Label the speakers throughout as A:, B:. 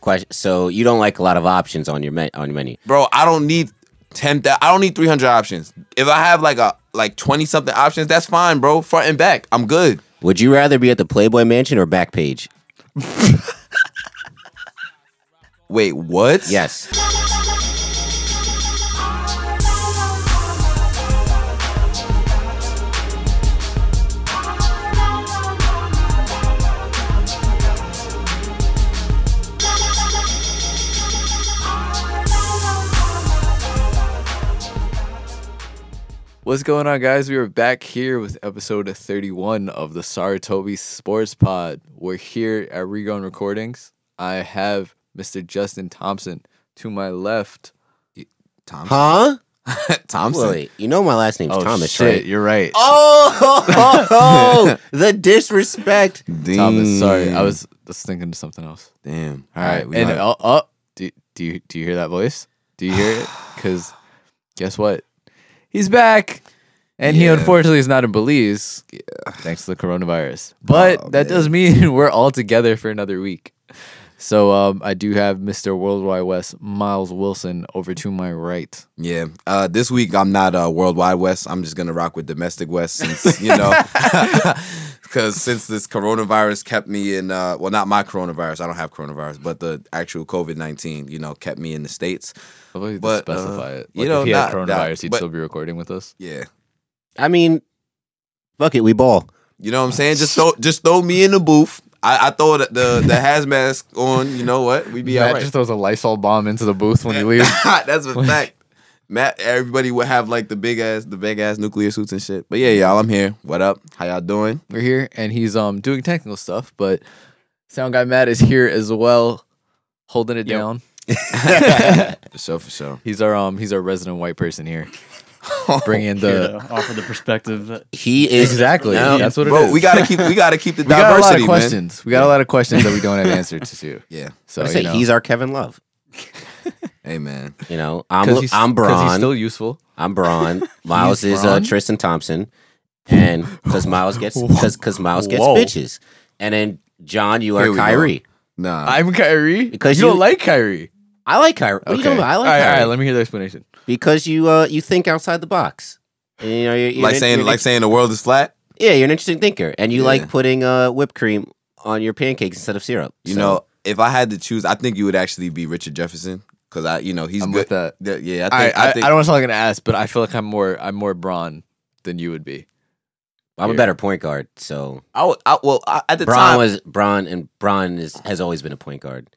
A: question. So you don't like a lot of options on your me- on your menu.
B: bro. I don't need ten. thou- I don't need three hundred options. If I have like a like twenty something options, that's fine, bro. Front and back, I'm good.
A: Would you rather be at the Playboy Mansion or Backpage?
B: Wait, what?
A: Yes.
C: What's going on, guys? We are back here with episode 31 of the Saratobi Sports Pod. We're here at Regon Recordings. I have Mr. Justin Thompson to my left.
B: Thompson.
A: Huh?
B: Thompson.
A: Wait, you know my last name's Thomas,
C: Oh, shit,
A: right?
C: you're right.
A: Oh, the disrespect.
C: Thomas, sorry,
A: Mm.
C: I was just thinking of something else.
B: Damn.
C: All right,
B: we
C: and
B: might-
C: oh, oh, do, do you do you hear that voice? Do you hear it? Because guess what? He's back, and he
B: Yeah.
C: unfortunately is not in Belize, thanks to the coronavirus. But
B: Oh,
C: that
B: man.
C: does mean we're all together for another week. So um, I do have Mr. Worldwide West Miles Wilson over to my right.
B: Yeah. Uh, this week I'm not uh, worldwide West. I'm just gonna rock with domestic West since you know, because since this coronavirus kept me in. Uh, well, not my coronavirus. I don't have coronavirus, but the actual COVID nineteen. You know, kept me in the states.
C: I'd like to
B: But, uh,
C: specify it.
B: you
C: Like,
B: know,
C: if he had
B: not
C: coronavirus,
B: that-
C: he'd
B: but-
C: still be recording with us.
B: Yeah.
A: I mean, fuck it, we ball.
B: You know what I'm saying? Just throw, just throw me in the booth. I, I throw the, the the haz mask on. You know what? We be
C: Matt
B: all right.
C: just throws a Lysol bomb into the booth when he leaves.
B: That's a fact. Matt, everybody would have like the big ass, the big ass nuclear suits and shit. But yeah, y'all, I'm here. What up? How y'all doing?
C: We're here, and he's um doing technical stuff, but sound guy Matt is here as well, holding it down.
B: For sure, for sure.
C: He's our um he's our resident white person here, bringing the
D: to offer the perspective that
A: He is
C: exactly.
A: No.
C: That's what it is.
B: Bro, we gotta keep, we gotta keep the
C: We got a lot
B: diversity,
C: of
B: man.
C: questions. We got a lot of questions that we don't have answers to.
B: Yeah,
C: So
A: I say
C: Oh, you know,
A: he's our Kevin Love.
B: hey man.
A: You know, I'm
C: 'cause he's-
A: I'm
C: 'cause He's
A: Braun.
C: still useful.
A: I'm Braun. Miles
C: He's
A: is uh,
C: Braun?
A: Tristan Thompson, and because Miles gets because because Miles gets
C: Whoa.
A: bitches, and then John, you
B: Here
A: are
B: we go.
A: Kyrie.
B: Nah,
C: I'm Kyrie.
A: Because
C: you,
A: you-
C: don't like Kyrie.
A: I like Kyrie. What are you talking about? I like
C: all right,
A: Kyrie
C: all right, let me hear the explanation.
A: because you uh you think outside the box. And, you know, you're, you're
B: like
A: an-
B: saying,
A: you're an
B: like saying the world is flat.
A: Yeah, you're an interesting thinker, and you
B: Yeah.
A: like putting uh, whipped cream on your pancakes instead of syrup.
B: You
A: So,
B: know, if I had to choose, I think you would actually be Richard Jefferson because I, you know, he's
C: I'm
B: good.
C: with that.
B: Yeah, yeah, I
C: All
B: think,
C: right, I,
B: I think
C: I don't want to sound like an ass, but I feel like I'm more I'm more Braun than you would be.
A: I'm a
C: here.
A: better point guard. So
B: I, would- I well I, at the
A: Braun
B: time
A: was Braun, and Braun is, has always been a point guard.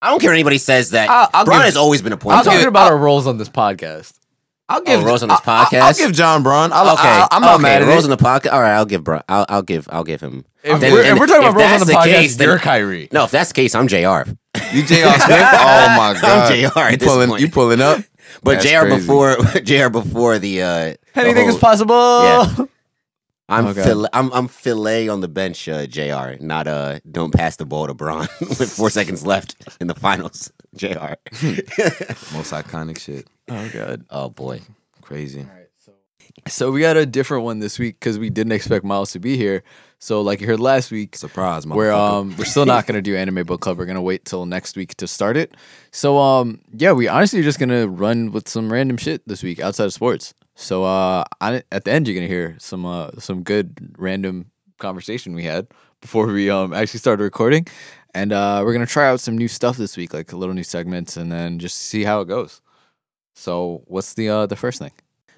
A: I don't care what anybody says that.
B: I'll- I'll
A: Braun
B: give-
A: has always been a
C: I'm
A: point
C: talking
A: guard.
C: about our roles on this podcast.
B: I'll give
A: Oh, Rose on this
B: I- I- I'll
A: podcast?
B: give John Braun. I'll,
A: Okay,
B: I, am not
A: okay.
B: mad at
A: Rose
B: it.
A: in the pocket. All right, I'll give Braun. I'll, I'll give. I'll give him.
C: If,
A: Then-
C: we're,
A: then-
C: if we're talking
A: if
C: about roles
A: that's
C: on the,
A: the
C: podcast,
A: case, then-
C: you're Kyrie.
A: No, if that's the case, I'm Jr.
B: You J.R. Smith? Oh my god.
A: JR at
B: You
A: this
B: pulling
A: point.
B: you pulling up?
A: But
B: That's
A: Jr.
B: crazy.
A: before Jr. before the. Uh, the
C: Anything
A: whole-
C: is possible.
A: Yeah. I'm
C: Oh, God.
A: fil- I'm I'm fillet on the bench, uh, Jr. Not uh, don't pass the ball to Braun with four seconds left in the finals, Jr.
B: Most iconic shit.
C: Oh god.
A: oh boy,
B: Crazy.
C: So we got a different one this week because we didn't expect Miles to be here. So like you heard last week,
B: Surprise, motherfucker.
C: we're um we're still not gonna do anime book club. We're gonna wait till next week to start it. So um yeah, we honestly are just gonna run with some random shit this week outside of sports. So uh I, at the end you're gonna hear some uh some good random conversation we had before we um actually started recording, and uh we're gonna try out some new stuff this week, like little new segments, and then just see how it goes. So what's the uh the first thing?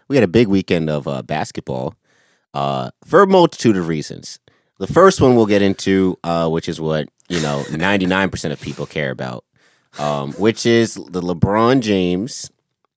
A: we had a big weekend of uh, basketball uh, for a multitude of reasons. The first one we'll get into, uh, which is what you know, ninety nine percent of people care about, um, which is the LeBron James.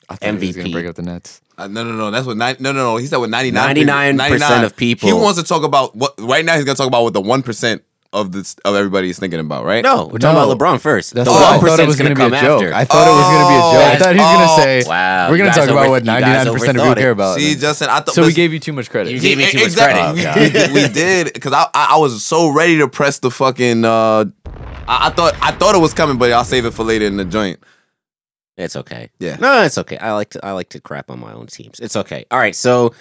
C: I thought he was gonna
A: MVP.
C: break up the nets.
B: Uh, no, no, no. That's what. Nine, no, no, no. He said with ninety nine.
A: 99% of people-
B: He wants to talk about what. Right now, he's gonna talk about what the one percent of this of everybody is thinking about. Right.
A: No, we're talking
C: No.
A: about LeBron first.
C: That's
A: the
C: what I
A: one
C: thought it
A: percent
C: was
A: is
C: going
A: going
C: to
A: to
C: be a
A: come
C: joke.
A: after.
C: I thought it was going to be a joke. I
B: Oh,
C: thought he was going
B: oh,
C: to say,
A: wow,
C: "We're
A: you
C: going to
A: guys
C: talk about
A: over-
C: what
A: you guys
C: 99% of people
A: overthought it.
C: care about."
B: See,
C: and then-
B: Justin, I thought.
C: so we
B: listen,
C: gave you too much credit.
A: You gave me too
B: e-
A: much
B: exactly.
A: credit.
B: We did- We did because I, I I was so ready to press the fucking. Uh, I, I thought I thought it was coming, but I'll save it for later in the joint.
A: It's okay.
B: Yeah.
A: No, it's okay. I like to I like to crap on my own teams. It's okay. All right. So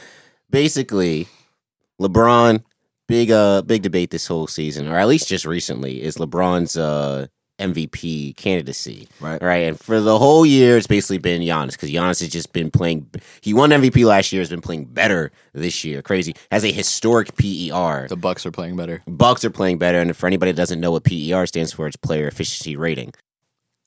A: basically, LeBron big uh big debate this whole season, or at least just recently, is LeBron's uh MVP candidacy.
B: Right.
A: Right. And for the whole year, it's basically been Giannis because Giannis has just been playing. He won MVP last year, has been playing better this year. Crazy. Has a historic PER.
C: The Bucks are playing better.
A: Bucks are playing better, and for anybody that doesn't know what PER stands for, it's player efficiency rating.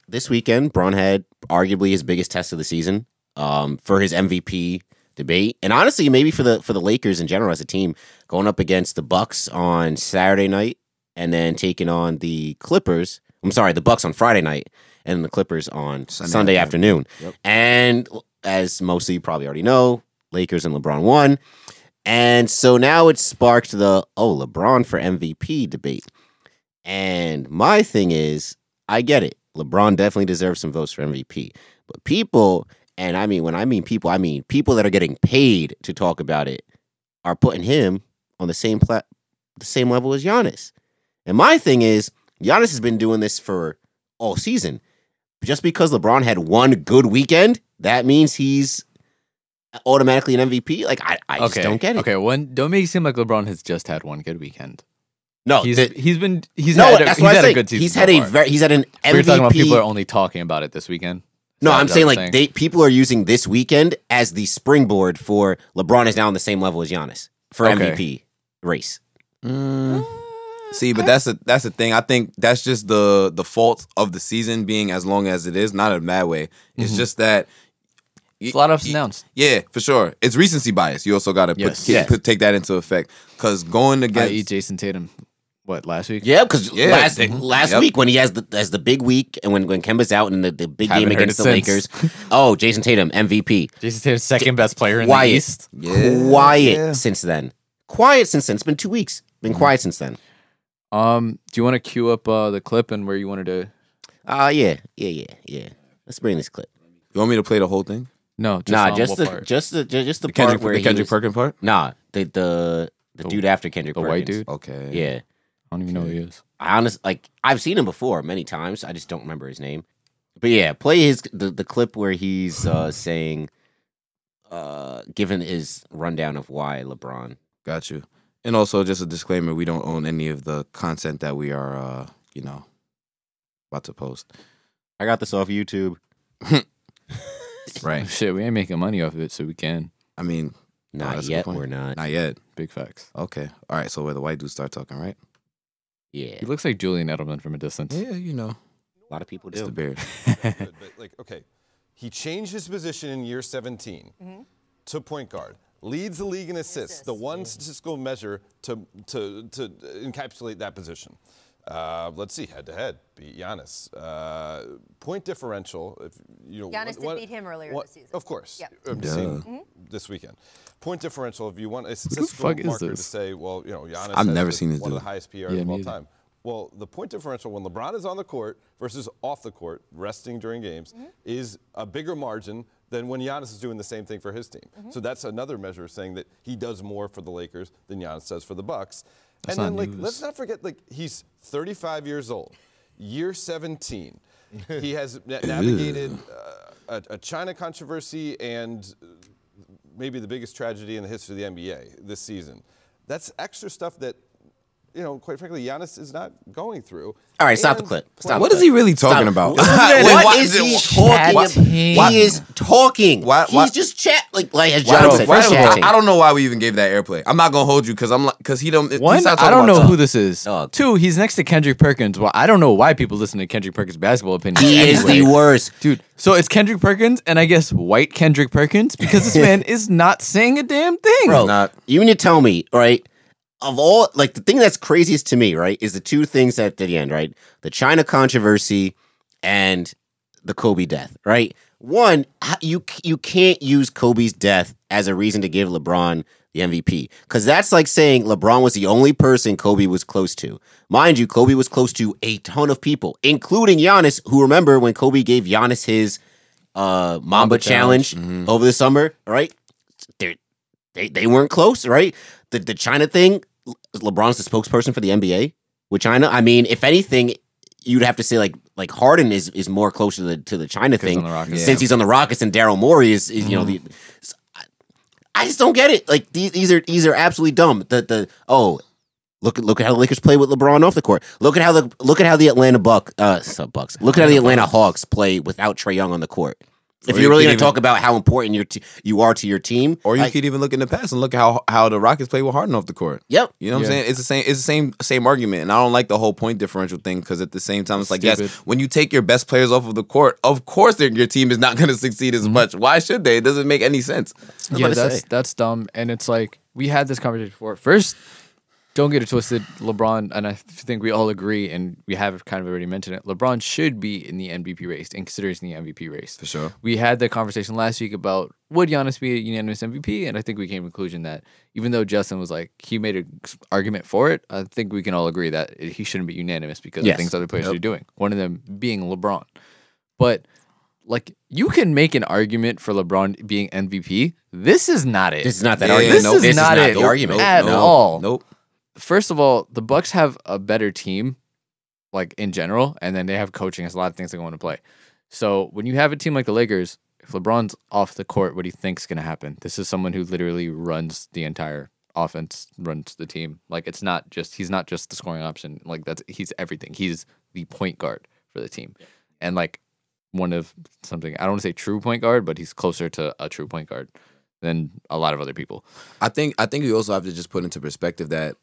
A: This weekend, Braun had arguably his biggest test of the season um, for his MVP debate, and honestly, maybe for the for the Lakers in general as a team, going up against the Bucks on Saturday night, and then taking on the Clippers. I'm sorry, the Bucks on Friday night, and the Clippers on Sunday,
B: Sunday
A: afternoon.
B: Yep.
A: And as most of you probably already know, Lakers and LeBron won. And so now it sparked the oh LeBron for MVP debate. And my thing is, I get it. LeBron definitely deserves some votes for MVP. But people, and I mean when I mean people, I mean people that are getting paid to talk about it are putting him on the same pla- the same level as Giannis. And my thing is, Giannis has been doing this for all season. Just because LeBron had one good weekend, that means he's automatically an MVP. Like I, I just don't get it.
C: Okay, one don't make it seem like LeBron has just had one good weekend.
A: No,
C: he's
A: Oh, the-
C: he's been he's
A: no,
C: had a,
A: that's
C: he's
A: why I
C: had
A: say
C: a good season.
A: he's
C: so
A: had a
C: far.
A: very, he's had an MVP.
C: We're talking about people are only talking about it this weekend.
A: no,
C: Is that
A: I'm
C: what
A: saying like they, people are using this weekend as the springboard for LeBron is now on the same level as Giannis for
C: Okay.
A: MVP race.
B: See, but that's the that's the thing. I think that's just the the fault of the season being as long as it is. Not in a bad way. It's
A: Mm-hmm.
B: just that
C: It's a lot of ups and downs.
B: yeah, for sure. It's recency bias. You also got to
C: Yes.
B: put,
C: Yes.
B: put- take that into effect because going against
C: I.e. Jason Tatum. What last week?
A: Yeah, because
B: Yeah.
A: last
B: Mhm.
A: last
B: Yep.
A: week when he has the as the big week and when when Kemba's out and the, the big
C: Haven't
A: game
C: heard
A: against the
C: it
A: Lakers,
C: since.
A: oh Jason Tatum MVP
C: Jason Tatum's second best player in
A: Wyatt.
C: the East.
B: Yeah,
A: quiet
B: yeah.
A: since then quiet since then it's been two weeks been
C: Mm-hmm.
A: quiet since then
C: Um, do you want to queue up uh, the clip and where you wanted to?
A: uh yeah yeah yeah yeah let's bring this clip
B: You want me to play the whole thing?
C: No, just
A: nah
C: on
A: just
C: what
A: the,
C: part?
A: just the ju- just the
B: The
A: part
B: Kendrick,
A: where
B: the
A: he
B: Kendrick
A: was-
B: Perkins part?
A: nah the the the,
C: The-
A: dude after Kendrick
C: the white
A: Perkins.
C: dude.
B: Okay.
A: yeah
C: I don't even know who he is.
A: I honest like I've seen him before many times. I just don't remember his name. But yeah, play his the, the clip where he's uh, saying, uh, given his rundown of why LeBron.
B: Got you. And also, just a disclaimer: we don't own any of the content that we are, uh, you know, about to post.
A: I got this off
B: Oh,
A: YouTube.
B: Right.
C: Oh, Shit, we ain't making money off of it, so we can.
B: I mean, Oh,
A: Not
B: that's a good
A: yet.
B: point.
A: We're not.
B: not yet.
C: Big facts.
B: Okay. All right. So where the white dudes start talking, right?
A: Yeah,
C: He looks like Julian Edelman from a distance.
B: Yeah, you know,
A: a lot of people
B: it's the
A: do.
B: beard.
D: good, but like, okay, he changed his position in year 17 to point guard, leads the league in assists, the one statistical measure to, to, to encapsulate that position. Uh, let's see, head to head, beat Giannis. Uh, point differential, if you know,
E: Giannis did beat him earlier
D: one-
E: this season. Mm-hmm.
D: Of course,
E: Yep.
D: I'm just saying this weekend. Point differential, if you want a statistical
C: fuck is
D: marker to
C: this?
D: say, well, you know, Giannis
B: I've
D: has
B: never
D: the-
B: seen this
D: one of
B: dude.
D: the highest PRs
C: Yeah,
D: of
C: me
D: all
C: either.
D: time. Well, the point differential when LeBron is on the court versus off the court, resting during games,
E: Mm-hmm.
D: is a bigger margin than when Giannis is doing the same thing for his team.
E: Mm-hmm.
D: So that's another measure of saying that he does more for the Lakers than Giannis does for the Bucks. and then,
C: not
D: like,
C: news.
D: let's not forget, like, he's 35 years old, year 17. he has na- navigated uh, a, a China controversy and maybe the biggest tragedy in the history of the NBA this season. That's extra stuff that, you know, quite frankly, Giannis is not going through.
A: All right, stop the
D: And-
A: clip.
D: Well,
A: Stop.
B: What is he really talking
A: Wait,
B: about? Wait,
A: what
B: why-
A: is he
B: why-
A: talking? about?
B: why-
A: He is talking.
B: Why- why-
A: He's just chat like like as
B: why-
A: John said.
B: why-
A: chatting.
B: I, I don't know why we even gave that airplay. I'm not gonna hold you because I'm like because he don't.
C: One,
B: he's not
C: I
B: talking
C: don't
B: about
C: know
B: us.
C: who this is.
A: Dog.
C: Two, he's next to Kendrick Perkins. Well, I don't know why people listen to Kendrick Perkins' basketball opinions.
A: He is the
C: anyway.
A: worst.
C: Dude, so it's Kendrick Perkins and I guess white Kendrick Perkins because this man is not saying a damn thing.
A: bro.
B: not-
A: You mean to tell me, right? Of all, like the thing that's craziest to me, right, is the two things at the end, right? The China controversy and the Kobe death, right? One, h- you c- you can't use Kobe's death as a reason to give LeBron the MVP because that's like saying LeBron was the only person Kobe was close to. Mind you, Kobe was close to a ton of people, including Giannis, who remember when Kobe gave Giannis his uh, Mamba, challenge,
C: Mm-hmm.
A: over the summer, right? They're- they they weren't close, right? The the China thing, Le- LeBron's the spokesperson for the NBA with China. I mean, if anything, you'd have to say like like Harden is is more close to the to the China
C: he's
A: thing
C: on the Rockets. Mm-hmm.
A: since he's on the Rockets and Daryl Morey is, is you know the. I- I just don't get it. Like these, these are these are absolutely dumb. The the oh, Look at look at how the Lakers play with LeBron off the court. Look at how the look at how the Atlanta Buck uh so Bucks. Look at how the Atlanta Hawks play without Trey Young on the court. If
B: Or
A: you're
B: you
A: really
B: could
A: gonna
B: even-
A: talk about how important your te- you are to your team,
B: Or you
A: like,
B: could even look in the past and look at how how the Rockets play with Harden off the court.
A: yep,
B: You know what I'm
C: Yeah.
B: saying? It's the same. It's the same same argument, and I don't like the whole point differential thing because at the same time, it's like
C: Stupid.
B: yes, when you take your best players off of the court, of course they're- your team is not going to succeed as
C: Mm-hmm.
B: much. Why should they? It doesn't make any sense.
C: yeah,
A: about to
C: that's
A: say.
C: that's dumb. And it's like we had this conversation before. First, don't get it twisted. LeBron, and I think we all agree, and we have kind of already mentioned it. LeBron should be in the MVP race and considered in the MVP race for
B: sure.
C: We had the conversation last week about would Giannis be a unanimous MVP, and I think we came to the conclusion that even though Justin was like he made an argument for it, I think we can all agree that he shouldn't be unanimous because
A: Yes.
C: of things other players are doing. One of them being LeBron, but like you can make an argument for LeBron being MVP. This is not it.
A: this is not that
B: Yeah,
A: argument.
B: nope.
C: This is not it
A: the argument
C: at
B: nope,
C: all.
B: Nope.
C: First of all, the Bucks have a better team, like in general, and then they have coaching. There's a lot of things they want to play. So when you have a team like the Lakers, if LeBron's off the court, what do you think's going to happen? This is someone who literally runs the entire offense, runs the team. Like it's not just he's not just the scoring option. Like that's he's everything. He's the point guard for the team, and like one of something I don't want to say true point guard, but he's closer to a true point guard than a lot of other people.
B: I think I think you also have to just put into perspective that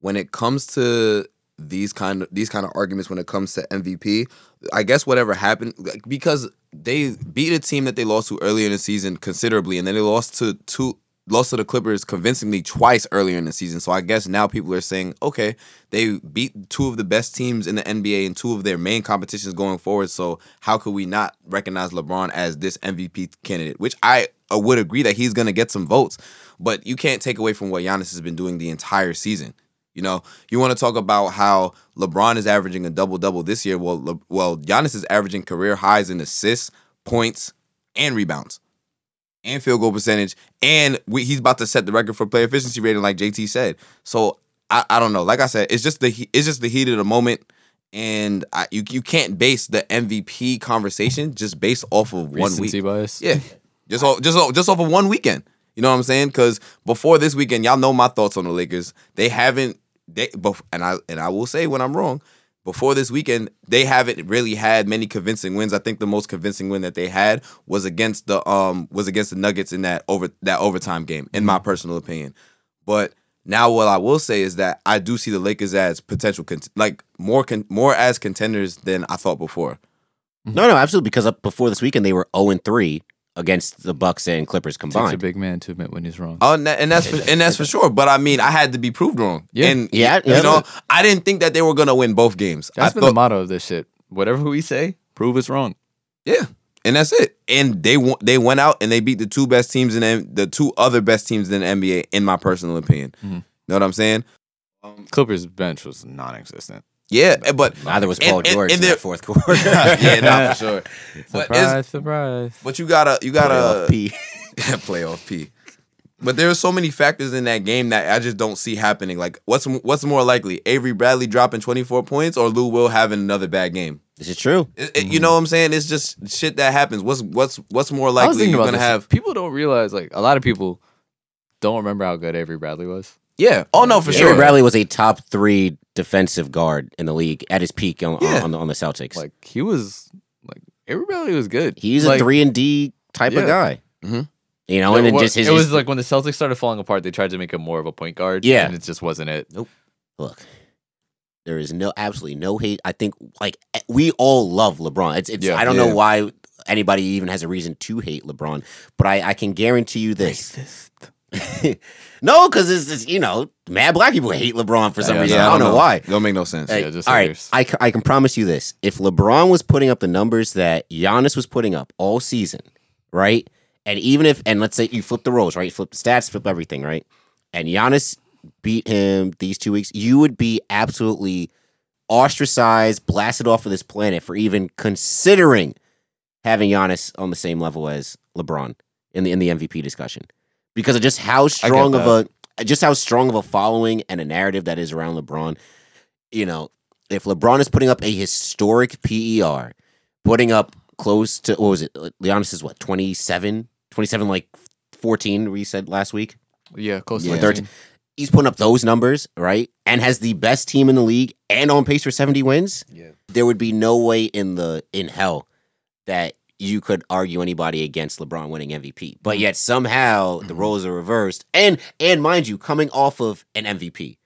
B: when it comes to these kind of these kind of arguments when it comes to MVP, I guess whatever happened like, because they beat a team that they lost to earlier in the season considerably, and then they lost to two lost to the Clippers convincingly twice earlier in the season. So I guess now people are saying, okay, they beat two of the best teams in the NBA and two of their main competitions going forward. So how could we not recognize LeBron as this MVP candidate? Which I uh, would agree that he's going to get some votes, but you can't take away from what Giannis has been doing the entire season. You know, you want to talk about how LeBron is averaging a double double this year. Well, Le- well, Giannis is averaging career highs in assists, points, and rebounds and field goal percentage, and we, he's about to set the record for player efficiency rating, like JT said. So I, I don't know. Like I said, it's just the he- it's just the heat of the moment, and I, you you can't base the MVP conversation just based off of one week.
C: Recency bias.
B: Yeah, just off, just off, just off of one weekend. You know what I'm saying? Because before this weekend, y'all know my thoughts on the Lakers. They haven't they bef- and I and I will say when I'm wrong. Before this weekend, they haven't really had many convincing wins. I think the most convincing win that they had was against the um was against the Nuggets in that over that overtime game, in my personal opinion. But now, what I will say is that I do see the Lakers as potential, cont- like more con- more as contenders than I thought before.
A: No, no, absolutely. Because up before this weekend, they were zero and three against the Bucks and Clippers
C: Takes a
A: combined.
C: big man to admit when he's wrong.
B: Oh, and, that, and that's for, and that's for sure. But I mean, I had to be proved wrong.
C: Yeah.
B: and
A: Yeah,
B: you
A: yeah.
B: know, I didn't think that they were gonna win both games.
C: That's
B: I
C: been
B: thought,
C: the motto of this shit. Whatever we say, prove us wrong.
B: yeah, and that's it. And they won- they went out and they beat the two best teams in the, the two other best teams in the NBA, in my personal opinion.
C: Mhm.
B: Know what I'm saying?
C: Clippers bench was non-existent.
B: Yeah, but
A: Neither was
B: And-
A: Paul
B: and-
A: George
B: and
A: in
B: they're-
A: that fourth quarter.
B: yeah, nah, for sure. But it's-
C: surprise.
B: but you gotta you gotta
A: Playoff P.
B: playoff P. But there are so many factors in that game that I just don't see happening. Like, what's what's more likely, Avery Bradley dropping 24 points or Lou Will having another bad game?
A: This is true.
B: It, it- You know what I'm saying? It's just shit that happens. What's what's what's more
C: I was
B: likely
C: thinking
B: you're
C: about
B: gonna
C: this.
B: have?
C: People don't realize, like, a lot of people don't remember how good Avery Bradley was.
B: Yeah. Oh no, for
A: Avery
B: sure.
A: Bradley was a top three defensive guard in the league at his peak on,
B: Yeah.
A: on, the, on the Celtics.
C: Like, he was, like, Avery Bradley was good.
A: He's
C: like,
A: a three and D type
C: Yeah.
A: of guy.
B: Mhm.
A: You know,
C: It,
A: and then
C: wa-
A: just his,
C: it was
A: his-
C: like when the Celtics started falling apart, they tried to make him more of a point guard.
A: Yeah.
C: and it just wasn't it.
A: look. There is no absolutely no hate. I think like eh, we all love LeBron. It's, it's
C: Yeah.
A: I don't
B: Yeah.
A: know why anybody even has a reason to hate LeBron, but I, I can guarantee you this. no, because it's, it's you know mad black people hate LeBron for some
C: Yeah,
A: reason.
C: yeah,
A: I don't know why.
B: Don't make no sense.
A: Hey,
C: Yeah, just
A: all right,
C: haters.
A: I, c- I can promise you this: if LeBron was putting up the numbers that Giannis was putting up all season, right, and even if and let's say you flip the roles, right, you flip the stats, flip everything, right, and Giannis beat him these two weeks, you would be absolutely ostracized, blasted off of this planet for even considering having Giannis on the same level as LeBron in the in the MVP discussion because of just how strong of a just how strong of a following and a narrative that is around LeBron. You know, if LeBron is putting up a historic PER, putting up close to what was it? Giannis is what 27? 27 like 14 we said last week.
C: Yeah, close
B: Yeah.
C: to 13.
A: he's putting up those numbers, right? And has the best team in the league and on pace for 70 wins.
C: Yeah.
A: There would be no way in the in hell that you could argue anybody against LeBron winning MVP. But yet somehow
C: Mm-hmm.
A: the roles are reversed. And and mind you, coming off of an MVP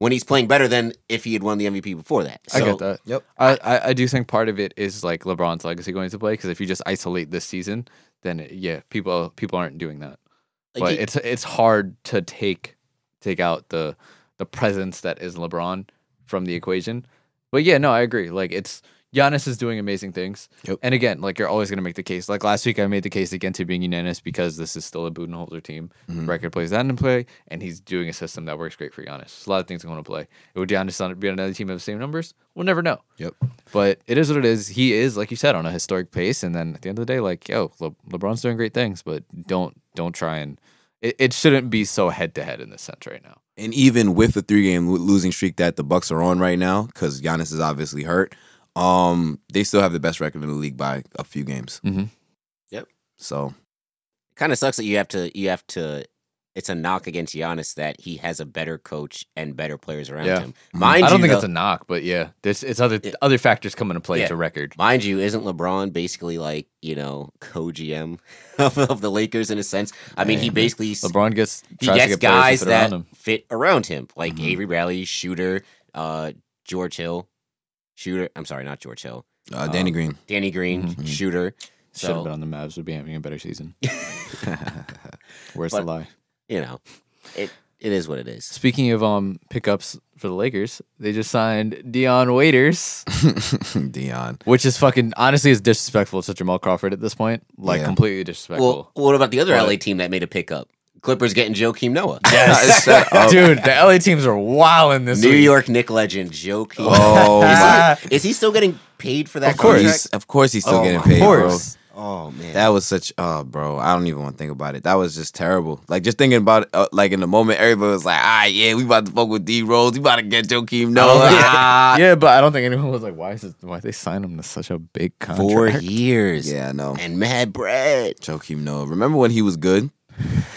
A: when he's playing better than if he had won the MVP before that.
C: I
A: So,
C: get that.
B: Yep.
C: I, I, I do think part of it is like LeBron's legacy going to play because if you just isolate this season, then it- yeah, people people aren't doing that.
A: like,
C: but
A: he-
C: it's it's hard to take take out the the presence that is LeBron from the equation. But yeah, no, I agree. Like it's Giannis is doing amazing things.
B: Yep.
C: And again, like you're always gonna make the case. Like last week I made the case against it being unanimous because this is still a Budenholzer team. Record plays that in play, and he's doing a system that works great for Giannis. A lot of things are gonna play. Would Giannis not be on another team of the same numbers? We'll never know.
B: Yep.
C: But it is what it is. He is, like you said, on a historic pace. And then at the end of the day, like, yo, Le- LeBron's doing great things, but don't don't try and it, it shouldn't be so head to head in this sense right now.
B: And even with the three game losing streak that the Bucks are on right now, because Giannis is obviously hurt, um, they still have the best record in the league by a few games.
C: Mm-hmm.
B: So
A: kind of sucks that you have to you have to it's a knock against Giannis that he has a better coach and better players around
C: Yeah. Mm-hmm.
A: him. Mind
C: I don't
A: you,
C: think
A: though-
C: it's a knock, but yeah, this it's other other factors come into play
A: Yeah.
C: to record.
A: Mind you, isn't LeBron basically like, you know, co GM of, of the Lakers in a sense? I mean, he
B: Man.
A: basically s-
C: LeBron gets
A: he
C: tries
A: gets
C: to get players
A: guys
C: to fit around
A: that
C: him. Mm-hmm.
A: fit around him, like
B: Mhm.
A: Avery Bradley, Shooter, uh, George Hill, Shooter. I'm sorry, not George Hill,
B: uh, Danny Green.
A: Danny Green,
C: Mhm.
A: Shooter.
C: should have been
A: So
C: on the Mavs would be having a better season. Where's the
A: But-
C: lie?
A: you know, it it is what it is.
C: Speaking of um pickups for the Lakers, they just signed Dion Waiters.
B: Dion.
C: Which is fucking honestly is disrespectful to Jamal Crawford at this point. Like
B: Yeah.
C: completely disrespectful.
A: Well, what about the other
C: But-
A: LA team that made a pickup? Clippers getting Joakim Noah.
B: Shut up.
C: Dude, the LA teams are wilding this
A: oh. New
C: week.
A: York Nick legend Joakim.
B: Oh, my.
A: Is, he, is he still getting paid for that?
B: Of course.
A: contract?
B: He's, of course he's still
C: Oh,
B: getting
C: of
B: paid, bro.
C: course.
A: Oh man,
B: That was such, oh, bro. I don't even want to think about it. That was just terrible. Like, just thinking about it, uh, like, in the moment, everybody was like, all right, yeah, we about to fuck with D Rose. We about to get
A: Oh,
B: Joakim Noah. Ah.
C: Yeah, but I don't think anyone was like, why is it, why they sign him to such a big contract?
A: four years.
B: Yeah, I know.
A: and Mad Brad.
B: Joakim Noah. Remember when he was good?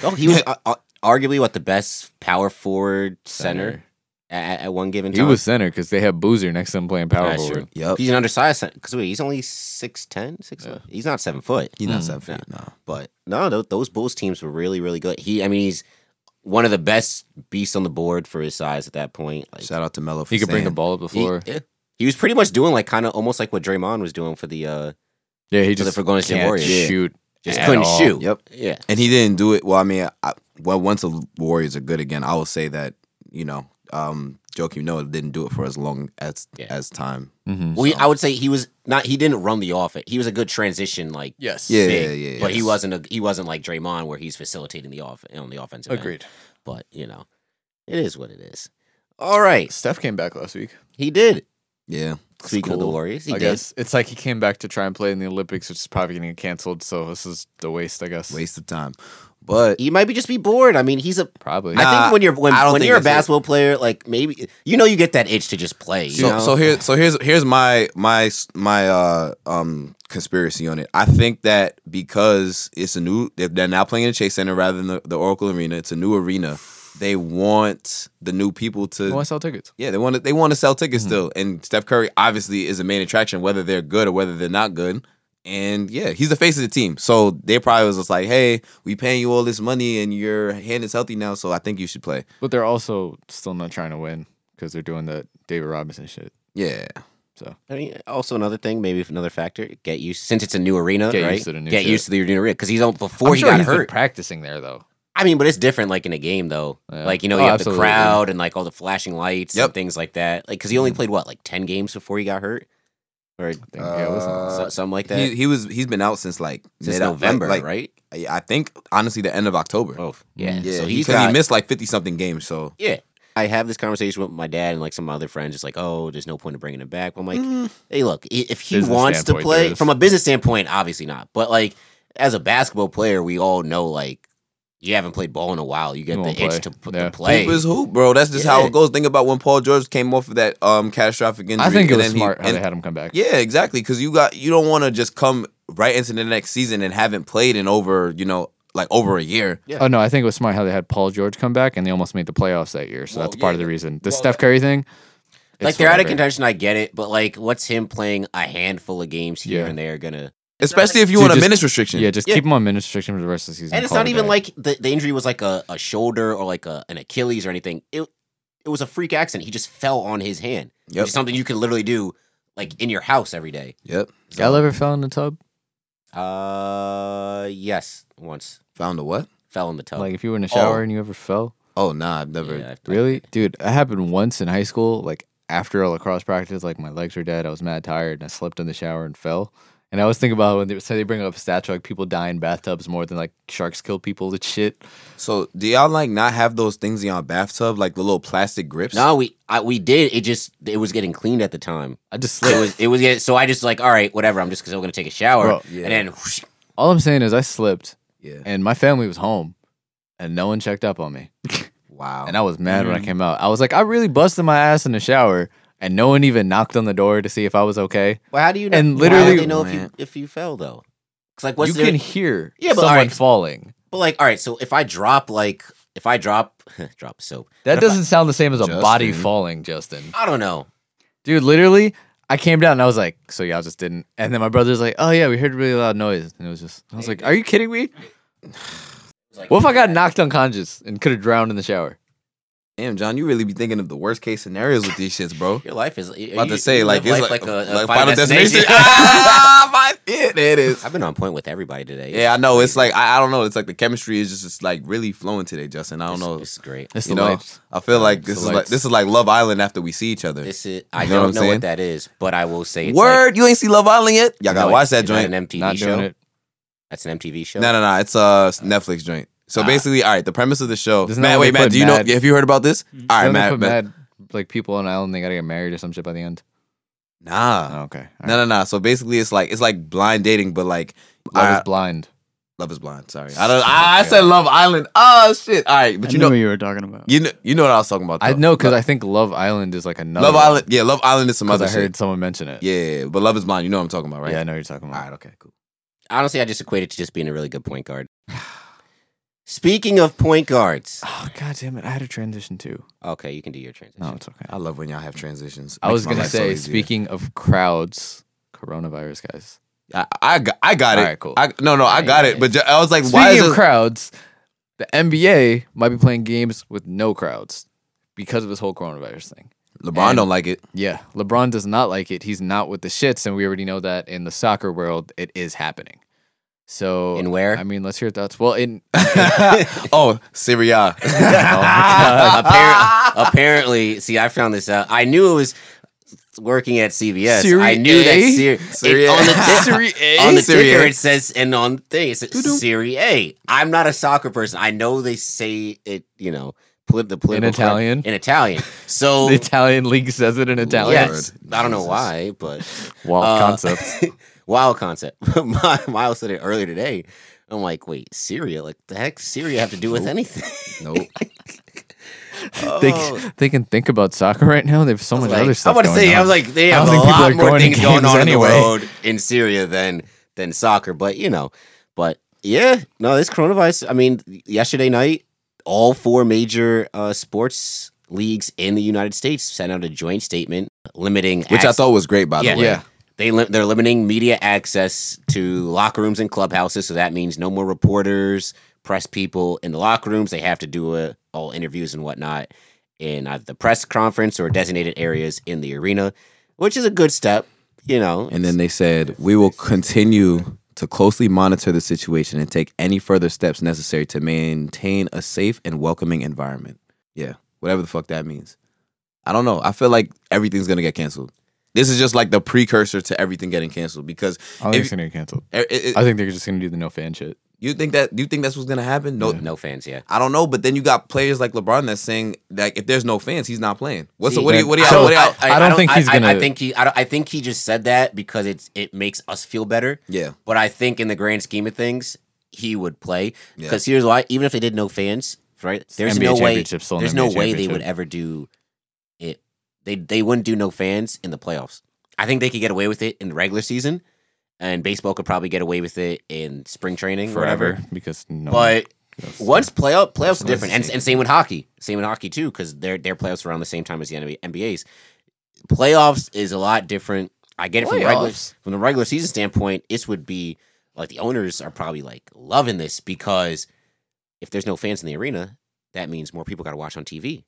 A: Oh, he was uh, uh, arguably what the best power forward center,
C: Center.
A: a- At, at one given
C: He
A: time.
C: was center because they had Boozer next to him playing power
A: That's
C: forward.
B: Yep.
A: He's an undersized because wait, he's only 6'10", 6 foot. He's not seven foot,
B: He's not
C: Mm.
B: seven feet. No.
A: but no, tho- those Bulls teams were really, really good. He, I mean, he's one of the best beasts on the board for his size at that point. Like,
B: Shout out to Melo. For
C: He could bring the
B: staying.
C: ball up the
A: he,
C: floor.
A: yeah. He was pretty much doing like kind of almost like what Draymond was doing for the uh
C: yeah, he
A: for the
C: just
A: for Golden State
C: can't
A: Warriors.
C: shoot.
A: Just
C: at
A: couldn't
C: all.
A: shoot.
B: Yep.
A: Yeah.
B: And he didn't do it. Well, I mean, I, well, once the Warriors are good again, I will say that you know, um, Joakim Noah didn't do it for as long as
A: Yeah.
B: as time.
C: Mhm.
A: Well, he- I would say he was not. He didn't run the offense. He was a good transition, like
C: Yes.
B: Yeah,
A: big,
B: yeah, yeah.
A: but he
B: yes.
A: wasn't a, he wasn't like Draymond where he's facilitating the off on the offensive. end.
C: Agreed.
A: But you know, it is what it is. All right,
C: Steph came back last week.
A: he did.
B: Yeah,
A: Speaking of the
C: cool.
A: Warriors, he
C: I
A: did.
C: guess it's like he came back to try and play in the Olympics, which is probably getting canceled. So this is the waste, I guess.
B: waste of time. But
A: He might be just be bored. I mean, he's a.
C: Probably.
A: I think when you're when,
B: I don't
A: when
B: think
A: you're a
B: that's it.
A: basketball player, like maybe you know you get that itch to just play. You
B: so
A: know?
B: so here so here's here's my my my uh um conspiracy on it. I think that because it's a new they're- they're now playing in the Chase Center rather than the, the Oracle Arena. It's a new arena. They want the new people to
C: Who wants to sell tickets?
B: Yeah, they want to they want to sell
A: Mm-hmm.
B: tickets still, and Steph Curry obviously is a main attraction, whether they're good or whether they're not good. And yeah, he's the face of the team, so they probably was just like, "Hey, we paying you all this money, and your hand is healthy now, so I think you should play."
C: But they're also still not trying to win because they're doing the David Robinson shit.
B: Yeah,
A: I mean, also another thing, maybe another factor, get used since it's a new arena,
C: Get
A: right?
C: used to the new
A: get
C: shit.
A: used to the new arena because he's on before
C: I'm
A: he
C: sure
A: got
C: he's been
A: hurt.
C: practicing there though.
A: I mean, but it's different, like in a game though.
C: Yeah.
A: Like you know,
C: Oh,
A: you have
C: absolutely.
A: the crowd and like all the flashing lights and
B: Yep.
A: things like that. Like because he only played what like ten games before he got hurt, or
C: Mm. I think, yeah, it was
B: Uh,
A: so- something like that.
B: he, he was he's been out since like
A: Since
B: mid-
A: November,
B: like,
A: right?
B: right? I think honestly the end of October.
A: Oh, yeah.
C: Mm.
B: yeah,
A: so
B: he,
A: he's
B: 'cause
A: got,
B: he missed like fifty something games, so
A: yeah. I have this conversation with my dad and like some other friends. It's like, oh, there's no point in bringing him back. But I'm like, hey, look, i- if he
C: Business
A: wants to
C: standpoint, there
A: play
C: is.
A: from a business standpoint, obviously not. But like as a basketball player, we all know like you haven't played ball in a while. You get
C: You
A: the
C: won't
A: itch
C: play.
A: to, p-
C: Yeah.
A: to play.
B: Hoop is hoop, bro. That's just how
A: Yeah.
B: it goes. Think about when Paul George came off of that um catastrophic injury.
C: I think it
B: and
C: was
B: then he-
C: smart how
B: and-
C: they had him come back.
B: Yeah, exactly. Because you got you don't want to just come right into the next season and haven't played in over you know like over a year.
C: Oh no, I think it was smart how they had Paul George come back and they almost made the playoffs that year. So that's part of the reason. The Steph Curry thing.
A: like
C: it's
A: they're out of
C: whatever.
A: contention, I get it, but like, what's him playing a handful of games here
C: Yeah.
A: and there gonna?
B: Especially if you
C: Dude,
B: want a
C: just-
B: minutes restriction.
C: Yeah, just
A: Yeah.
C: keep him on minutes restriction for the rest of the season.
A: And it's
C: Call it
A: not
C: a
A: even
C: day.
A: like the, the injury was like a, a shoulder or like a, an Achilles or anything. It it was a freak accident. He just fell on his hand.
B: Yep.
A: Which is something you can literally do like in your house every day.
B: Yep.
C: Gal ever fell in the tub?
A: Uh, yes, once
B: Found a what?
A: fell in the tub.
C: Like if you were in the shower
B: Oh.
C: and you ever fell?
B: Oh nah, I've never.
A: Yeah, I-
C: Really? Dude, that happened once in high school, like after a lacrosse practice, like my legs were dead, I was mad tired, and I slept in the shower and fell. And I was thinking about when they say they bring up stats like people die in bathtubs more than like sharks kill people and shit.
B: So do y'all like not have those things in your bathtub, like the little plastic grips?
A: No, we I, we did. It just it was getting cleaned at the time.
C: I just slid.
A: It was it was getting, so I just like all right, whatever. I'm just still gonna take a shower
C: Bro,
B: yeah.
A: and then whoosh,
C: All I'm saying is I slipped
B: Yeah.
C: and my family was home and no one checked up on me.
A: Oh.
B: Wow.
C: And I was mad when I came out. I was like, I really busted my ass in the shower and no one even knocked on the door to see if I was okay.
A: Well, how do you know?
C: And
A: how do
C: literally-
A: they know if you
B: Man.
A: if you fell though? It's like what's
C: you
A: the,
C: can hear
A: Yeah, but
C: someone
A: alright.
C: falling.
A: but like all right. So if I drop like if I drop drop soap,
C: That doesn't sound the same as a body
B: Justin.
C: falling, Justin.
A: I don't know.
C: Dude, literally, I came down and I was like, so y'all just didn't. And then my brother's like, oh yeah, we heard a really loud noise. And it was just, I was like, are you kidding me? What if I got knocked unconscious and could have drowned in the shower?
B: Damn, John, you really be thinking of the worst case scenarios with these shits, bro.
A: Your life is are
B: About
A: you-
B: to say
A: you
B: like
A: live life
B: it's like,
A: a- a
B: like final destination. ah, my, yeah, there it is.
A: I've been on point with everybody today.
B: Yeah, I know. It's like I, I don't know. It's like the chemistry is just, just like really flowing today, Justin. I don't
A: This-
B: know.
A: This is great.
C: It's
B: you
C: the
B: know,
C: lights.
B: I feel like this
C: the
B: is like
C: lights.
B: this is like Love Island after we see each other.
A: This is I
B: You know what I'm
A: don't know
B: saying?
A: what that is, but I will say it's
B: Word,
A: Like,
B: you ain't see Love Island yet? Y'all gotta
A: no,
B: watch
A: it's-
B: that
A: is that
B: joint.
A: An MTV
C: Not
A: show.
C: doing it.
A: That's an MTV show.
B: No, no, no. It's a Netflix joint. So
A: Ah.
B: basically, all right. The premise of the show.
C: Isn't that
B: Matt,
C: when
B: wait,
C: they
B: Matt.
C: put
B: Do you
C: Mad-
B: know? If you heard about this, all right,
C: Don't they
B: Matt.
C: put
B: Matt.
C: mad, like people on an island, they gotta get married or some shit by the end.
B: Nah,
C: Oh, okay.
B: no, no, no. So basically, it's like it's like blind dating, but like
C: I was
B: I-
C: blind.
B: Love is blind. Sorry, I don't. I, I said Love Island. Oh shit! All right, but
E: I
B: you
E: knew
B: know,
E: what you were talking about.
B: you know, you know what I was talking about.
C: I
B: though.
C: know because I think Love Island is like another.
B: Love Island. Yeah, Love Island is some
C: Because
B: other
C: I heard
B: shit.
C: someone mention it.
B: Yeah, yeah, yeah, but Love is blind. You know what I'm talking about, right?
C: Yeah, I know what you're talking
B: All
C: about.
B: right. Okay. Cool.
A: Honestly, I just equate it to just being a really good point guard. Speaking of point guards,
C: Oh god damn it! I had a transition too.
A: okay, you can do your transition.
C: No, it's okay.
B: I love when y'all have transitions.
C: I
B: Makes
C: was
B: my
C: gonna
B: life so
C: say,
B: easier.
C: speaking of crowds, coronavirus guys.
B: I, I got- I got it.
C: All right, cool.
B: I, no, no, I
A: Yeah,
B: got
A: yeah,
B: it. But ju- I was like, why
C: Speaking
B: is
C: of
B: it?
C: crowds, the NBA might be playing games with no crowds because of this whole coronavirus thing.
B: LeBron don't like it.
C: Yeah, LeBron does not like it. He's not with the shits, and we already know that in the soccer world, it is happening. So
A: In where?
C: I mean, let's hear your thoughts. Well, in
B: oh, Syria. Oh,
C: Uh,
A: Appar- apparently, see, I found this out. I knew it was working at CVS.
C: Serie
A: I knew that
C: A?
A: Siri
B: Serie
A: on the,
B: A.
A: tip-
C: Serie A?
A: on the
B: Serie
A: ticker
B: A.
A: it says, and on the thing it says Serie A. I'm not a soccer person. I know they say it, you know, polit- the political correct-
C: Italian?
A: in Italian. So
C: the Italian league says it in Italian.
A: Oh. yes,
B: Lord.
A: I don't know
B: Jesus.
A: why, but
C: Wild
A: Uh,
C: concept.
A: wild concept. My- Miles said it earlier today. I'm like, wait, Syria? Like, the heck, does Syria have to do with anything? oh.
B: nope.
C: They, c- they can think about soccer right now. They have so much
A: like,
C: other stuff.
A: I want to
C: going
A: say I
C: on.
A: was like they
C: I
A: have
C: don't
A: a
C: think people
A: lot
C: are
A: more
C: going to
A: things going
C: games
A: on
C: anyway.
A: in the world in Syria than than soccer. But you know, but yeah, no, this coronavirus. I mean, yesterday night, all four major uh, sports leagues in the United States sent out a joint statement limiting
B: Which I
A: access-
B: thought was great, by
A: Yeah.
B: the way.
C: yeah.
A: they li- they're limiting media access to locker rooms and clubhouses. So that means no more reporters, press people in the locker rooms. They have to do uh all interviews and whatnot in either the press conference or designated areas in the arena, which is a good step. You know,
B: And then they said, we will continue to closely monitor the situation and take any further steps necessary to maintain a safe and welcoming environment. Yeah, whatever the fuck that means. I don't know. I feel like everything's gonna get canceled. This is just like the precursor to everything getting canceled because
C: Oh, I don't think
B: if-
C: it's gonna get canceled.
B: eh, eh,
C: I think they're just gonna do the no fan shit.
B: you think that do you think that's what's gonna happen? No,
A: no fans, yeah.
B: I don't know, but then you got players like LeBron that's saying like if there's no fans, he's not playing. What's
A: See,
B: what do you what do you
C: so
B: what do you-
C: I don't think he's
A: I- I
C: gonna-
A: think he. I, don't, I think he just said that because it's it makes us feel better.
B: Yeah.
A: But I think in the grand scheme of things, he would play.
B: Yeah.
A: Because here's why: even if they did no fans, right? There's
C: NBA
A: no way.
C: championship, still an
A: There's
C: NBA
A: no way they
C: championship.
A: would ever do it. They they wouldn't do no fans in the playoffs. I think they could get away with it in the regular season, and baseball could probably get away with it in spring training,
C: forever
A: whatever.
C: because no.
A: But once playoff playoffs are different, and,
B: insane.
A: and same with hockey, same with hockey too, because their their playoffs are around the same time as the NBA, NBA's. Playoffs is a lot different. I get it from regular,
C: Playoffs?
A: from the regular season standpoint. This would be like the owners are probably like loving this because if there's no fans in the arena, that means more people got to watch on TV.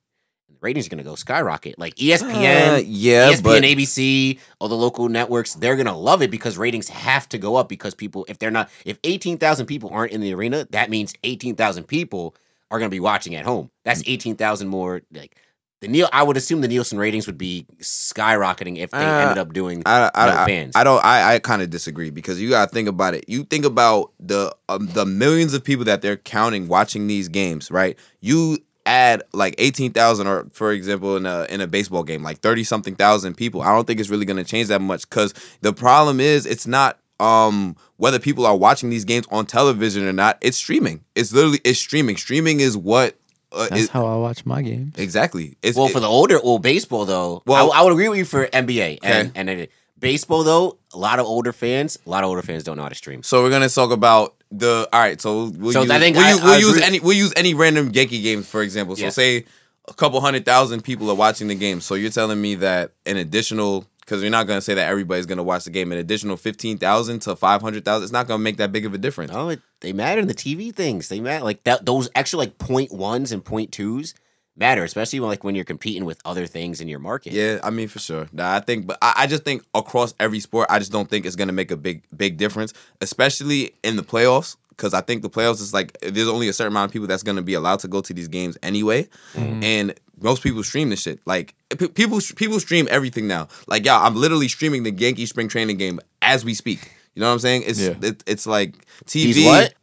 A: The ratings are going to go skyrocket. Like E ESPN,
B: Uh, yeah,
A: ESPN,
B: but-
A: ABC, all the local networks, they're gonna love it because ratings have to go up because people, if they're not, if eighteen thousand people aren't in the arena, that means eighteen thousand people are gonna be watching at home. That's
B: Mm.
A: eighteen thousand more. Like the Neil, I would assume the Nielsen ratings would be skyrocketing if they
B: Uh,
A: ended up doing
B: I, I,
A: no
B: I,
A: fans.
B: I don't. I, I kind of disagree because you gotta think about it. You think about the um, the millions of people that they're counting watching these games, right? You add like eighteen thousand, or for example, in a in a baseball game, like thirty something thousand people. I don't think it's really gonna change that much because the problem is it's not um whether people are watching these games on television or not. It's streaming. It's literally it's streaming. Streaming is what. Uh,
C: that's
B: it-
C: how I watch my games.
B: exactly. It's
A: well
B: it-
A: for the older well baseball though.
B: Well-
A: Well, I, would agree with you for NBA and,
B: Okay.
A: and then baseball though. A lot of older fans, a lot of older fans don't know how to stream.
B: So we're gonna talk about the. All right, so we'll
A: So
B: use,
A: I think
B: we'll,
A: I-
B: use- we'll
A: I
B: use
A: agree.
B: any we'll use any random Yankee games for example. So
A: Yeah.
B: say a couple hundred thousand people are watching the game. So you're telling me that an additional because you're not gonna say that everybody's gonna watch the game. An additional fifteen thousand to five hundred thousand, it's not gonna make that big of a difference.
A: No, Oh, it, they matter in the TV things. They matter like that. Those extra like point ones and point twos matter, especially when, like when you're competing with other things in your market.
B: Yeah, I mean for sure. Nah, I think, but I, I just think across every sport, I just don't think it's gonna make a big big difference, especially in the playoffs. Because I think the playoffs is like there's only a certain amount of people that's gonna be allowed to go to these games anyway, and most people stream this shit. Like pe- people people stream everything now. Like y'all, I'm literally streaming the Yankee spring training game as we speak. You know what I'm saying? It's
C: Yeah.
B: it, it's like TV.
A: He's what?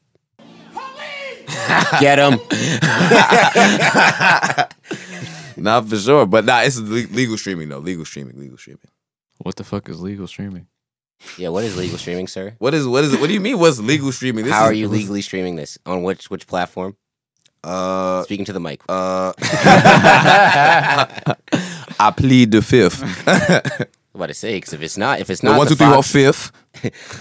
A: Get him.
B: Not for sure, but nah, it's le- legal streaming though. Legal streaming, legal streaming.
C: What the fuck is legal streaming?
A: Yeah. What is legal streaming, sir?
B: What is what is what do you mean? What's legal streaming?
A: How are
B: is-
A: you legally streaming this? On which which platform?
B: Uh,
A: Speaking to the mic.
B: Uh, I plead the fifth. the
A: I'm about to say because if it's not, if it's not
B: one,
A: the
B: two, three, four,
A: Fox-
B: fifth.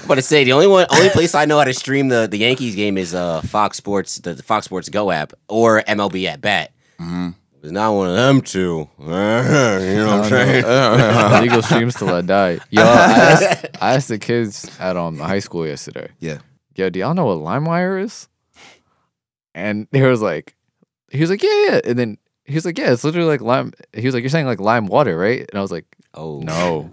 A: I'm about to say the only one, only place I know how to stream the the Yankees game is uh Fox Sports, the, the Fox Sports Go app or MLB at bat. Mm-hmm. It's not one of them two. you know what I'm saying? Uh-huh.
C: legal streams till I die. Yo, I asked, I asked the kids at um high school yesterday.
B: Yeah.
C: Yo, do y'all know what LimeWire is? And he was like, he was like, yeah, yeah. And then he was like, yeah, it's literally like lime. He was like, you're saying like lime water, right? And I was like,
A: Oh
C: no.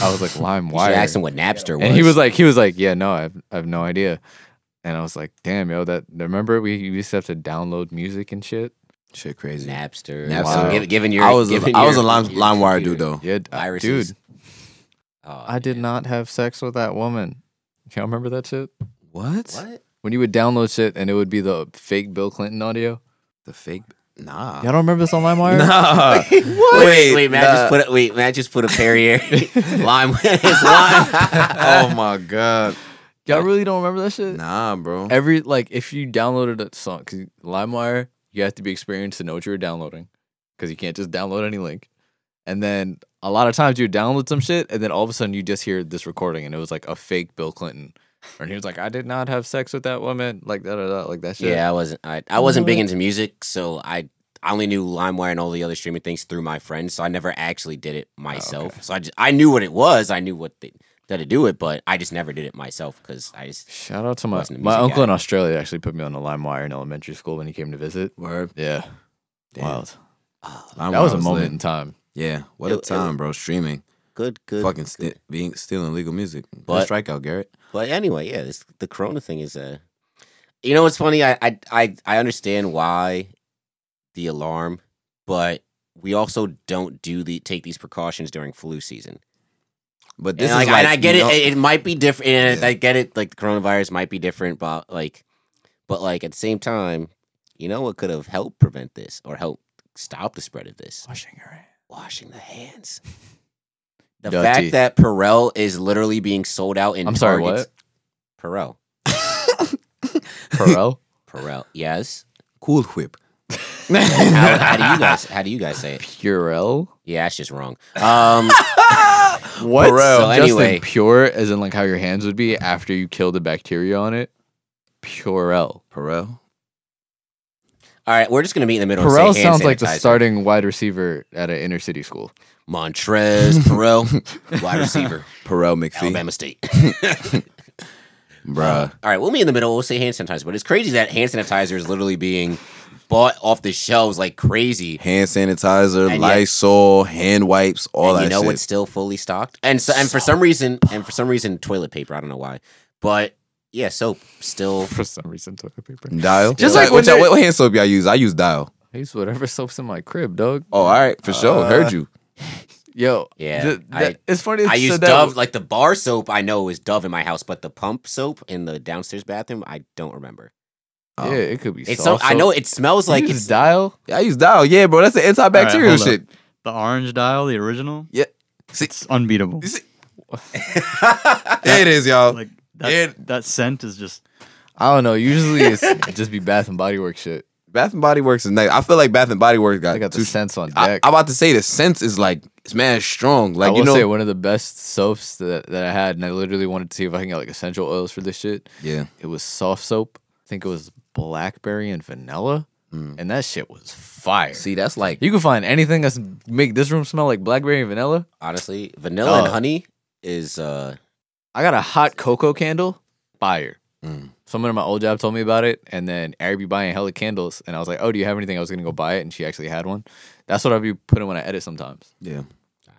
C: I was like, lime
A: You should
C: wire.
A: ask him what Napster was.
C: And he was like, he was like, yeah, no, I have, I have no idea. And I was like, damn, yo, that remember we used to have to download music and shit.
B: Shit, crazy.
A: Napster.
B: Napster.
A: Wow. Given, given your,
B: I was a,
A: given
B: I was a
A: your-
B: lime,
A: your
B: LimeWire dude
A: computer.
B: though.
C: Yeah, d-
A: Viruses.
C: dude,
A: Oh,
C: I did
A: man.
C: not have sex with that woman. Y'all remember that shit?
B: What?
A: What?
C: When you would download shit and it would be the fake Bill Clinton audio.
B: The fake? Nah.
C: Y'all don't remember this on LimeWire?
B: Nah. what?
A: Wait, wait, Matt just put a, wait, Matt just put a Perrier lime. it's lime.
B: oh my god.
C: Y'all really don't remember that shit?
B: Nah, bro.
C: Every like, if you downloaded a song, cause LimeWire, you have to be experienced to know what you were downloading, cause you can't just download any link. And then a lot of times you would download some shit, and then all of a sudden you just hear this recording, and it was like a fake Bill Clinton, and he was like, "I did not have sex with that woman," like that, like that shit.
A: yeah, I wasn't. I, I wasn't big into music, so I I only knew LimeWire and all the other streaming things through my friends. So I never actually did it myself. So I just, I knew what it was. I knew what the, that to do it, but I just never did it myself because I just
C: Shout out to my
A: Wasn't a
C: my
A: music
C: uncle
A: guy.
C: in Australia actually put me on the LimeWire in elementary school when he came to visit.
B: Word.
C: Yeah, wild.
B: LimeWire
C: That was a
B: lit.
C: moment in time.
B: Yeah. What
A: It-
B: a
A: it-
B: time, bro. Streaming.
A: good good
B: Fucking sti- being stealing legal music.
A: But-
B: But strikeout, Garrett.
A: But anyway, yeah, this, the Corona thing is uh, you know, what's funny. I, I I I understand why the alarm, but we also don't do the take these precautions during flu season.
B: But this
A: And
B: is
A: like,
B: like,
A: and I get
B: you
A: it,
B: know-
A: it. It might be different. And
B: Yeah.
A: I get it. Like the coronavirus might be different, but like, but like at the same time, you know what could have helped prevent this or help stop the spread of this?
C: Washing your hands.
A: Washing the hands. The
C: Dirty.
A: fact that Perel is literally being sold out in
C: I'm sorry,
A: Targets- Perel.
C: Perel.
A: Perel. Yes.
B: cool whip.
A: How, how do you guys? How do you guys say it?
C: Purell.
A: Yeah, that's just wrong. Um,
C: What?
B: Pharrell.
A: So
C: Justin,
A: anyway-
C: pure as in like how your hands would be after you kill the bacteria on it. Purell.
B: Pharrell.
A: All right, we're just gonna meet in the middle.
C: Purell
A: and say hand
C: sounds like the
A: sanitizer.
C: starting wide receiver at an inner city school.
A: Montrez Perrell, wide receiver,
B: Pharrell McPhee.
A: Alabama State.
B: Bruh.
A: All right, we'll meet in the middle. We'll say hand sanitizer, but it's crazy that hand sanitizer is literally being bought off the shelves like crazy.
B: Hand sanitizer,
A: And yet-
B: Lysol, hand wipes, all
A: and
B: that
A: you know
B: shit.
A: what's still fully stocked, and so, and for some reason, and for some reason, toilet paper. I don't know why, but yeah, soap still.
C: For some reason, toilet paper.
B: Dial.
C: Just
B: What-
C: like
B: what,
C: when
B: y'all-
C: they-
B: what hand soap y'all use? I use Dial.
C: I use whatever soaps in my crib, dog.
B: Oh, all right, for sure. Heard you.
C: Yo,
A: Yeah,
C: th-
A: I-
C: that- it's funny.
A: I
C: you
A: use
C: said that.
A: Dove, like the bar soap. I know is Dove in my house, but the pump soap in the downstairs bathroom, I don't remember.
B: Oh.
C: Yeah, it could be.
A: It's so,
C: soft
A: I know
C: soap.
A: it smells
C: You
A: like
C: use
A: it's
C: dial.
B: Yeah, I use Dial. Yeah, bro, that's the antibacterial
E: hold up.
B: shit.
E: The orange dial, the original.
B: Yeah. See-
E: It's unbeatable.
B: You see- There it is, y'all.
E: Like that,
B: It-
E: that scent is just
C: I don't know. Usually it's just be Bath and Body Works shit.
B: Bath and Body Works is nice. I feel like Bath and Body Works got,
C: They got the
B: too.
C: scents on
B: I,
C: deck.
B: I'm about to say the sense is like it's man strong.
C: I
B: Like
C: will
B: you know,
C: say one of the best soaps that, that I had, and I literally wanted to see if I can get like essential oils for this shit.
B: yeah.
C: It was soft soap. I think it was blackberry and vanilla, and that shit was fire.
B: Mm. See, that's like
C: you can find anything that's make this room smell like blackberry and vanilla.
A: honestly vanilla and
C: Oh.
A: honey is uh
C: I got a hot cocoa candle, fire.
B: Mm.
C: Someone at my old job told me about it, and then Ari be buying hella candles, and I was like, "Oh, do you have anything?" I was gonna go buy it, and she actually had one. That's what I be putting when I edit sometimes.
B: yeah.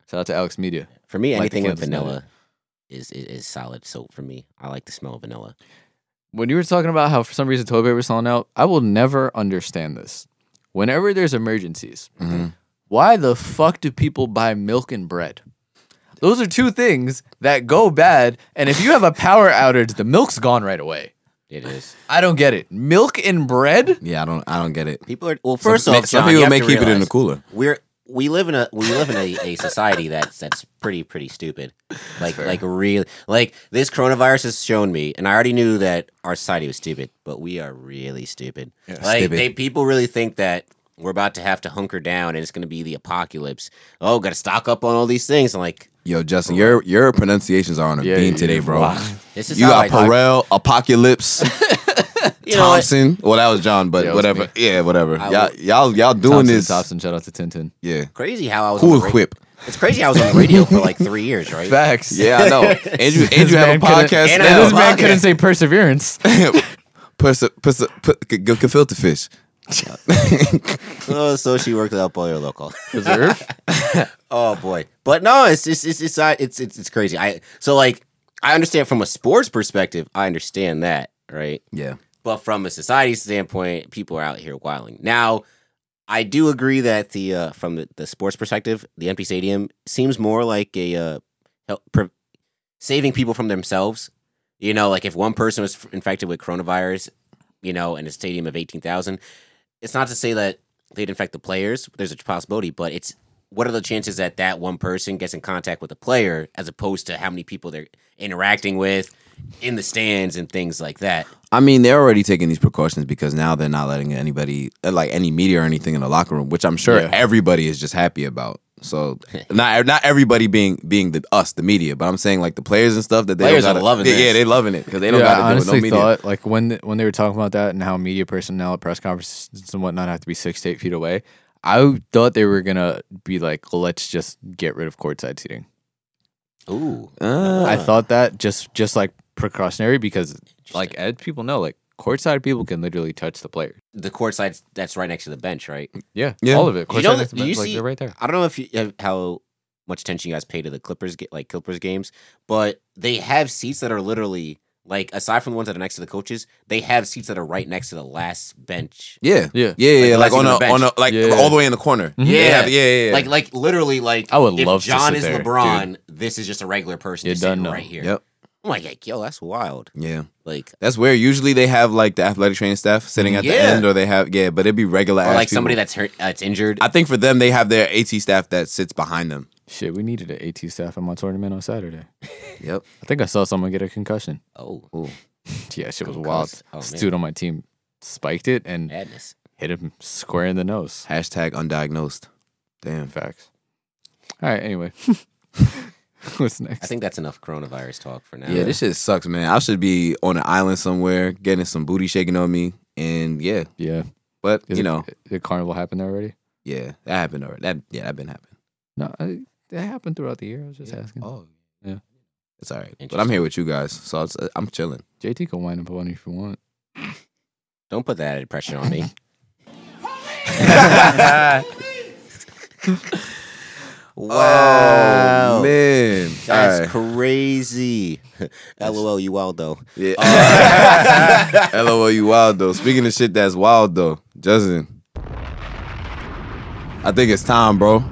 C: Shout out to Alex Media.
A: for me
C: Like the
A: anything with
C: Flint's nut.
A: vanilla is, is is solid soap for me. I like the smell of vanilla.
C: when you were talking about how for some reason toilet paper is selling out, I will never understand this. Whenever there's emergencies,
B: Mhm.
C: why the fuck do people buy milk and bread? Those are two things that go bad, and if you have a power outage, the milk's gone right away.
A: It is.
C: I don't get it. Milk and bread?
B: Yeah, I don't. I don't get it.
A: People are well. First
B: some,
A: off,
B: some
A: John, you
B: people
A: have
B: may
A: to
B: keep it in the
A: realize
B: cooler.
A: We're we live in a we live in a, a society that's that's pretty pretty stupid. Like like really like this coronavirus has shown me, and I already knew that our society was stupid, but we are really stupid. like
B: stupid.
A: they people really think that. We're about to have to hunker down, and it's going to be the apocalypse. Oh, got to stock up on all these things. I'm like,
B: Yo, Justin, your your pronunciations are on a
C: Oh, Yeah,
B: beam
C: yeah,
B: today,
C: yeah.
B: bro.
C: Wow.
A: this is
B: You
A: how
B: got
A: I talk.
B: Pharrell, Apocalypse,
A: You know what?
B: Thompson. Well, that was John, but
C: Yeah, it was
B: whatever.
C: me.
B: Yeah, whatever.
A: I
B: Y'all, y'all, y'all doing
C: Thompson,
B: this.
C: Thompson, shout out to Tintin.
B: Yeah,
A: crazy how I was on
B: cool
A: the ra-
B: whip.
A: It's crazy I was on the radio for like three years, right?
C: Facts.
B: Yeah, I know. Andrew,
C: This
B: Andrew have
C: man
B: a
C: couldn't-
B: podcast.
A: And I
C: And
A: have
C: this
A: a
C: man
A: podcast.
C: couldn't say perseverance.
B: Puss, puss, puss, gefilte fish.
A: oh, so she worked at El Pollo Local.
C: Preserve.
A: Oh boy, but no, it's it's it's it's I- it's it's, it's crazy. I so like I understand from a sports perspective, I understand that, right?
B: Yeah.
A: But from a society standpoint, people are out here wilding. Now, I do agree that the uh, from the, the sports perspective, the NP Stadium seems more like a uh, help, pre- saving people from themselves. You know, like if one person was f- infected with coronavirus, you know, in a stadium of eighteen thousand, it's not to say that they'd infect the players. There's a possibility, but it's what are the chances that that one person gets in contact with a player as opposed to how many people they're interacting with in the stands and things like that.
B: I mean, they're already taking these precautions because now they're not letting anybody, uh, like any media or anything, in the locker room, which I'm sure
C: Yeah.
B: everybody is just happy about. So not not everybody being being the us, the media, but I'm saying like the players and stuff that they
A: Players are
B: don't gotta,
A: loving
B: yeah,
A: this.
B: yeah, they loving it because they don't
C: yeah,
B: got to
C: I honestly
B: do it. No media.
C: thought like when th- when they were talking about that and how media personnel at press conferences and whatnot have to be six to eight feet away. I thought they were gonna be like, let's just get rid of courtside seating.
A: Ooh.
B: Uh,
C: I thought that just just like precautionary because like as people know, like courtside people can literally touch the players.
A: the court side that's right next to the bench, right?
C: Yeah,
B: Yeah.
C: all of it. Courtside
A: you know,
C: next to
A: that-
C: bench,
A: you
C: like
A: see-
C: they're right there.
A: I don't know if you have how much attention you guys pay to the Clippers ga- like Clippers games, but they have seats that are literally like aside from the ones that are next to the coaches, they have seats that are right next to the last bench.
B: yeah,
C: Yeah.
B: yeah, yeah, yeah,
A: Like,
B: like,
A: the
B: on
A: last
B: a
A: team on
B: on
A: the
B: a like
C: Yeah. Mm-hmm.
B: all the way in the corner.
A: Yeah.
B: yeah, yeah, yeah.
A: Like like literally like
C: I would
A: if
C: love to
A: John
C: sit
A: is
C: there,
A: LeBron, this is just a regular person
C: You're
A: just
C: done
A: sitting
C: now.
A: right here.
B: Yep.
A: I'm like, yo, that's wild.
B: yeah.
A: Like
B: That's where usually they have like the athletic training staff sitting at the
A: Yeah.
B: end, or they have yeah, but it'd be regular.
A: or
B: ass
A: like somebody
B: people.
A: that's hurt that's injured.
B: I think for them they have their AT staff that sits behind them.
C: Shit, we needed an AT staff in my tournament on Saturday.
B: Yep.
C: I think I saw someone get a concussion.
A: oh
C: Yeah, shit was
A: Concussed.
C: wild.
A: Oh,
C: this
A: man.
C: dude on my team spiked it and
A: madness.
C: hit him square in the nose.
B: Hashtag undiagnosed. Damn.
C: Facts. All right. Anyway, What's next?
A: I think that's enough coronavirus talk for now.
B: Yeah, this shit sucks, man. I should be on an island somewhere getting some booty shaking on me, and yeah,
C: yeah,
B: but
C: Is
B: you
C: it-
B: know,
C: the carnival happened already.
B: yeah, that happened already. That yeah, that been happening.
C: No, I, that happened throughout the year. I was just asking.
B: Oh,
C: Yeah.
B: it's all right. But I'm here with you guys, so it's, I'm chilling.
C: JT can wind up on you if you want.
A: Don't put that pressure on me.
B: Wow, Oh, man,
A: That's
B: All right.
A: crazy. LOL, you wild though. Oh,
B: yeah. LOL, you wild though. Speaking of shit that's wild though, Justin, I think it's time, bro.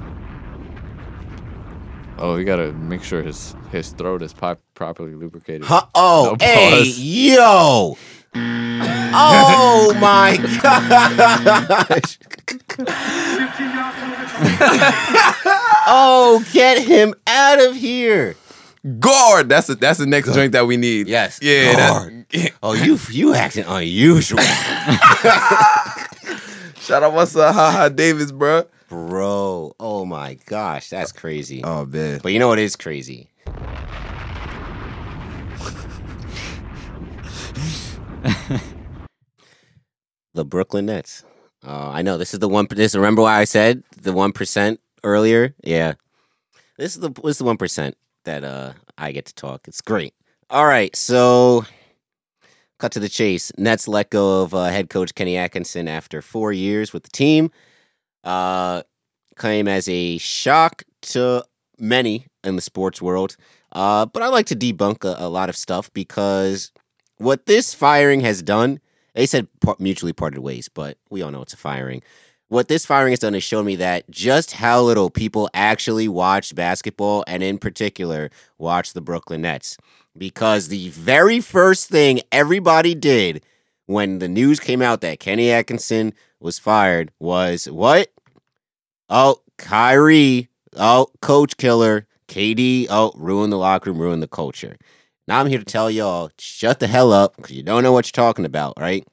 C: Oh, we gotta make sure his his throat is pop- properly lubricated.
A: Huh? Oh,
C: No
A: hey,
C: pause.
A: yo. oh my gosh. oh, get him out of here.
B: Guard. That's the that's the next drink that we need.
A: Yes.
B: Yeah. that-
A: Guard. Oh, you you acting unusual,
B: Shout out what's up, Ha Ha Davis, bro.
A: bro. Oh my gosh, that's crazy.
B: Oh man.
A: But you know what is crazy? the Brooklyn Nets. Uh, I know this is the one. This remember why I said the one percent earlier? Yeah, this is the this is the one percent that uh, I get to talk. It's great. All right, so cut to the chase. Nets let go of uh, head coach Kenny Atkinson after four years with the team. Uh, came as a shock to many in the sports world. Uh, but I like to debunk a, a lot of stuff because what this firing has done, they said par- mutually parted ways, but we all know it's a firing. What this firing has done is shown me that just how little people actually watch basketball and, in particular, watch the Brooklyn Nets. Because the very first thing everybody did when the news came out that Kenny Atkinson was fired was what? Oh, Kyrie. Oh, coach killer. KD. Oh, ruin the locker room, ruin the culture. Now I'm here to tell y'all, shut the hell up because you don't know what you're talking about, right?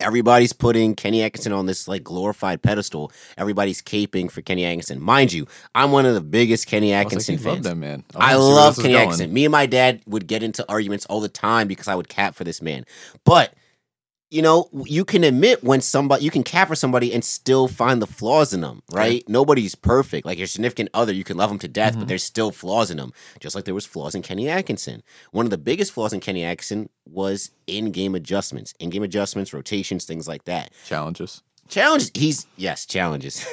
A: Everybody's putting Kenny Atkinson on this like glorified pedestal. Everybody's caping for Kenny Atkinson. Mind you, I'm one of the biggest Kenny
C: I was
A: Atkinson
C: like, you love
A: fans.
C: that man.
A: I
C: wanna see where
A: love
C: this is
A: Kenny
C: going.
A: Atkinson. Me and my dad would get into arguments all the time because I would cap for this man. But you know, you can admit when somebody you can cap for somebody and still find the flaws in them, right? Nobody's perfect. Like your significant other, you can love them to death,
C: Mm-hmm.
A: but there's still flaws in them. Just like there was flaws in Kenny Atkinson. One of the biggest flaws in Kenny Atkinson was in-game adjustments, in-game adjustments, rotations, things like that
C: Challenges.
A: challenges he's yes challenges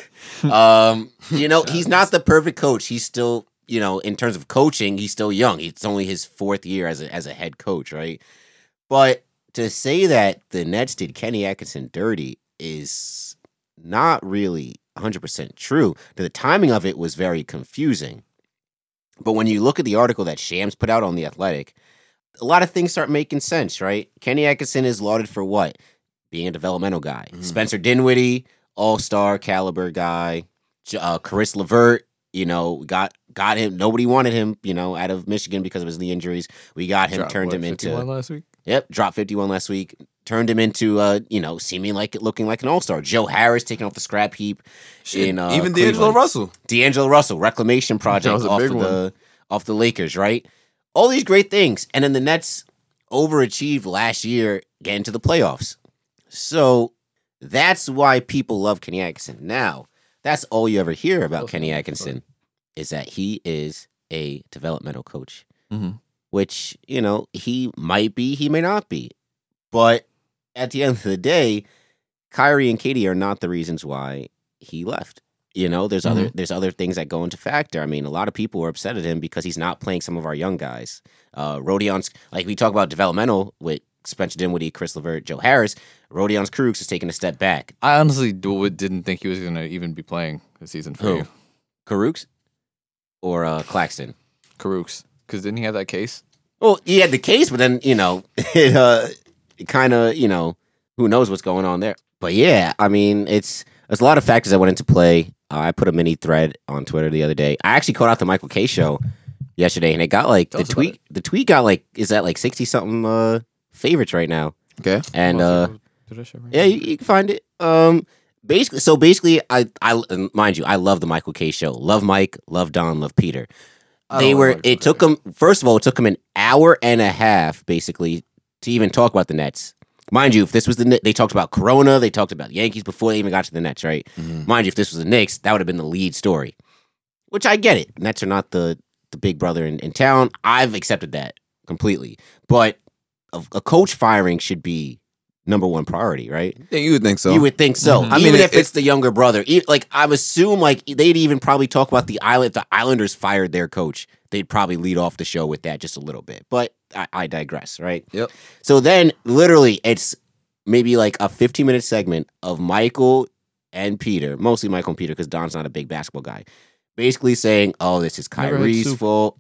A: um you know he's not the perfect coach he's still you know in terms of coaching he's still young it's only his fourth year as a, as a head coach right but to say that the nets did kenny atkinson dirty is not really 100% true the timing of it was very confusing but when you look at the article that shams put out on the athletic a lot of things start making sense right kenny atkinson is lauded for what being a developmental guy. Spencer Dinwiddie, all star caliber guy. J- Uh, Chris Levert, you know, got got him. Nobody wanted him, you know, out of Michigan because of his knee injuries. We got him,
C: Dropped,
A: turned
C: what,
A: him into
C: 51 last week.
A: Yep, dropped 51 last week. Turned him into, uh, you know, seeming like looking like an all star. Joe Harris taking off the scrap heap. in, uh,
B: Even D'Angelo
A: Cleveland.
B: Russell.
A: D'Angelo Russell reclamation project
C: was a
A: off
C: big
A: of the off the Lakers, right? All these great things, and then the Nets overachieved last year, getting to the playoffs. So that's why people love Kenny Atkinson. Now, that's all you ever hear about Kenny Atkinson is that he is a developmental coach
C: Mhm.
A: which you know he might be, he may not be, but at the end of the day, Kyrie and Katie are not the reasons why he left. You know, there's other there's other things that go into factor. I mean, a lot of people were upset at him because he's not playing some of our young guys. Uh, Rodion's like we talk about developmental with Spencer Dinwiddie, Chris Levert, Joe Harris. Rodion's Krugs is taking a step back.
C: I honestly do, didn't think he was gonna even be playing the season for
A: Who?
C: you,
A: Karugs or uh, Claxton.
C: Karooks, because didn't he have that case?
A: Well, he had the case, but then you know, it, uh, it kind of you know, who knows what's going on there. But yeah, I mean, it's there's a lot of factors that went into play. Uh, I put a mini thread on Twitter the other day. I actually called out the Michael K show yesterday, and it got like the
C: us about
A: tweet. The tweet got like is that like sixty something uh, favorites right now,
B: Okay.
A: and uh,
C: Did I show right
A: yeah, you, you can find it. Um, basically, so basically, I, I and mind you, I love the Michael K show. Love Mike, love Don, love Peter.
C: I
A: they
C: don't
A: were.
C: like
A: It took them. First of all, it took them an hour and a half, basically, to even talk about the Nets. Mind you, if this was the Kni- they talked about Corona, they talked about Yankees before they even got to the Nets, right? Mind you, if this was the Knicks, that would have been the lead story. Which I get it. Nets are not the the big brother in, in town. I've accepted that completely. But a, a coach firing should be number one priority, right?
B: Yeah, you would think so.
A: You would think so.
B: Mm-hmm. I mean,
A: even
B: it-
A: if it's the younger brother, e- like I would assume, like they'd even probably talk about the island. The Islanders fired their coach. They'd probably lead off the show with that just a little bit. But I, I digress, right?
B: Yep.
A: So then, literally, it's maybe like a 15 minute segment of Michael and Peter, mostly Michael and Peter, because Don's not a big basketball guy. Basically saying, "Oh, this is
C: Never had
A: Kyrie's
C: soup.
A: fault.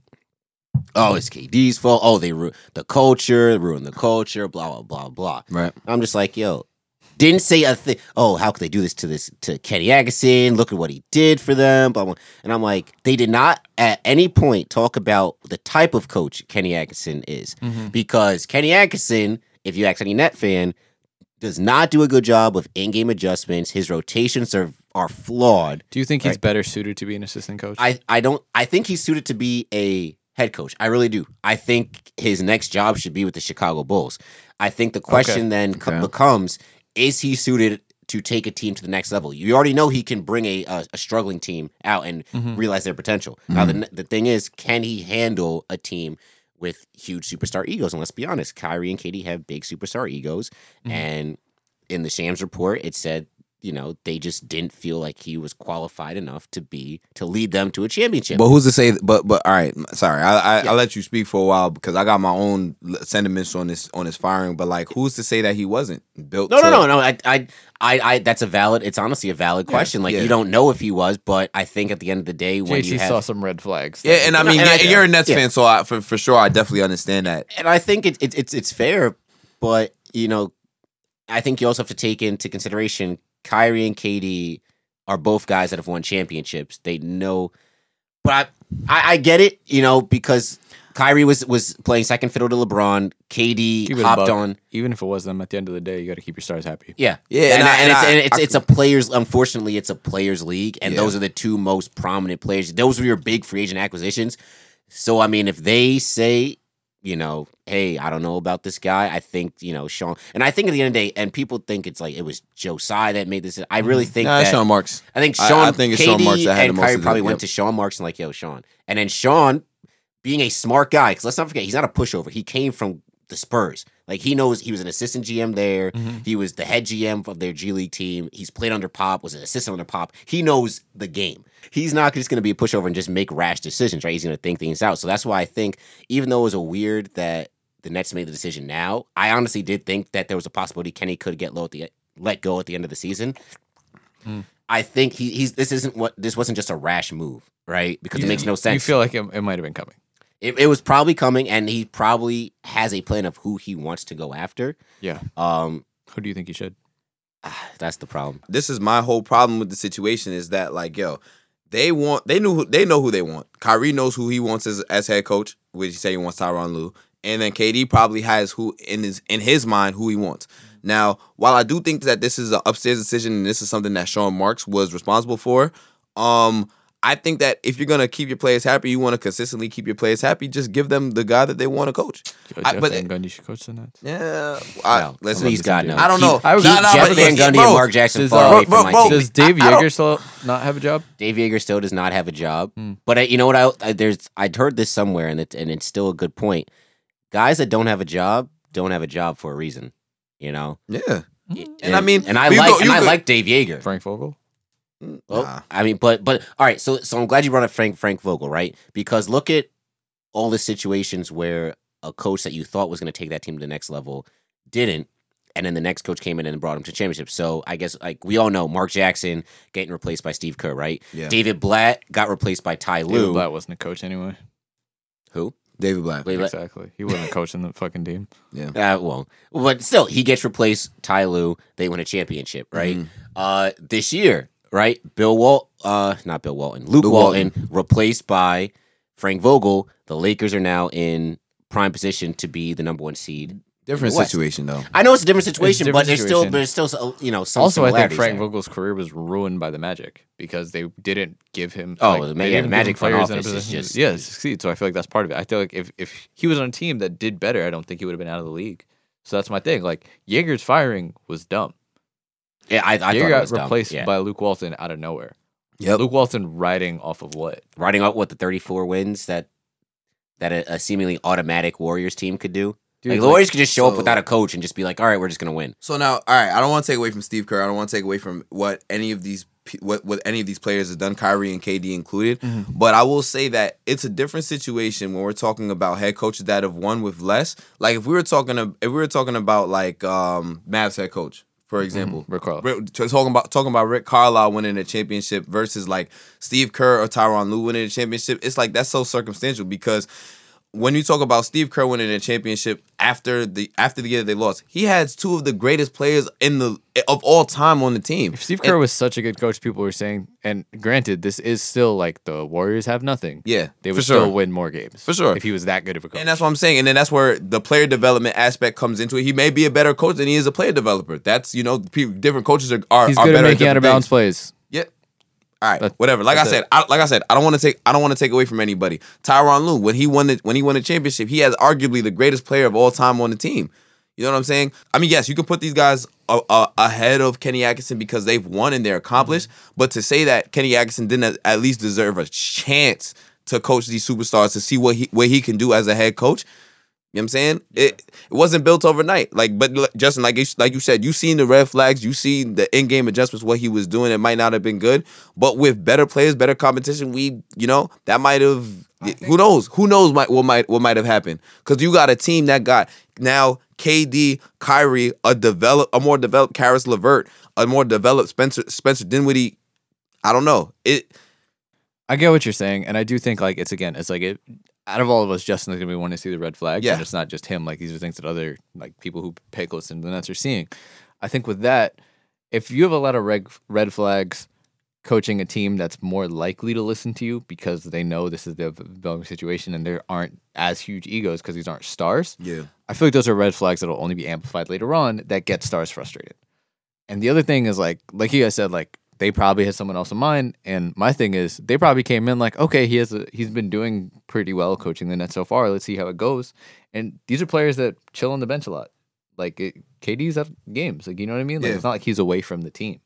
A: Oh, it's KD's fault. Oh, they ru- the culture, ruined the culture. Blah blah blah blah."
B: right.
A: I'm just like, yo, didn't say a thing. Oh, how could they do this to this to Kenny Agason? Look at what he did for them. Blah, blah. And I'm like, they did not at any point talk about the type of coach Kenny Agason is
C: Mm-hmm.
A: because Kenny Atkinson, if you ask any Net fan, does not do a good job with in-game adjustments. His rotations are are flawed.
C: Do you think he's
A: Right.
C: better suited to be an assistant coach?
A: I I don't I think he's suited to be a head coach. I really do. I think his next job should be with the Chicago Bulls. I think the question then co-
C: Okay.
A: becomes is he suited to take a team to the next level? You already know he can bring a a, a struggling team out and realize their potential. Now the the thing is can he handle a team with huge superstar egos? And let's be honest, Kyrie and Katie have big superstar egos and in the Shams report, it said, you know, they just didn't feel like he was qualified enough to be to lead them to a championship.
B: But who's to say? But but all right. Sorry, I I, I let you speak for a while because I got my own l- sentiments on this on his firing. But like, who's to say that he wasn't built?
A: no,
B: to-
A: no, no, no. I, I, I, I, that's a valid. It's honestly a valid question. Like
B: yeah.
A: you don't know if he was, but I think at the end of the day, when
C: JC
A: you have,
C: saw some red flags.
B: Yeah, and I mean,
A: and I-
B: yeah, you're a Nets
A: yeah.
B: fan, so I, for for sure, I definitely understand that.
A: and I think it, it, it's it's fair, but you know, I think you also have to take into consideration Kyrie and KD are both guys that have won championships. They know, but I, I, I get it, you know, because Kyrie was was playing second fiddle to LeBron. KD
C: Keep it a
A: hopped
C: buck.
A: on.
C: Even if it was them, at the end of the day, you got to keep your stars happy.
A: Yeah,
B: Yeah,
A: and,
B: and
A: I-
B: I-
A: and
B: and
A: it's
B: I-
A: and it's
B: I-
A: it's a players. Unfortunately, it's a players league, and
B: Yeah.
A: those are the two most prominent players. Those were your big free agent acquisitions. So I mean, if they say, you know, hey, I don't know about this guy, I think you know Sean, and I think at the end of the day, and people think it's like it was Joe Tsai that made this. I really think
B: Mm-hmm. Nah,
A: that
B: it's Sean Marks.
A: I think
B: I-
A: Sean,
B: I think it's Sean
A: KD
B: Marks that
A: and
B: had the most
A: Kyrie
B: of the-
A: probably went
B: yep.
A: to Sean Marks and like, yo, Sean, and then Sean being a smart guy, because let's not forget, he's not a pushover. He came from the Spurs. Like he knows he was an assistant GM there.
C: Mm-hmm.
A: He was the head GM of their G League team. He's played under Pop, was an assistant under Pop. He knows the game. He's not just going to be a pushover and just make rash decisions, right? He's going to think things out. So that's why I think, even though it was a weird that the Nets made the decision now, I honestly did think that there was a possibility Kenny could get low at the let go at the end of the season.
C: Mm.
A: I think he, he's this isn't what this wasn't just a rash move, right? Because it
C: You-
A: makes no sense.
C: You feel like it, it might have been coming.
A: It, it was probably coming, and he probably has a plan of who he wants to go after.
C: Yeah.
A: Um,
C: Who do you think he should?
A: ah, that's the problem.
B: This is my whole problem with the situation is that like, yo, they want they knew who, they know who they want. Kyrie knows who he wants as, as head coach, which he said he wants Tyronn Lue, and then KD probably has who in his in his mind who he wants. Now, while I do think that this is an upstairs decision and this is something that Sean Marks was responsible for, um, I think that if you're gonna keep your players happy, you want to consistently keep your players happy. Just give them the guy that they want to coach. I-
C: Jeff
B: but-
C: Van Gundy should coach the Nets.
B: Yeah, I,
A: No,
B: listen,
A: please God, no.
B: I don't
A: Keep-
B: know.
A: I
C: would-
A: keep
C: Nah, nah,
A: Jeff
B: but-
A: Van Gundy
B: bro,
A: and Mark Jackson
C: does,
A: far
C: uh,
A: away
B: bro,
A: from
B: bro,
A: my team.
B: bro.
C: Does Dave
B: I- I don't-
C: Yeager still not have a job?
A: Dave Yeager still does not have a job. But I, you know what? I, I there's I'd heard this somewhere, and it, and it's still a good point. Guys that don't have a job don't have a job for a reason. You know,
B: Yeah.
A: and,
B: I mean,
A: and I
B: you
A: like
B: go-
A: and
B: you
A: I
B: go-
A: like Dave Yeager.
C: Frank Vogel?
A: Well,
B: Nah.
A: I mean, but but all right. So so I'm glad you brought up Frank Frank Vogel, right? Because look at all the situations where a coach that you thought was going to take that team to the next level didn't, and then the next coach came in and brought him to championship. So I guess like we all know, Mark Jackson getting replaced by Steve Kerr, right?
B: Yeah.
A: David Blatt got replaced by Ty
C: David
A: Lue.
C: Blatt wasn't a coach anyway.
A: Who?
B: David Black.
A: Wait, let-
C: Exactly. He wasn't a coach in the fucking team.
A: Uh, well, but still, he gets replaced. Ty Lue, they win a championship, right?
B: Mm-hmm.
A: Uh, this year, right? Bill Walt, uh, not Bill Walton, Luke
B: Luke
A: Walton, replaced by Frank Vogel. The Lakers are now in prime position to be the number one seed
B: Different
A: West.
B: situation though.
A: I know it's a different situation,
C: different
A: but there's still
C: situation.
A: there's still so- you know some
C: also, I think
A: similarities
C: Frank
A: there.
C: Vogel's career was ruined by the Magic because they didn't give him.
A: Oh,
C: they
A: the Ma- yeah,
C: didn't
A: the
C: give him
A: Magic front
C: players in a
A: office is
C: position to-
A: just-
C: yeah succeed. So I feel like that's part of it. I feel like if if he was on a team that did better, I don't think he would have been out of the league. So that's my thing. Like Jaeger's firing was dumb.
A: yeah, I, I thought
C: Jaeger
A: it
C: got
A: was dumb.
C: replaced
A: Yeah.
C: by Luke Walton out of nowhere.
B: Yep.
C: Luke Walton riding off of what?
A: riding out what the 34 wins that that a, a seemingly automatic Warriors team could do. like the Warriors could just show up
B: so-
A: without a coach and just be like, "All right, we're just gonna win."
B: So now, all right, I don't want to take away from Steve Kerr. I don't want to take away from what any of these pe- what what any of these players have done, Kyrie and KD included.
A: Mm-hmm.
B: But I will say that it's a different situation when we're talking about head coaches that have won with less. Like if we were talking to, if we were talking about like um Mavs head coach, for
A: Mm-hmm.
B: example,
C: Rick Carlisle.
B: Rick- t- talking about talking about Rick Carlisle winning a championship versus like Steve Kerr or Tyronn Lue winning a championship. It's like that's so circumstantial because when you talk about Steve Kerr winning a championship after the after the year they lost, he had two of the greatest players in the of all time on the team.
C: If Steve Kerr was such a good coach, people were saying, and granted, this is still like the Warriors have nothing.
B: Yeah,
C: They
B: for
C: would
B: sure.
C: still win more games.
B: For sure.
C: If he was that good of a coach.
B: And that's what I'm saying. And then that's where the player development aspect comes into it. He may be a better coach than he is a player developer. That's you know, pe- different coaches are are,
C: He's
B: are
C: good at
B: better
C: making out of
B: different
C: bounds
B: things.
C: plays.
B: Yep. All right,
C: That-
B: whatever. Like I
C: that's
B: said, I, like I said, I don't want to take I don't want to take away from anybody. Tyronn Lue, when he won the when he won the championship, he has arguably the greatest player of all time on the team. You know what I'm saying? I mean, yes, you can put these guys a, a, ahead of Kenny Atkinson because they've won and they're accomplished.
C: Mm-hmm.
B: But to say that Kenny Atkinson didn't at- at least deserve a chance to coach these superstars to see what he what he can do as a head coach, you know what I'm saying? It it wasn't built overnight. Like, but l- Justin, like you, like you said, you seen the red flags, you seen the in game adjustments, what he was doing. It might not have been good, but with better players, better competition, we, you know, that might have. Who knows? Who knows might, what might what might have happened? Because you got a team that got now KD, Kyrie, a develop a more developed Karis Levert, a more developed Spencer Spencer Dinwiddie. I don't know. It
C: I get what you're saying, and I do think like it's again, it's like it. Out of all of us, Justin's gonna be one to see the red flags,
B: Yeah.
C: and it's not just him. Like these are things that other like people who pay close attention to the Nets are seeing. I think with that, if you have a lot of red red flags, coaching a team that's more likely to listen to you because they know this is the developing situation, and there aren't as huge egos because these aren't stars.
B: yeah.
C: I feel like those are red flags that'll only be amplified later on that get stars frustrated. And the other thing is like, like you guys said, like they probably had someone else in mind. And my thing is, they probably came in like, okay, he has a, he's been doing pretty well coaching the Nets so far. Let's see how it goes. And these are players that chill on the bench a lot. Like it, KD's at games, like you know what I mean. Like
B: Yeah.
C: it's not like he's away from the team.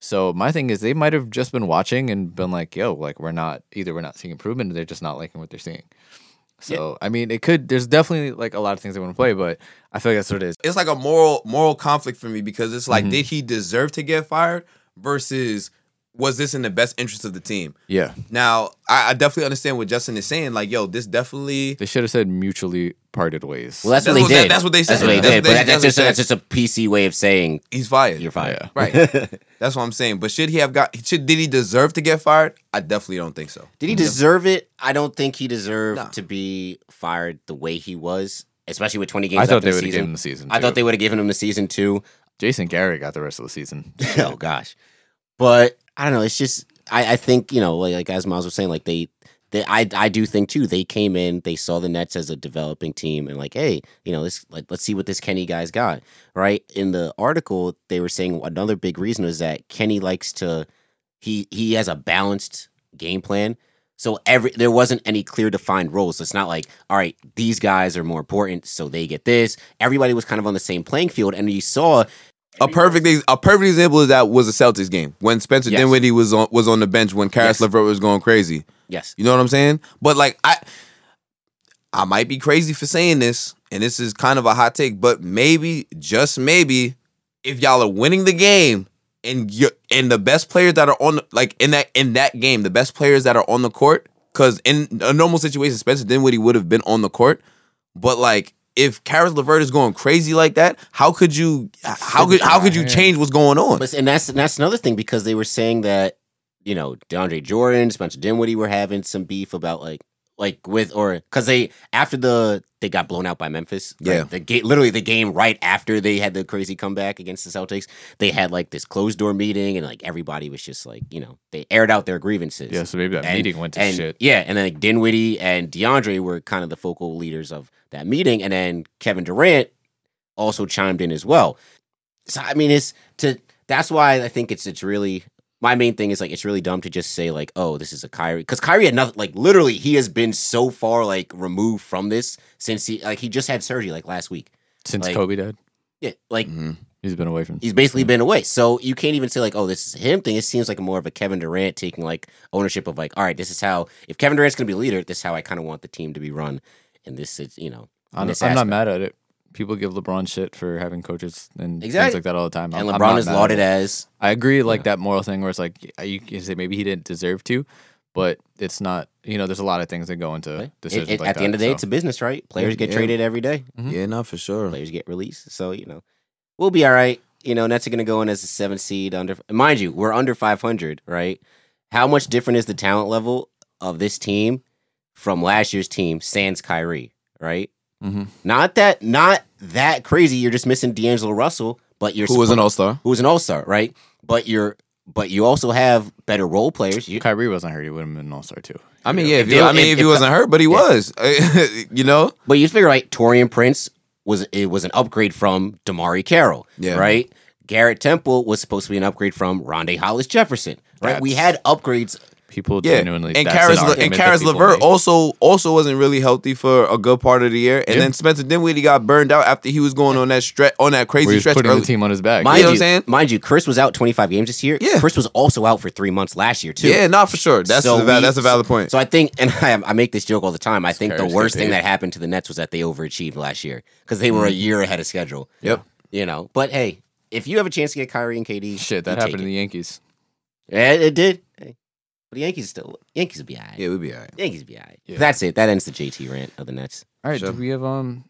C: So my thing is, they might have just been watching and been like, yo, like we're not either we're not seeing improvement, or they're just not liking what they're seeing. So I mean, it could. There's definitely like a lot of things they want to play, but I feel like that's what it is.
B: it's like a moral moral conflict for me because it's like
A: Mm-hmm.
B: did he deserve to get fired versus was this in the best interest of the team
C: Yeah,
B: now I, I definitely understand what justin is saying like yo this definitely
C: they should have said mutually parted ways.
A: Well, that's,
B: That's
A: what they
B: what-
A: did.
B: that's what they
A: That's
B: said.
A: what they
B: That's
A: did.
B: what
A: But
B: they-
A: that- that's,
B: that's
A: just,
B: what they
A: that's just a PC way of saying
B: he's fired
A: you're fired.
B: right that's what i'm saying but should he have got should, did he deserve to get fired i definitely don't think so
A: Did he deserve it? I don't think he deserved
B: Nah.
A: to be fired the way he was, especially with 20 games
C: I
A: left
C: thought
A: in the
C: they would have
A: season.
C: given him the season.
A: I
C: too.
A: thought they would have given him the season two.
C: Jason Garrett got the rest of the season.
A: oh gosh, but I don't know. It's just I, I think you know, like, like as Miles was saying, like they, they, I, I do think too. They came in, they saw the Nets as a developing team, and like, hey, you know, this, like, let's see what this Kenny guy's got, right? In the article, they were saying another big reason is that Kenny likes to, he, he has a balanced game plan. So every there wasn't any clear defined roles. It's not like, all right, these guys are more important, so they get this. Everybody was kind of on the same playing field, and you saw
B: a perfect ex- a perfect example of that was the celtics game when spencer
A: Yes.
B: dinwiddie was on was on the bench when Karis
A: Yes.
B: levert was going crazy
A: yes,
B: You know what I'm saying? But like I I might be crazy for saying this, and this is kind of a hot take, but maybe, just maybe, if y'all are winning the game and you and the best players that are on the, like in that in that game, the best players that are on the court, because in a normal situation, Spencer Dinwiddie would have been on the court. But like if Karis Levert is going crazy like that, how could you how could how could you change what's going on?
A: But, and that's and that's another thing because they were saying that you know DeAndre Jordan, Spencer Dinwiddie were having some beef about like like with or because they after the they got blown out by Memphis. like,
B: Yeah.
A: the ga- literally the game right after they had the crazy comeback against the Celtics, they had like this closed door meeting and like everybody was just like you know they aired out their grievances.
C: yeah, so maybe that
A: And-
C: meeting went to
A: and,
C: shit.
A: Yeah, and then like Dinwiddie and DeAndre were kind of the focal leaders of that meeting, and then Kevin Durant also chimed in as well. So I mean, it's to that's why I think it's it's really my main thing is like it's really dumb to just say like oh this is a Kyrie because Kyrie had nothing like literally he has been so far like removed from this since he like he just had surgery like last week
C: Since
A: Like-
C: Kobe died,
A: yeah like
C: he's been away from.
A: he's basically been away. So you can't even say like, oh, this is him thing. It seems like more of a Kevin Durant taking like ownership of like, all right, this is how if Kevin Durant's gonna be a leader, this is how I kind of want the team to be run. And this is you know, in
C: I'm,
A: this
C: I'm not
A: aspect.
C: mad at it. People give LeBron shit for having coaches and
A: Exactly.
C: things like that all the time.
A: And
C: I'm- I'm
A: LeBron
C: not
A: is
C: mad at
A: lauded
C: it.
A: as
C: I agree, like that moral thing where it's like y- you can say maybe he didn't deserve to, but it's not. You know, there's a lot of things that go into decisions.
A: it- it-
C: like
A: at the
C: that,
A: end of the day,
C: so.
A: it's a business, right? Players get
B: yeah.
A: traded every day.
B: Yeah, no, for sure.
A: Players get released. So you know, we'll be all right. You know, Nets are gonna go in as a seventh seed under. Mind you, we're under 500, right? How much different is the talent level of this team from last year's team? Sans Kyrie, right?
B: Mm-hmm.
C: Mhm.
A: Not that not that crazy. You're just missing D'Angelo Russell, but you're
B: Who was an
A: suppo-
B: all star?
A: who was an all star, right? But you're but you also have better role players. You,
C: Kyrie wasn't hurt, he would have been an all star too.
B: I mean, yeah. If
A: If
B: you,
A: they-
B: I mean,
A: if-
B: if, he
A: if-
B: wasn't hurt, but he was. uh, you know.
A: but you figure right, Torian Prince was it was an upgrade from Damari Carroll,
B: Yeah.
A: right? Garrett Temple was supposed to be an upgrade from Rondé Hollis Jefferson, right? we had upgrades.
C: People
B: Yeah,
C: genuinely.
B: and
C: that's an
B: Karis and
C: argument that
B: Karis
C: people
B: Levert
C: make.
B: also also wasn't really healthy for a good part of the year, and
C: Yeah.
B: then Spencer Dinwiddie got burned out after he was going on that stretch on that
C: where he
B: crazy
C: was
B: stretch
C: putting
B: early.
C: the team on his back.
A: Mind
B: know
A: you,
B: what I'm saying?
A: mind you, Chris was out 25 games this year.
B: Yeah.
A: Chris was also out for three months last year too.
B: Yeah, not for sure. That's
A: So
B: a val-
A: we-
B: that's a valid point.
A: So I think, and I, I make this joke all the time. I think the
C: Scarce
A: worst
C: get
A: thing
C: paid.
A: that happened to the Nets was that they overachieved last year because they were a year ahead of schedule.
B: Mm. Yep.
A: You know, but hey, if you have a chance to get Kyrie and KD,
C: Shit,
A: you
C: that
A: take
C: happened to the
A: It.
C: Yankees.
A: Yeah, it did. Hey. But the Yankees still, Yankees will be all right.
B: yeah, we'd be all right.
A: Yankees will be all right.
C: Yeah.
A: That's it. That ends the JT rant of the Nets.
C: All right,
B: Sure.
C: do we have um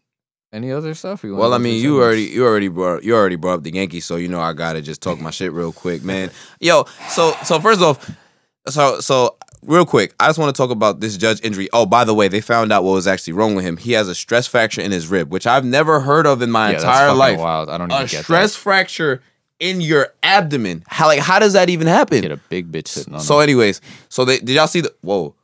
C: any other stuff? We wanna
B: Well,
C: go
B: I
C: through
B: mean, you
C: segments?
B: already you already brought you already brought up the Yankees, so you know I gotta just talk my shit real quick, man. Yo, so so first off, so so real quick, I just want to talk about this judge injury. Oh, by the way, they found out what was actually wrong with him. He has a stress fracture in his rib, which I've never heard of in my
C: yeah, that's
B: entire
C: fucking
B: life.
C: Wild. I don't even
B: A
C: get
B: stress fracture in your abdomen. How like how does that even
C: that. Get
B: happen?
C: a big bitch sitting on.
B: So,
C: him.
B: anyways, so they did y'all see the whoa.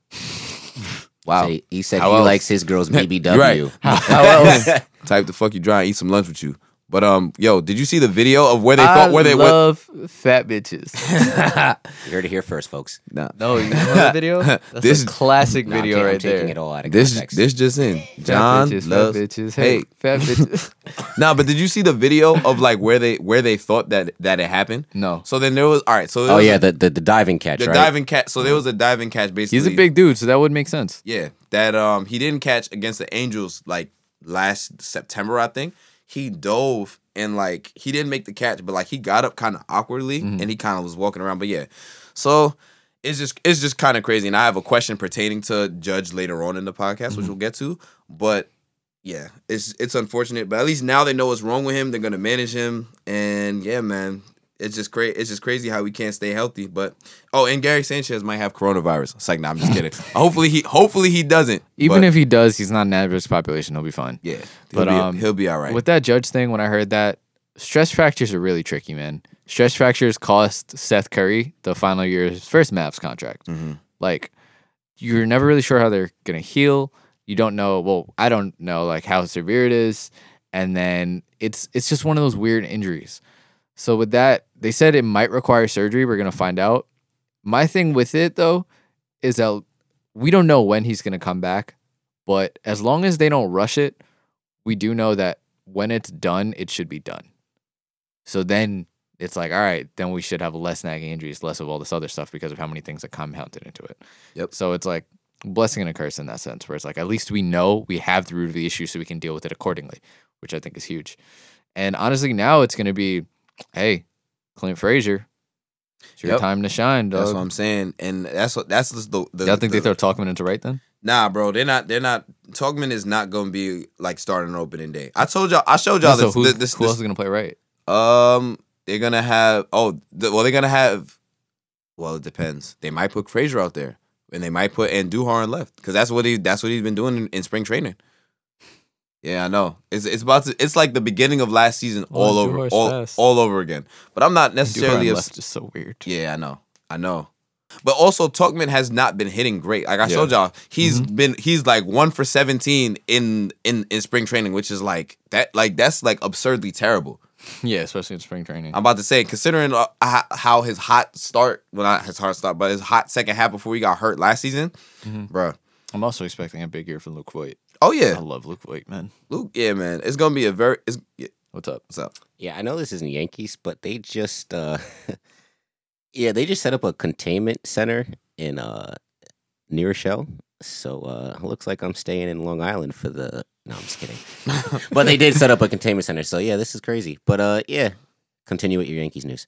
B: Wow.
A: So he, he said
B: Oh. How
A: he
B: else?
A: likes his girls BBW.
B: You're right. How else? Type the fuck you dry and eat some lunch with you. But um, yo, did you see the video of where they thought where they went?
C: love fat bitches.
A: You heard it here first, folks.
B: Nah.
E: No, you know that video? That's
B: This-
E: a classic
A: No, I'm
E: video
A: ta- I'm
E: right
A: taking
E: there.
A: it all out of
B: This
A: context.
B: this just in.
C: Fat
B: John
C: bitches,
B: loves.
C: fat bitches. Hey,
B: Hey,
C: fat bitches.
B: nah, but did you see the video of like where they where they thought that that it happened?
C: No.
B: So then there was all right. So there
A: oh,
B: was
A: yeah,
B: a-
A: the, the, the diving catch,
B: the
A: right?
B: diving catch. So there was a diving catch basically.
C: Mm. He's a big dude, so that would make sense.
B: Yeah, that um he didn't catch against the Angels like last September, I think. He dove and like he didn't make the catch, but like he got up kind of awkwardly
C: Mm-hmm.
B: and he kind of was walking around. But yeah, so it's just it's just kind of crazy. And I have a question pertaining to Judge later on in the podcast,
C: Mm-hmm.
B: which we'll get to. But yeah, it's it's unfortunate, but at least now they know what's wrong with him. They're gonna manage him, and yeah, man, it's just crazy. It's just crazy how we can't stay healthy. But oh, and Gary Sanchez might have coronavirus. It's like, nah, I'm just kidding. hopefully he, hopefully he doesn't.
C: Even
B: but,
C: if he does, he's not an adverse population. He'll be fine.
B: yeah,
C: but,
B: but
C: um,
B: he'll be all right.
C: With that judge thing, when I heard that, stress fractures are really tricky, man. Stress fractures cost Seth Curry the final year of his first Mavs contract.
B: Mm-hmm.
C: Like, you're never really sure how they're going to heal. You don't know, well, I don't know, like, how severe it is. And then it's it's just one of those weird injuries. So with that, they said it might require surgery. We're going to find out. My thing with it, though, is that we don't know when he's going to come back. But as long as they don't rush it, we do know that when it's done, it should be done. So then it's like, all right, then we should have less nagging injuries, less of all this other stuff because of how many things that compounded into it.
B: Yep.
C: So it's like a blessing and a curse in that sense, where it's like at least we know we have the root of the issue so we can deal with it accordingly, which I think is huge. And honestly, now it's gonna be, hey, Clint Frazier, it's your
B: Yep.
C: time to shine, dog.
B: that's what I'm saying, and that's what that's just the. the
C: Y'all think
B: the,
C: they throw Talkman into right then?
B: Nah, bro, they're not. They're not. Talkman is not gonna be like starting an opening day. I told y'all. I showed y'all
C: so
B: this.
C: who,
B: this, this,
C: who else is gonna play right?
B: Um, they're gonna have. Oh, the, well, they're gonna have. Well, it depends. They might put Frazier out there, and they might put and Duhar left because that's what he that's what he's been doing in, in spring training. Yeah, I know. It's it's about to. It's like the beginning of last season
C: Well,
B: all over
C: Duhar's
B: all,
C: fast.
B: all over again. But I'm not
C: Duke Ryan
B: necessarily. obs-
C: left is so weird.
B: yeah, I know. I know. But also Tuckman has not been hitting great. Like I told y'all, he's
C: Mm-hmm.
B: been he's like one for seventeen in in in spring training, which is like that like that's like absurdly terrible.
C: Yeah, especially in spring training.
B: I'm about to say, considering uh, ho- how his hot start, well, not his hard start, but his hot second half before he got hurt last season,
C: Mm-hmm.
B: bruh.
C: I'm also expecting a big year from Luke Voigt.
B: Oh
C: I
B: yeah,
C: love Luke Voigt, man.
B: Luke. Yeah, man, it's gonna be a very. It's, yeah,
C: What's up?
B: what's up?
A: Yeah, I know this isn't Yankees, but they just uh yeah, they just set up a containment center in uh New Rochelle. So uh looks like I'm staying in Long Island for the no, I'm just kidding. but they did set up a containment center. So yeah, this is crazy. But uh yeah, continue with your Yankees news.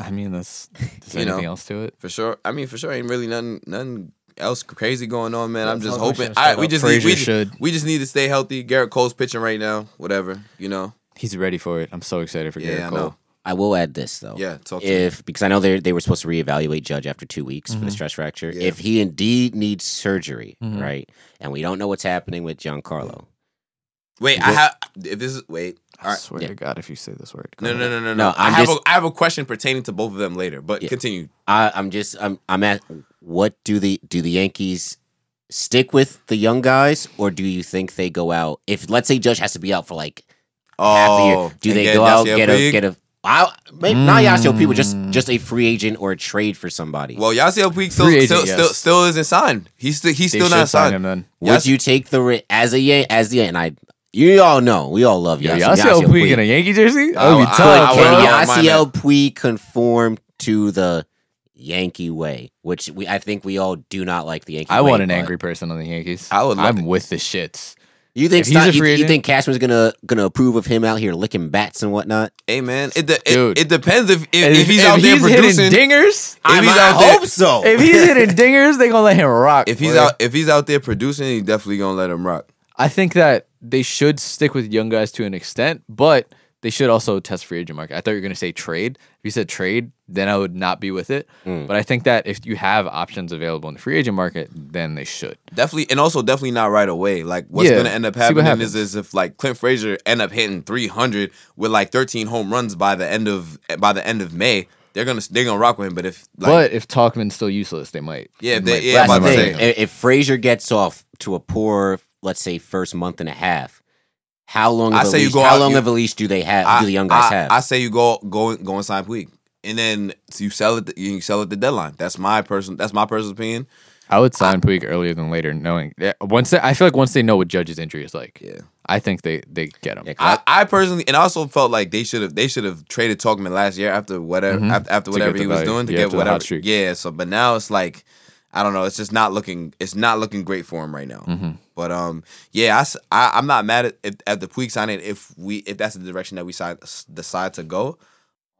C: I mean, that's is there
B: You know.
C: anything else to it?
B: For sure. I mean, for sure, ain't really nothing nothing else crazy going on, man. I'm
E: That's
B: just
E: how we
B: hoping.
E: should
B: All right, we
C: start
B: just
C: out.
B: need, we,
C: Frazier
B: ju-
C: should.
B: we just need to stay healthy. Garrett Cole's pitching right now. Whatever, you know.
C: He's ready for it. I'm so excited for
B: Yeah,
C: Garrett
B: I
C: Cole.
B: know.
A: I will add this though.
B: Yeah, talk to me.
A: if because I know they they were supposed to reevaluate Judge after two weeks
B: Mm-hmm.
A: for the stress fracture. If he indeed needs surgery, right, and we don't know what's happening with Giancarlo.
B: Wait, I have. If this is wait. All
C: I
B: right.
C: swear to God, if you say this word,
B: No, no, no, no, no.
A: No,
B: I
A: I'm
B: have
A: just-
B: a, I have a question pertaining to both of them later, but continue.
A: I, I'm just I'm I'm at what do the do the Yankees stick with the young guys or do you think they go out if let's say Judge has to be out for like
B: Oh,
A: half a year do
B: and
A: they go out
B: Yasiel
A: get a
B: Puig? Mm.
A: get a I, maybe, not Yasiel Puig, but just just a free agent or a trade for somebody.
B: Well, Yasiel Puig still
C: Free agent,
B: still, still
C: yes.
B: still isn't signed. He's still he's
C: They
B: still
C: should
B: not
C: sign
B: signed.
C: him then.
A: Would
B: Yas-
A: you take the ri- as a Yan- as the and I you all know we all love
C: Yo,
A: Yasiel,
C: y'all see
A: Yasiel
C: how Puig
A: Puig.
C: in a Yankee jersey?
B: I
C: Oh, That would be
B: would- I
C: tough.
B: would-
A: But
B: I
C: bro.
B: wouldn't
A: can
B: mind that.
A: Yasiel Puig conform to the Yankee way, which we I think we all do not like the Yankee.
C: I
A: way,
C: want an
A: but-
C: angry person on the Yankees.
B: I would love
C: I'm
B: it.
C: with the shits.
A: You think
C: If he's a
A: Stein- you,
C: free
A: you
C: agent-
A: think Cashman's gonna gonna approve of him out here licking bats and whatnot?
B: Hey man, it de- it,
C: Dude.
B: it depends if if, if he's out there
C: hitting
B: producing.
C: dingers,
B: if he's
A: I
B: out there,
A: hope so.
C: if he's hitting dingers, they gonna let him rock.
B: if he's
C: boy.
B: out if he's out there producing, he definitely gonna let him rock.
C: I think that they should stick with young guys to an extent, but they should also test free agent market. I thought you were going to say trade. If you said trade, then I would not be with it.
B: Mm.
C: But I think that if you have options available in the free agent market, then they should.
B: Definitely, and also definitely not right away. Like what's
C: Yeah,
B: gonna end up
C: see what
B: happening is,
C: happens.
B: is if like Clint Frazier end up hitting 300 with like 13 home runs by the end of by the end of May, they're gonna they're gonna rock with him. But if like
C: but if Talkman's still useless, they might.
B: Yeah, if
C: might
B: they- yeah,
C: play
A: That's the
B: I'm about to
C: him.
A: thing.
B: say.
A: If, if Frazier gets off to a poor, let's say, first month and a half, how long? Of
B: I
A: a
B: say you
A: leash-
B: go
A: How
B: out-
A: long
B: you-
A: of a leash do they have?
B: I,
A: do the young guys
B: I-
A: have?
B: I say you go go go and sign Puig, and then you sell it. You sell it the deadline. That's my person. That's my personal opinion.
C: I would sign Puig earlier than later, knowing yeah, once they, I feel like once they know what Judge's injury is like,
B: Yeah.
C: I think they they get him.
A: Yeah, 'cause
B: I, I personally, and I also felt like they should have they should have traded Talkman last year after whatever after, after
C: Mm-hmm. To
B: whatever
C: get
B: he
C: the
B: was
C: value.
B: doing to
C: Yeah,
B: get
C: after the hot
B: whatever.
C: streak.
B: Yeah. So, but now it's like I don't know. It's just not looking. It's not looking great for him right now.
C: Mm-hmm.
B: But um, yeah, I, am not mad at at- at the Puig signing if we if that's the direction that we side, decide to go.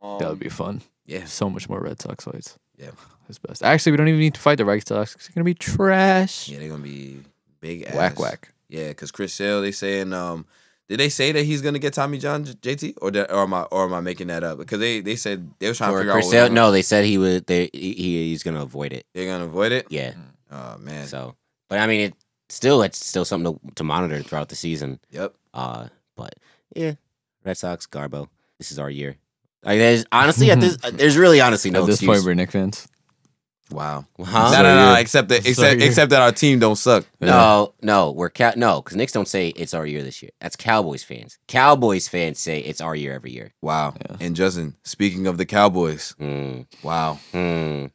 C: that would be fun.
B: Yeah.
C: so much more Red Sox fights.
B: Yeah.
C: It's best. Actually, we don't even need to fight the Red Sox. 'cause It's gonna be trash.
B: Yeah, they're gonna be big ass.
C: Whack whack.
B: Yeah, because Chris Sale, they saying, um, did they say that he's gonna get Tommy John J- JT or did, or am I or am I making that up? Because they they said they were trying
A: For
B: to figure
A: Chris
B: out
A: Sale-
B: whether
A: no, they said he would. They he, he- he's gonna avoid it.
B: they're gonna avoid it.
A: Yeah.
B: Oh man.
A: So, but I mean, it still it's still something to, to monitor throughout the season.
B: Yep.
A: Uh, but yeah, Red Sox, Garbo, this is our year. Like, there's honestly at this, uh, there's really honestly no
C: At this
A: excuse.
C: point, we're Nick fans.
B: Wow.
A: Huh?
B: No, no, no. Except that except
C: you.
B: except that our team don't suck.
A: No, no, we're cow. no, because Knicks don't say it's our year this year. That's Cowboys fans. Cowboys fans say it's our year every year.
B: Wow. And Justin, speaking of the Cowboys,
A: Mm,
B: wow.
A: mm.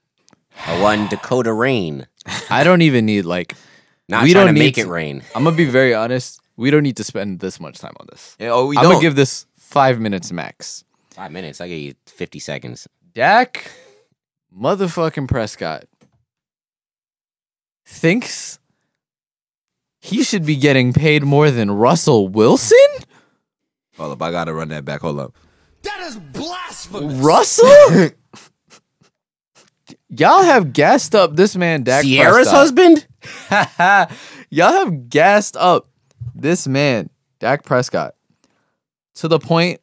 A: A one Dakota rain.
C: I don't even need like.
A: Not
C: We
A: trying
C: don't
A: to
C: need
A: make
C: to-
A: it rain.
C: I'm gonna be very honest. We don't need to spend this much time on this.
B: Yeah, oh, we
C: I'm
B: don't
C: gonna give this five minutes max.
A: Five minutes. I give you fifty seconds.
C: Dak, motherfucking Prescott, thinks he should be getting paid more than Russell Wilson.
B: Hold up, I gotta run that back. Hold up.
C: Russell. Y'all have gassed up this man, Dak.
A: Sierra's
C: Prescott.
A: husband.
C: Y'all have gassed up this man, Dak Prescott, to the point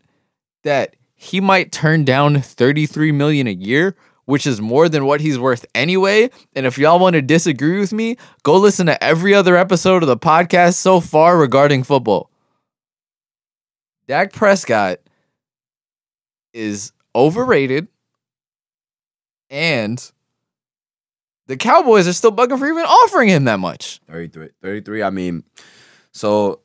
C: that he might turn down 33 million a year, which is more than what he's worth anyway. And if y'all want to disagree with me, go listen to every other episode of the podcast so far regarding football. Dak Prescott is overrated and the Cowboys are still bugging for even offering him that much.
B: 33 33 i mean so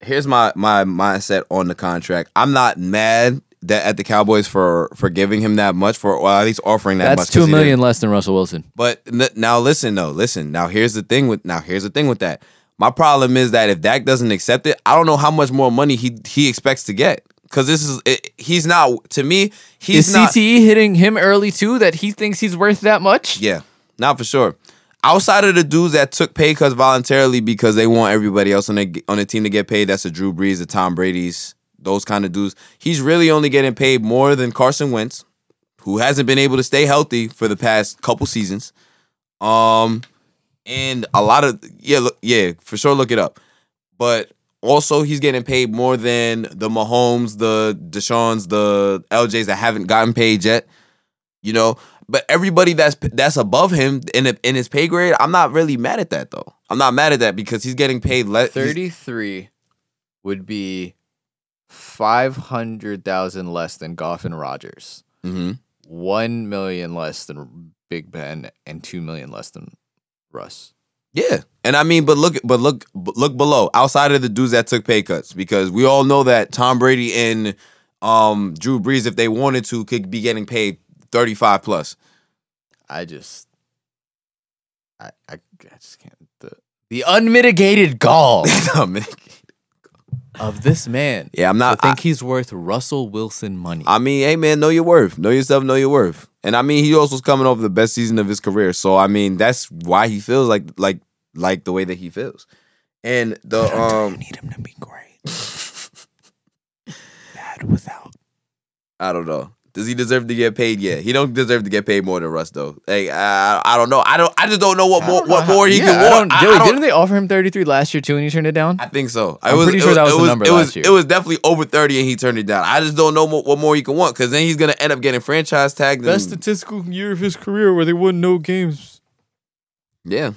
B: here's my my mindset on the contract i'm not mad that at the cowboys for for giving him that much for or at least offering that much
C: That's
B: 'cause
C: two
B: he didn't-
C: million less than Russell Wilson.
B: but n- now listen though listen now here's the thing with now here's the thing with that my problem is that if Dak doesn't accept it i don't know how much more money he he expects to get because this is it, he's not to me he's
C: Is
B: not
C: CTE hitting him early too that he thinks he's worth that much?
B: Yeah, not for sure. Outside of the dudes that took pay cuts voluntarily because they want everybody else on the on the team to get paid, that's the Drew Brees, the Tom Brady's, those kind of dudes. He's really only getting paid more than Carson Wentz, who hasn't been able to stay healthy for the past couple seasons. Um, and a lot of yeah, look, yeah, for sure, look it up. But also, he's getting paid more than the Mahomes, the Deshaun's, the LJ's that haven't gotten paid yet you know. But everybody that's that's above him in a, in his pay grade, I'm not really mad at that though. I'm not mad at that because he's getting paid less.
C: Thirty three would be five hundred thousand less than Goff and Rogers.
B: Mm-hmm.
C: One million less than Big Ben and two million less than Russ.
B: Yeah, and I mean, but look, but look, but look below. Outside of the dudes that took pay cuts, because we all know that Tom Brady and um, Drew Brees, if they wanted to, could be getting paid 35 plus.
C: I just, I, I, I just can't. The, the unmitigated gall of this man.
B: yeah, I'm
C: I
B: not. I,
C: think he's worth Russell Wilson money.
B: I mean, hey man, know your worth. Know yourself, know your worth. And I mean, he also's coming off the best season of his career. So I mean, that's why he feels like like like the way that he feels. And the um
C: need him to be great. Bad without.
B: I don't know. Does he deserve to get paid yet? He don't deserve to get paid more than Russ though. Hey, I, I don't know. I don't I just don't know what more what more he can want. I, I don't-
C: didn't they offer him 33 last year too and he turned it down?
B: I think so. I
C: I'm pretty sure that was the number
B: it
C: last
B: was,
C: year.
B: It was definitely over thirty, and he turned it down. I just don't know mo- what more he can want because then he's gonna end up getting franchise tagged.
C: Best
B: and-
C: statistical year of his career where they won no games.
B: yeah,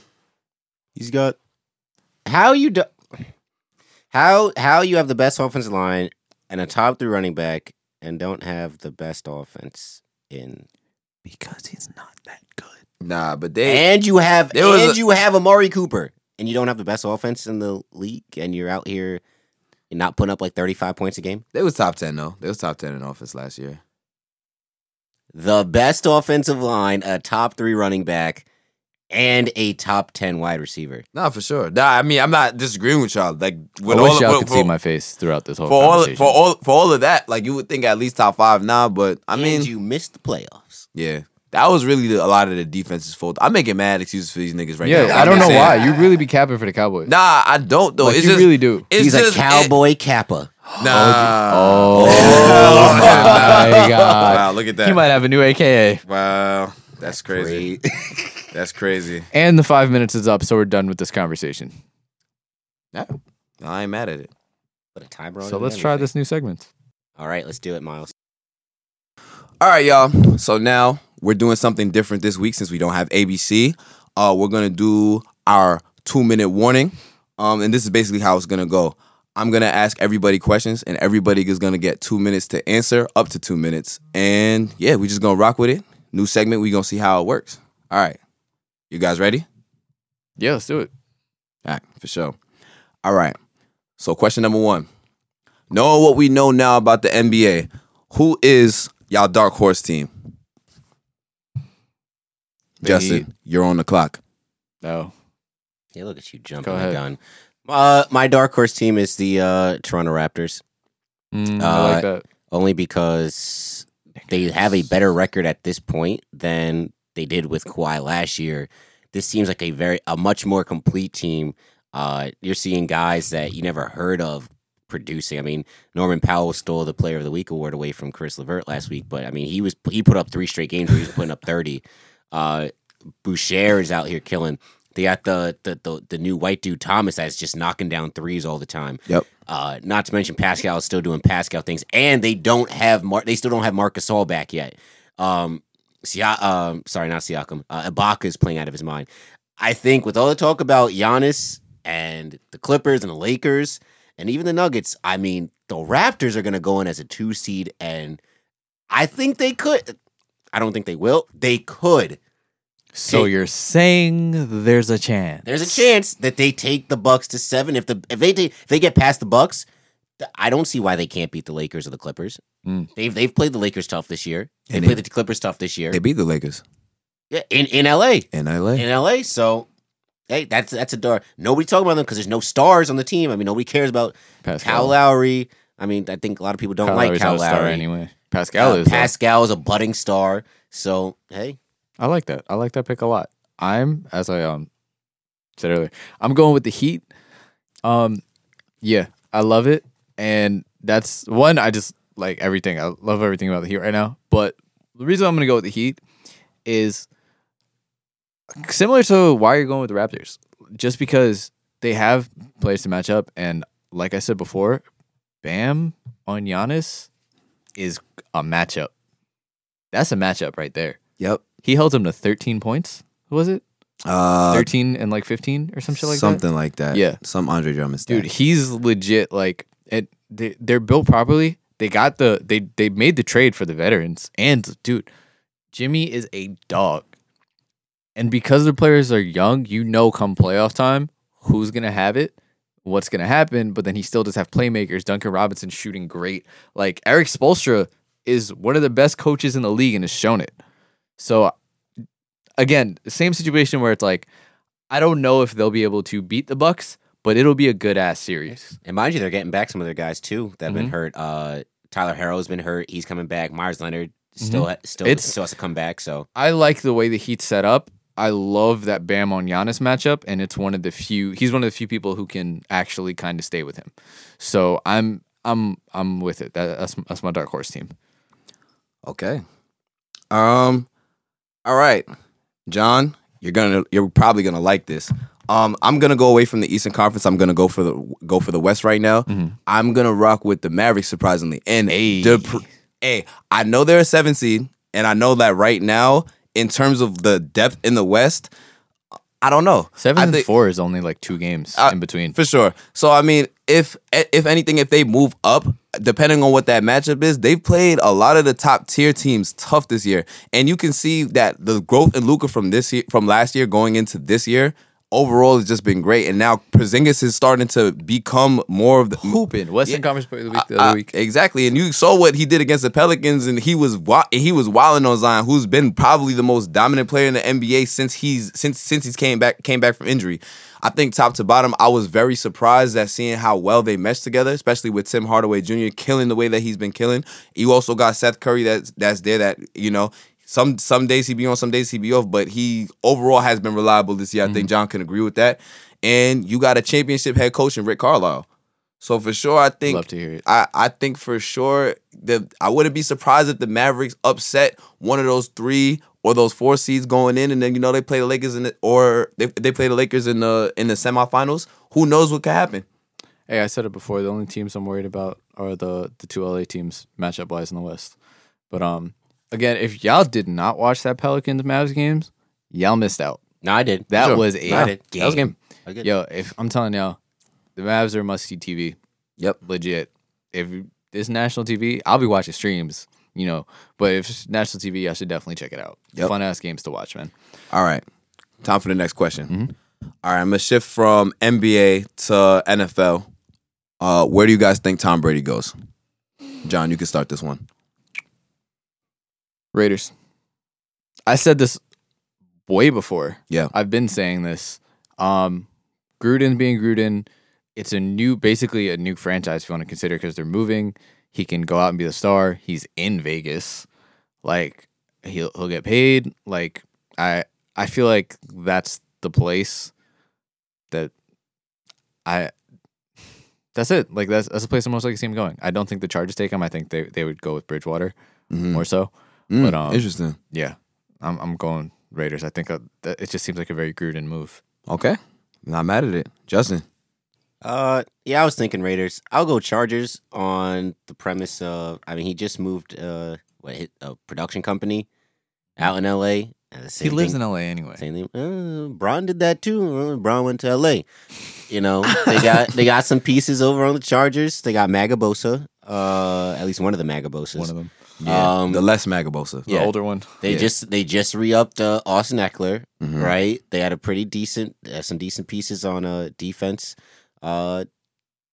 A: He's got how you do how how you have the best offensive line and a top three running back and don't have the best offense in
C: Because he's not that good.
B: nah. But they
A: and you have
B: there was
A: and
B: a-
A: you have Amari Cooper and you don't have the best offense in the league and you're out here and not putting up like thirty five points a game.
B: They was top ten though. They was top ten in offense last year.
A: The best offensive line, a top three running back, and a top ten wide receiver.
B: Nah, for sure. Nah, I mean I'm not disagreeing with y'all. Like with
C: I wish
B: all
C: y'all
B: with-
C: could
B: for,
C: see my face throughout this whole
B: for all
C: conversation.
B: for all for all of that, like you would think at least top five now, but I
A: And
B: mean
A: you missed the playoffs.
B: Yeah. That was really the, a lot of the defense's fault. I'm making mad excuses for these niggas right now.
C: yeah, I
B: I'm
C: don't
B: just
C: know
B: saying.
C: why. You really be capping for the Cowboys.
B: Nah, I don't though.
C: Like,
B: it's
C: you
B: just
C: really do.
B: It's
A: He's
B: just,
A: a cowboy kappa.
B: It, nah. Oh.
C: Oh, my god.
B: Wow, look at that.
C: He might have a new AKA.
B: wow. That's crazy. That's crazy.
C: And the five minutes is up, so we're done with this conversation.
B: Nah, I ain't mad at it.
A: Put a timer on it
C: So
A: and
C: let's try
A: everything.
C: this new segment.
A: All right, let's do it, Miles.
B: All right, y'all. So now we're doing something different this week since we don't have ABC. Uh, we're gonna do our two minute warning, um, and this is basically how it's gonna go. I'm gonna ask everybody questions, and everybody is gonna get two minutes to answer, up to two minutes. And yeah, we're just gonna rock with it. New segment. We gonna see how it works. All right, you guys ready?
C: Yeah, let's do it.
B: All right, for sure. All right. So, question number one: Knowing what we know now about the NBA, who is y'all dark horse team?
C: The
B: Justin,
C: Heat.
B: you're on the clock.
C: No.
A: Yeah, look at you jumping
C: Go
A: the
C: ahead.
A: gun. Uh, my dark horse team is the uh, Toronto Raptors,
C: Mm, I like that.
A: only because they have a better record at this point than they did with Kawhi last year. This seems like a very a much more complete team. Uh, you're seeing guys that you never heard of producing. I mean, Norman Powell stole the Player of the Week award away from Chris Levert last week, but I mean, he was he put up three straight games where he was putting up thirty. Uh, Boucher is out here killing. They got the the the, the new white dude Thomas that's just knocking down threes all the time.
B: Yep.
A: Uh, not to mention Pascal is still doing Pascal things, and they don't have Mar- they still don't have Marcus All back yet. Um, Siak- um, sorry, not Siakam. Uh, Ibaka is playing out of his mind. I think with all the talk about Giannis and the Clippers and the Lakers and even the Nuggets, I mean the Raptors are going to go in as a two seed, and I think they could. I don't think they will. They could
C: So
A: Take-
C: you're saying there's a chance?
A: There's a chance that they take the Bucks to seven. If the if they take, if they get past the Bucks, th- I don't see why they can't beat the Lakers or the Clippers.
C: Mm.
A: They've they've played the Lakers tough this year. They
B: And
A: played the Clippers tough this year.
B: They beat the Lakers
A: yeah, in in L.A.
B: in LA.
A: in L.A. So. Hey, that's that's a door. Nobody talking about them because there's no stars on the team. I mean, nobody cares about Cal
C: Pascal.
A: Lowry. I mean, I think a lot of people don't
C: Kyle
A: like
C: Lowry's
A: Cal
C: not a star
A: Lowry.
C: anyway.
A: Uh,
C: Pascal is. though.
A: Pascal is a budding star. So hey,
C: I like that. I like that pick a lot. I'm as I um said earlier. I'm going with the Heat. Um, yeah, I love it, and that's one. I just like everything. I love everything about the Heat right now. But the reason I'm going to go with the Heat is similar to why you're going with the Raptors, just because they have players to match up, and like I said before, Bam on Giannis is a matchup. That's a matchup right there.
B: Yep.
C: He held him to 13 points. Who was it?
B: Uh,
C: 13 and like 15 or some shit like
B: something
C: that.
B: like that.
C: Yeah.
B: Some Andre Drummond stat.
C: Dude, he's legit like it they, they're built properly. They got the they they made the trade for the veterans and dude, Jimmy is a dog. And because the players are young, you know come playoff time who's going to have it, what's going to happen, but then he still does have playmakers, Duncan Robinson shooting great. Like Eric Spolstra is one of the best coaches in the league and has shown it. So again, same situation where it's like I don't know if they'll be able to beat the Bucks, but it'll be a good ass series.
A: and mind you, they're getting back some of their guys too that have
C: Mm-hmm.
A: been hurt. Uh, Tyler Harrow's been hurt. He's coming back. Myers Leonard still ha- still
C: Mm-hmm. It's-
A: still has to come back. So
C: I like the way the Heat set up. I love that Bam on Giannis matchup, and it's one of the few. He's one of the few people who can actually kind of stay with him. So I'm I'm I'm with it. That, that's that's my dark horse team.
B: Okay. Um. All right, John, you're gonna you're probably gonna like this. Um, I'm gonna go away from the Eastern Conference. I'm gonna go for the go for the West right now. I'm gonna rock with the Mavericks surprisingly. And
C: Mm-hmm. Hey.
B: the pr- hey, I know they're a seven seed, and I know that right now in terms of the depth in the West, I don't know.
C: Seven
B: I
C: and
B: think-
C: four is only like two games
B: Uh,
C: in between.
B: for sure. So I mean, if if anything, if they move up, depending on what that matchup is, they've played a lot of the top tier teams tough this year, and you can see that the growth in Luca from this year, from last year going into this year, overall has just been great. And now Porzingis is starting to become more of the
C: Hooping Western
B: Yeah.
C: Conference Player of the Week the
B: I-
C: other
B: I-
C: week.
B: Exactly, and you saw what he did against the Pelicans, and he was wa- and he was wilding on Zion, who's been probably the most dominant player in the NBA since he's since since he's came back came back from injury. I think top to bottom, I was very surprised at seeing how well they meshed together, especially with Tim Hardaway Jr. killing the way that he's been killing. You also got Seth Curry that's that's there that you know. Some some days he be on, some days he be off, but he overall has been reliable this year. I
C: Mm-hmm.
B: think John can agree with that. And you got a championship head coach in Rick Carlisle. So for sure, I think
C: Love to hear it.
B: I, I think for sure that I wouldn't be surprised if the Mavericks upset one of those three or those four seeds going in, and then you know they play the Lakers in the, or they, they play the Lakers in the in the semifinals. Who knows what could happen?
C: Hey, I said it before. The only teams I'm worried about are the the two LA teams matchup wise in the West. But um, again, if y'all did not watch that Pelicans Mavs games, y'all missed out.
A: no, I did.
C: That
A: Sure.
C: was a
A: No, I did.
C: That was a game.
A: I did.
C: Yo, if I'm telling y'all, the Mavs are must see TV.
B: Yep.
C: legit. If it's national TV, I'll be watching streams. You know, but if it's national TV, I should definitely check it out.
B: Yep.
C: Fun ass games to watch, man.
B: All right, time for the next question. All right, I'm gonna shift from NBA to NFL. Uh, where do you guys think Tom Brady goes? John, you can start this one.
C: Raiders. I said this way before.
B: Yeah.
C: I've been saying this. Um, Gruden being Gruden, it's a new, basically a new franchise if you want to consider because they're moving. He can go out and be the star. He's in Vegas. Like he'll he'll get paid. Like I I feel like that's the place that I. That's it. Like that's that's the place I'm most likely to see him going. I don't think the Chargers take him. I think they, they would go with Bridgewater
B: Mhm.
C: more so.
B: Mm,
C: But, um,
B: interesting.
C: Yeah, I'm I'm going Raiders. I think uh that, it just seems like a very Gruden move.
B: Okay, not mad at it, Justin.
A: Uh, yeah, I was thinking Raiders. I'll go Chargers on the premise of. I mean, he just moved. Uh, what hit a production company. out in L.A. uh,
C: He
A: same
C: lives
A: thing-
C: in LA anyway.
A: Same thing. Uh, Braun did that too. Uh, Braun went to L.A. You know, they got they got some pieces over on the Chargers. They got Magabosa, uh, at least one of the Magabosas.
C: One of them.
B: Yeah,
A: Um,
B: the less Magabosa.
C: The older one.
A: They
B: Yeah.
A: just they just re upped uh, Austin Eckler,
C: Mm-hmm.
A: right? They had a pretty decent, uh, some decent pieces on uh, defense. Uh,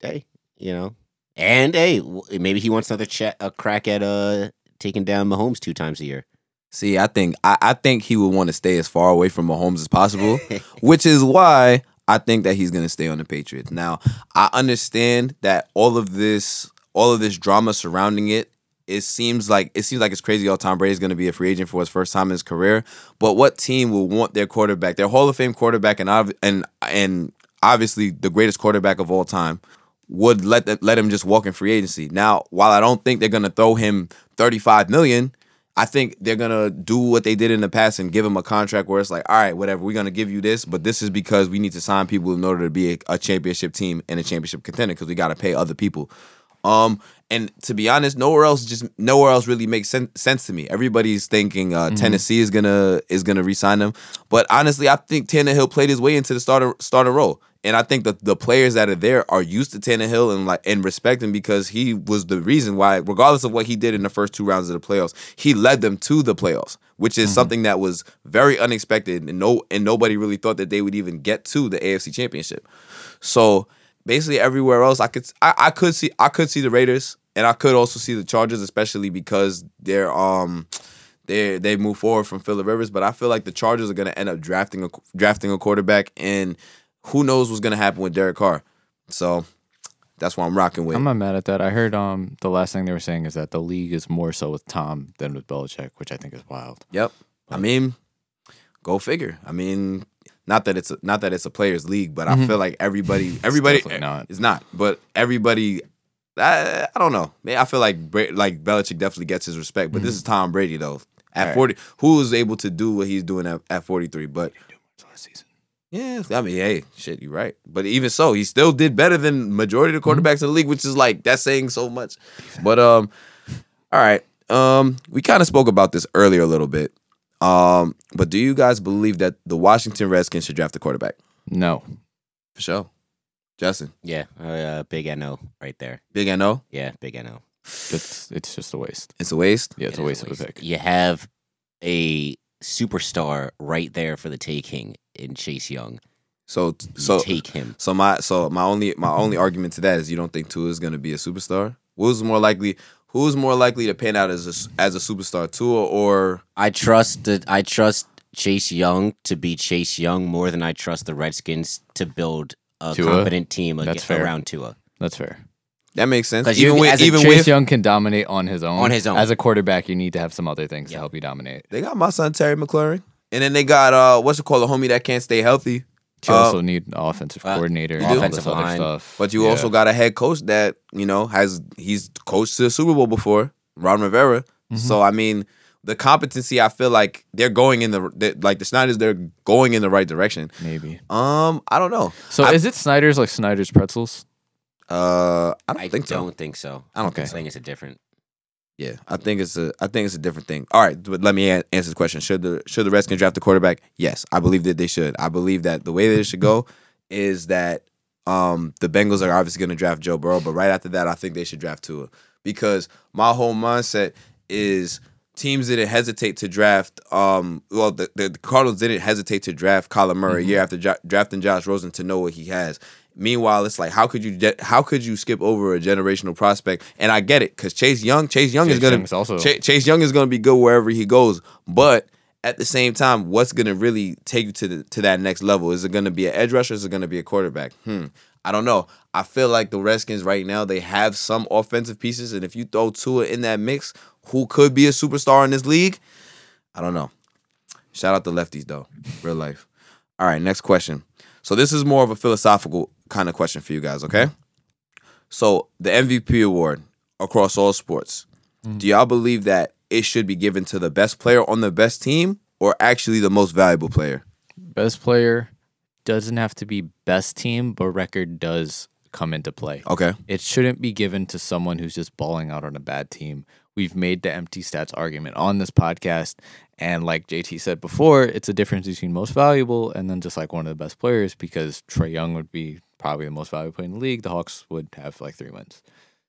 A: hey, you know, and hey, w- maybe he wants another cha- a crack at uh taking down Mahomes two times a year.
B: See, I think I, I think he would want to stay as far away from Mahomes as possible, which is why I think that he's going to stay on the Patriots. Now, I understand that all of this all of this drama surrounding it it seems like it seems like it's crazy how Tom Brady's going to be a free agent for his first time in his career, but what team will want their quarterback, their Hall of Fame quarterback and ob- and and obviously the greatest quarterback of all time would let th- let him just walk in free agency. Now, while I don't think they're going to throw him 35 million, I think they're gonna do what they did in the past and give him a contract where it's like, all right, whatever, we're gonna give you this, but this is because we need to sign people in order to be a, a championship team and a championship contender because we gotta pay other people. Um, and to be honest, nowhere else just nowhere else really makes sen- sense to me. Everybody's thinking uh, Tennessee is gonna is gonna re-sign them, but honestly, I think Tannehill played his way into the starter starter role. And I think that the players that are there are used to Tannehill and like and respect him because he was the reason why, regardless of what he did in the first two rounds of the playoffs, he led them to the playoffs, which is something that was very unexpected and no and nobody really thought that they would even get to the AFC championship. So basically everywhere else, I could I, I could see I could see the Raiders and I could also see the Chargers, especially because they're um they they move forward from Phillip Rivers, but I feel like the Chargers are going to end up drafting a drafting a quarterback, and who knows what's going to happen with Derek Carr. So that's why I'm rocking with.
C: I'm not mad at that. I heard um the last thing they were saying is that the league is more so with Tom than with Belichick, which I think is wild.
B: yep. I mean, go figure. I mean, not that it's a, not that it's a players' league, but
C: Mm-hmm.
B: I feel like everybody everybody
C: definitely not.
B: It's not, but everybody. I, I don't know. Man, I feel like Bra- like Belichick definitely gets his respect, but this is Tom Brady though. At
C: Right.
B: forty, who was able to do what he's doing at, at forty three? But Yeah, I mean, hey, shit, you're right. But even so, he still did better than majority of the quarterbacks in the league, which is like that's saying so much. But um, all right, um, we kind of spoke about this earlier a little bit. Um, but do you guys believe that the Washington Redskins should draft a quarterback?
C: No.
B: For sure, Justin,
A: Yeah, uh, big NO right there.
B: big no,
A: Yeah, big NO.
C: It's it's just a waste.
B: it's a waste.
C: Yeah, it's
A: It
C: a
A: is
C: waste of a pick.
A: You have a superstar right there for the taking in Chase Young.
B: So
A: You
B: so
A: take Mm-hmm. him.
B: so my so my only my only argument to that is you don't think Tua is going to be a superstar. Who's more likely? Who's more likely to pan out as a, as a superstar, Tua or
A: I trust that I trust Chase Young to be Chase Young more than I trust the Redskins to build a
C: Tua?
A: competent team
C: That's
A: aga-
C: fair.
A: around Tua.
C: That's fair.
B: That makes sense.
A: 'Cause
B: Even
A: you-
B: with
A: as a
B: even
C: Chase
B: with
C: Young can dominate on his own.
A: On his own.
C: As a quarterback, you need to have some other things
A: Yeah.
C: to help you dominate.
B: they got my son Terry McLaurin, and then they got uh what's it called a homie that can't stay healthy.
C: You
B: Uh,
C: also need an offensive
A: uh,
C: coordinator, and
A: you
C: all
A: do.
C: this
A: Offensive
C: other
A: line,
C: stuff.
B: But you
C: Yeah.
B: also got a head coach that you know has he's coached to the Super Bowl before, Ron Rivera.
A: Mm-hmm.
B: So I mean, the competency I feel like they're going in the they, like the Snyder's they're going in the right direction.
C: maybe.
B: Um, I don't know.
C: So
B: I,
C: is it Snyder's like Snyder's pretzels?
B: uh, I don't
A: I
B: think so.
A: don't think so.
B: I don't
A: I
B: think so.
A: think it's a different.
B: Yeah, I think it's a I think it's a different thing. All right, but let me a- answer the question. Should the should the Redskins draft a quarterback? Yes, I believe that they should. I believe that the way that it should go is that um the Bengals are obviously going to draft Joe Burrow, but right after that, I think they should draft Tua because my whole mindset is teams didn't hesitate to draft. Um, well, the, the Cardinals didn't hesitate to draft Kyler Murray a year after jo- drafting Josh Rosen to know what he has. Meanwhile, it's like how could you de- how could you skip over a generational prospect? And I get it because Chase Young, Chase Young is
C: Chase
B: gonna
C: Young's also-
B: Cha- Chase Young is gonna be good wherever he goes, but. At the same time, what's gonna really take you to the to that next level? Is it gonna be an edge rusher? Is it gonna be a quarterback? Hmm. I don't know. I feel like the Redskins right now they have some offensive pieces, and if you throw Tua in that mix, who could be a superstar in this league? I don't know. Shout out the lefties though, real life. All right, next question. So this is more of a philosophical kind of question for you guys, okay? So the MVP award across all sports. Do y'all believe that it should be given to the best player on the best team or actually the most valuable player?
C: Best player doesn't have to be best team, but record does come into play.
B: Okay.
C: It shouldn't be given to someone who's just balling out on a bad team. We've made the empty stats argument on this podcast. And like JT said before, it's a difference between most valuable and then just like one of the best players because Trey Young would be probably the most valuable player in the league. The Hawks would have like three wins.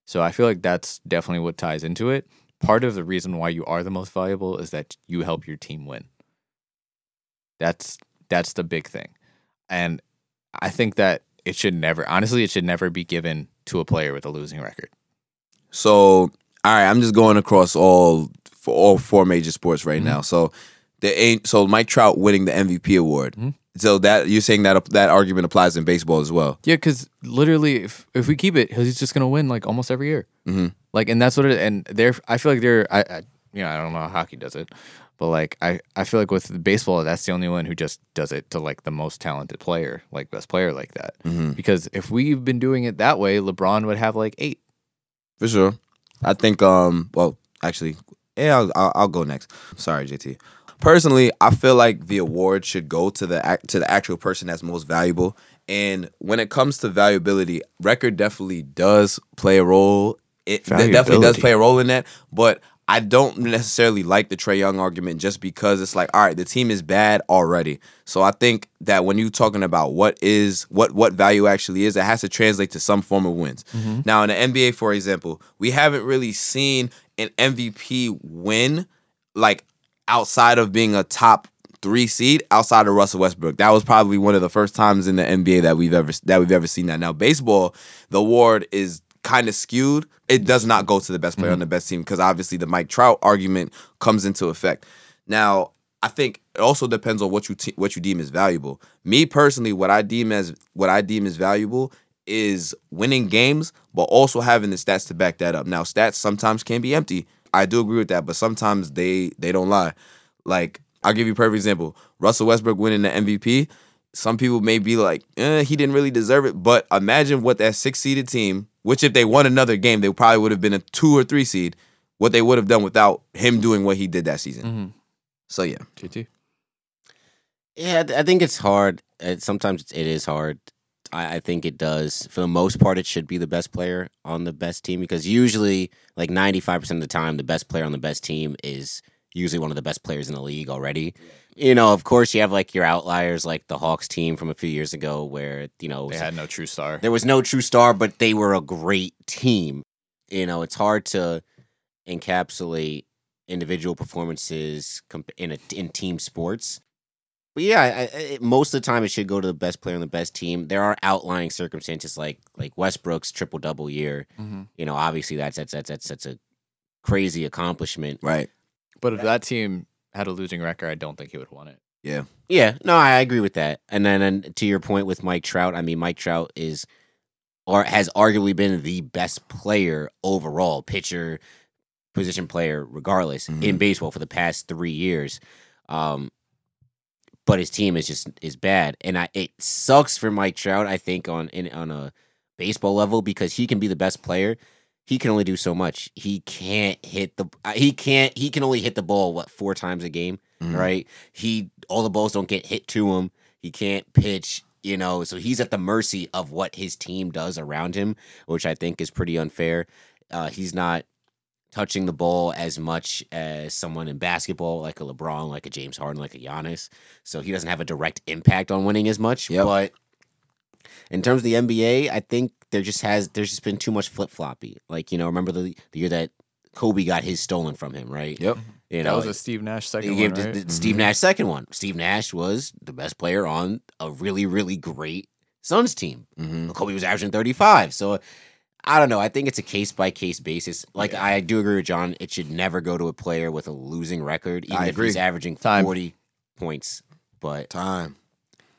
C: So I feel like that's definitely what ties into it. Part of the reason why you are the most valuable is that you help your team win. That's that's the big thing. And I think that it should never honestly it should never be given to a player with a losing record.
B: So, all right, I'm just going across all for all four major sports right now. So, there ain't so Mike Trout winning the MVP award. So that you're saying that that argument applies in baseball as well.
C: Yeah, because literally, if if we keep it, he's just gonna win like almost every year. Mm-hmm. Like, and that's what it. And there, I feel like there. I, I you know I don't know how hockey does it, but like I I feel like with baseball, that's the only one who just does it to like the most talented player, like best player, like that. Because if we've been doing it that way, LeBron would have like eight.
B: For sure. I think. Um. Well, actually, yeah. I'll, I'll, I'll go next. Sorry, JT. Personally, I feel like the award should go to the act- to the actual person that's most valuable. And when it comes to valuability, record definitely does play a role. It that definitely does
C: Valuability.
B: play a role in that. But I don't necessarily like the Trey Young argument just because it's like, all right, the team is bad already. So I think that when you're talking about what is what what value actually is, it has to translate to some form of wins. Now in the NBA, for example, we haven't really seen an MVP win like outside of being a top three seed outside of Russell Westbrook. That was probably one of the first times in the NBA that we've ever that we've ever seen that. Now baseball, the award is kind of skewed. It does not go to the best player on the best team because obviously the Mike Trout argument comes into effect. Now I think it also depends on what you te- what you deem as valuable. Me personally, what I deem as what I deem as valuable is winning games, but also having the stats to back that up. Now, stats sometimes can be empty. I do agree with that, but sometimes they they don't lie. Like I'll give you a perfect example: Russell Westbrook winning the MVP. Some people may be like, eh, he didn't really deserve it, but imagine what that six seeded team, which if they won another game, they probably would have been a two or three seed. What they would have done without him doing what he did that season. So yeah,
C: JT.
A: Yeah, I th- I think it's hard. Uh, Sometimes it's- it is hard. I, I think it does. For the most part, it should be the best player on the best team because usually, like 95% of the time, the best player on the best team is usually one of the best players in the league already. You know, of course, you have like your outliers, like the Hawks team from a few years ago, where, you know,
C: They had no true star.
A: there was no true star, but they were a great team. You know, it's hard to encapsulate individual performances comp- in a, in team sports. But yeah, I, I, it, most of the time it should go to the best player on the best team. There are outlying circumstances like like Westbrook's triple double year.
C: Mm-hmm.
A: You know, obviously that's that's that's that's, that's a crazy accomplishment.
B: right.
C: But if that team had a losing record, I don't think he would have won it.
B: Yeah,
A: Yeah, no, I agree with that. And then and to your point with Mike Trout, I mean, Mike Trout is or has arguably been the best player overall, pitcher, position player, regardless in baseball for the past three years. Um, but his team is just is bad, and I it sucks for Mike Trout. I think on in on a baseball level because he can be the best player. He can only do so much. He can't hit the. uh, He can't. He can only hit the ball what four times a game, right? He all the balls don't get hit to him. He can't pitch, you know. So he's at the mercy of what his team does around him, which I think is pretty unfair. Uh, he's not touching the ball as much as someone in basketball, like a LeBron, like a James Harden, like a Giannis. So he doesn't have a direct impact on winning as much.
B: Yep.
A: But in terms of the NBA, I think there just has there's just been too much flip floppy. Like you know, remember the the year that Kobe got his stolen from him, right?
B: Yep.
A: You
C: That
A: know,
C: was a Steve Nash
A: you
C: second
A: gave
C: one,
A: the-
C: right?
A: the Steve Nash second one. Steve Nash was the best player on a really really great Suns team.
B: Mhm.
A: Kobe was averaging 35. So I don't know. I think it's a case by case basis. Like I do agree with John. It should never go to a player with a losing record, even
B: I
A: if he's
B: agree.
A: averaging
C: Time.
A: 40 points. But
B: time.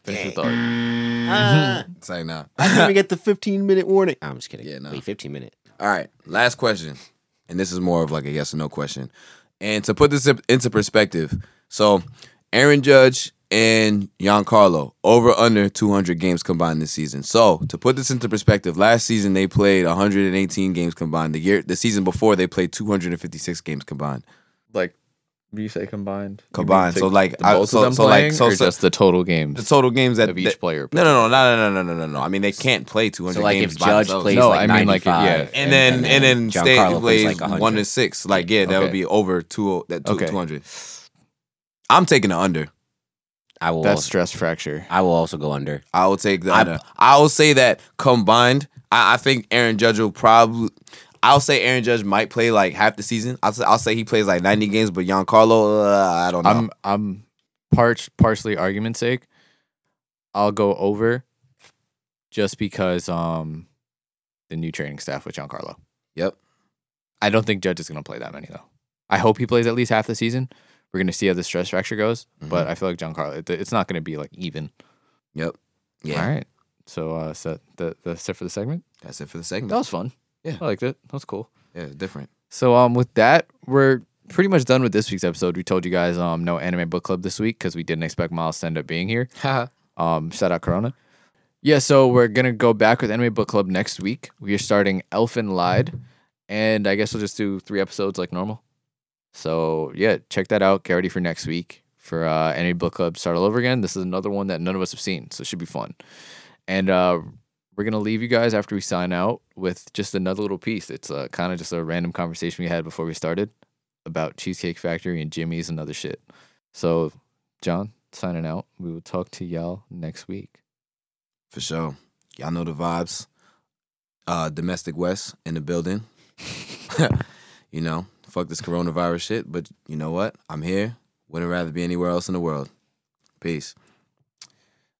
C: Finish the thought.
A: Ah,
B: It's like nah.
A: I didn't even get the 15 minute warning. I'm just kidding.
B: Yeah, no.
A: Wait, 15 minute.
B: All right, last question, and this is more of like a yes or no question. And to put this in- into perspective, so Aaron Judge and Giancarlo over under 200 games combined this season. So to put this into perspective, last season they played 118 games combined. The year, the season before they played 256 games combined.
C: Like
E: What do you say combined? You mean
B: Combined.
E: to-
B: So, like,
E: the
B: I-
E: both of
B: so-
E: them
B: so, like,
E: playing,
B: so-
E: or
C: or
B: so-
C: just the total games
B: The total games that
C: of each
B: that-
C: player.
B: No, no, no, no, no, no, no, no, no, no. I mean, they can't play 200
A: So like
B: games
A: if
B: by
A: Judge
B: themselves.
A: plays
C: No,
A: like
C: I mean, like,
A: 95
C: yeah.
B: and then and then
A: Giancarlo
B: State
A: plays like
B: plays one
A: 100.
B: to six. Like, yeah, that would
C: Okay.
B: be over two that two
C: Okay.
B: two hundred. I'm taking the under.
A: I will
C: That's stress fracture.
A: I will also go under.
B: I will take the
A: I-
B: under. I will say that combined, I, I think Aaron Judge will probably. I'll say Aaron Judge might play like half the season. I'll say, I'll say he plays like 90 games, but Giancarlo, uh, I don't know.
C: I'm I'm parched partially argument's sake. I'll go over just because um the new training staff with Giancarlo.
B: Yep.
C: I don't think Judge is gonna play that many though. I hope he plays at least half the season. We're gonna see how the stress fracture goes,
B: Mm-hmm.
C: but I feel like Giancarlo, it, it's not gonna be like even.
B: yep. Yeah.
C: All right. So uh, so that that's it for the segment.
B: That's it for the segment.
C: That was fun.
B: Yeah.
C: I liked it. That was cool.
B: yeah, different.
C: So um with that, we're pretty much done with this week's episode. We told you guys um no anime book club this week because we didn't expect Miles to end up being here. um shout out Corona. Yeah, so we're gonna go back with anime book club next week. We are starting Elfin Lied, and I guess we'll just do three episodes like normal. So yeah, check that out. Get ready for next week for uh anime book club start all over again. This is another one that none of us have seen, so it should be fun. And uh we're gonna leave you guys after we sign out with just another little piece. It's uh, kind of just a random conversation we had before we started about Cheesecake Factory and Jimmy's and other shit. So, John, signing out. We will talk to y'all next week.
B: For sure. Y'all know the vibes. Uh domestic West in the building. you know, fuck this coronavirus shit, but you know what? I'm here. Wouldn't rather be anywhere else in the world. Peace.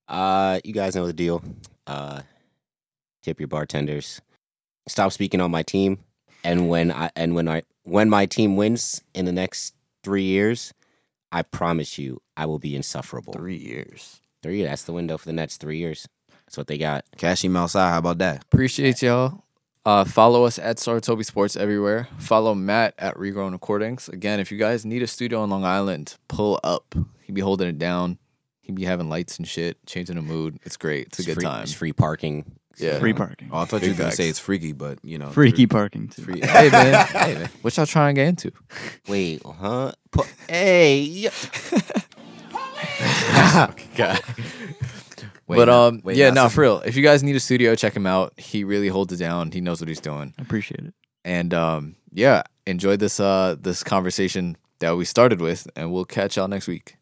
A: Uh, you guys know the deal. Uh, tip your bartenders. Stop speaking on my team. And when I and when I when my team wins in the next three years, I promise you, I will be insufferable. Three,
C: Three years.
A: years. That's the window for the next three years. That's what they got.
B: Cash him outside. How about that?
C: Appreciate y'all. Uh, follow us at Saratobi Sports everywhere. Follow Matt at Regrown Recordings. Again, if you guys need a studio on Long Island, pull up. He be holding it down. He be having lights and shit, changing the mood. It's great. It's a
A: It's
C: good
A: free,
C: time.
A: It's free parking.
C: Yeah.
F: Free parking.
B: Oh, I thought you were gonna
C: Facts.
B: say it's freaky, but you know
F: Freaky parking too.
B: Free,
C: hey man, hey man, what y'all trying to get into?
A: Wait, huh? Pu- hey, yeah.
C: but
B: not-
C: um,
B: wait,
C: yeah,
B: not
C: no, for real. If you guys need a studio, check him out. He really holds it down. He knows what he's doing.
F: I appreciate it.
C: And um, yeah, enjoy this uh this conversation that we started with, and we'll catch y'all next week.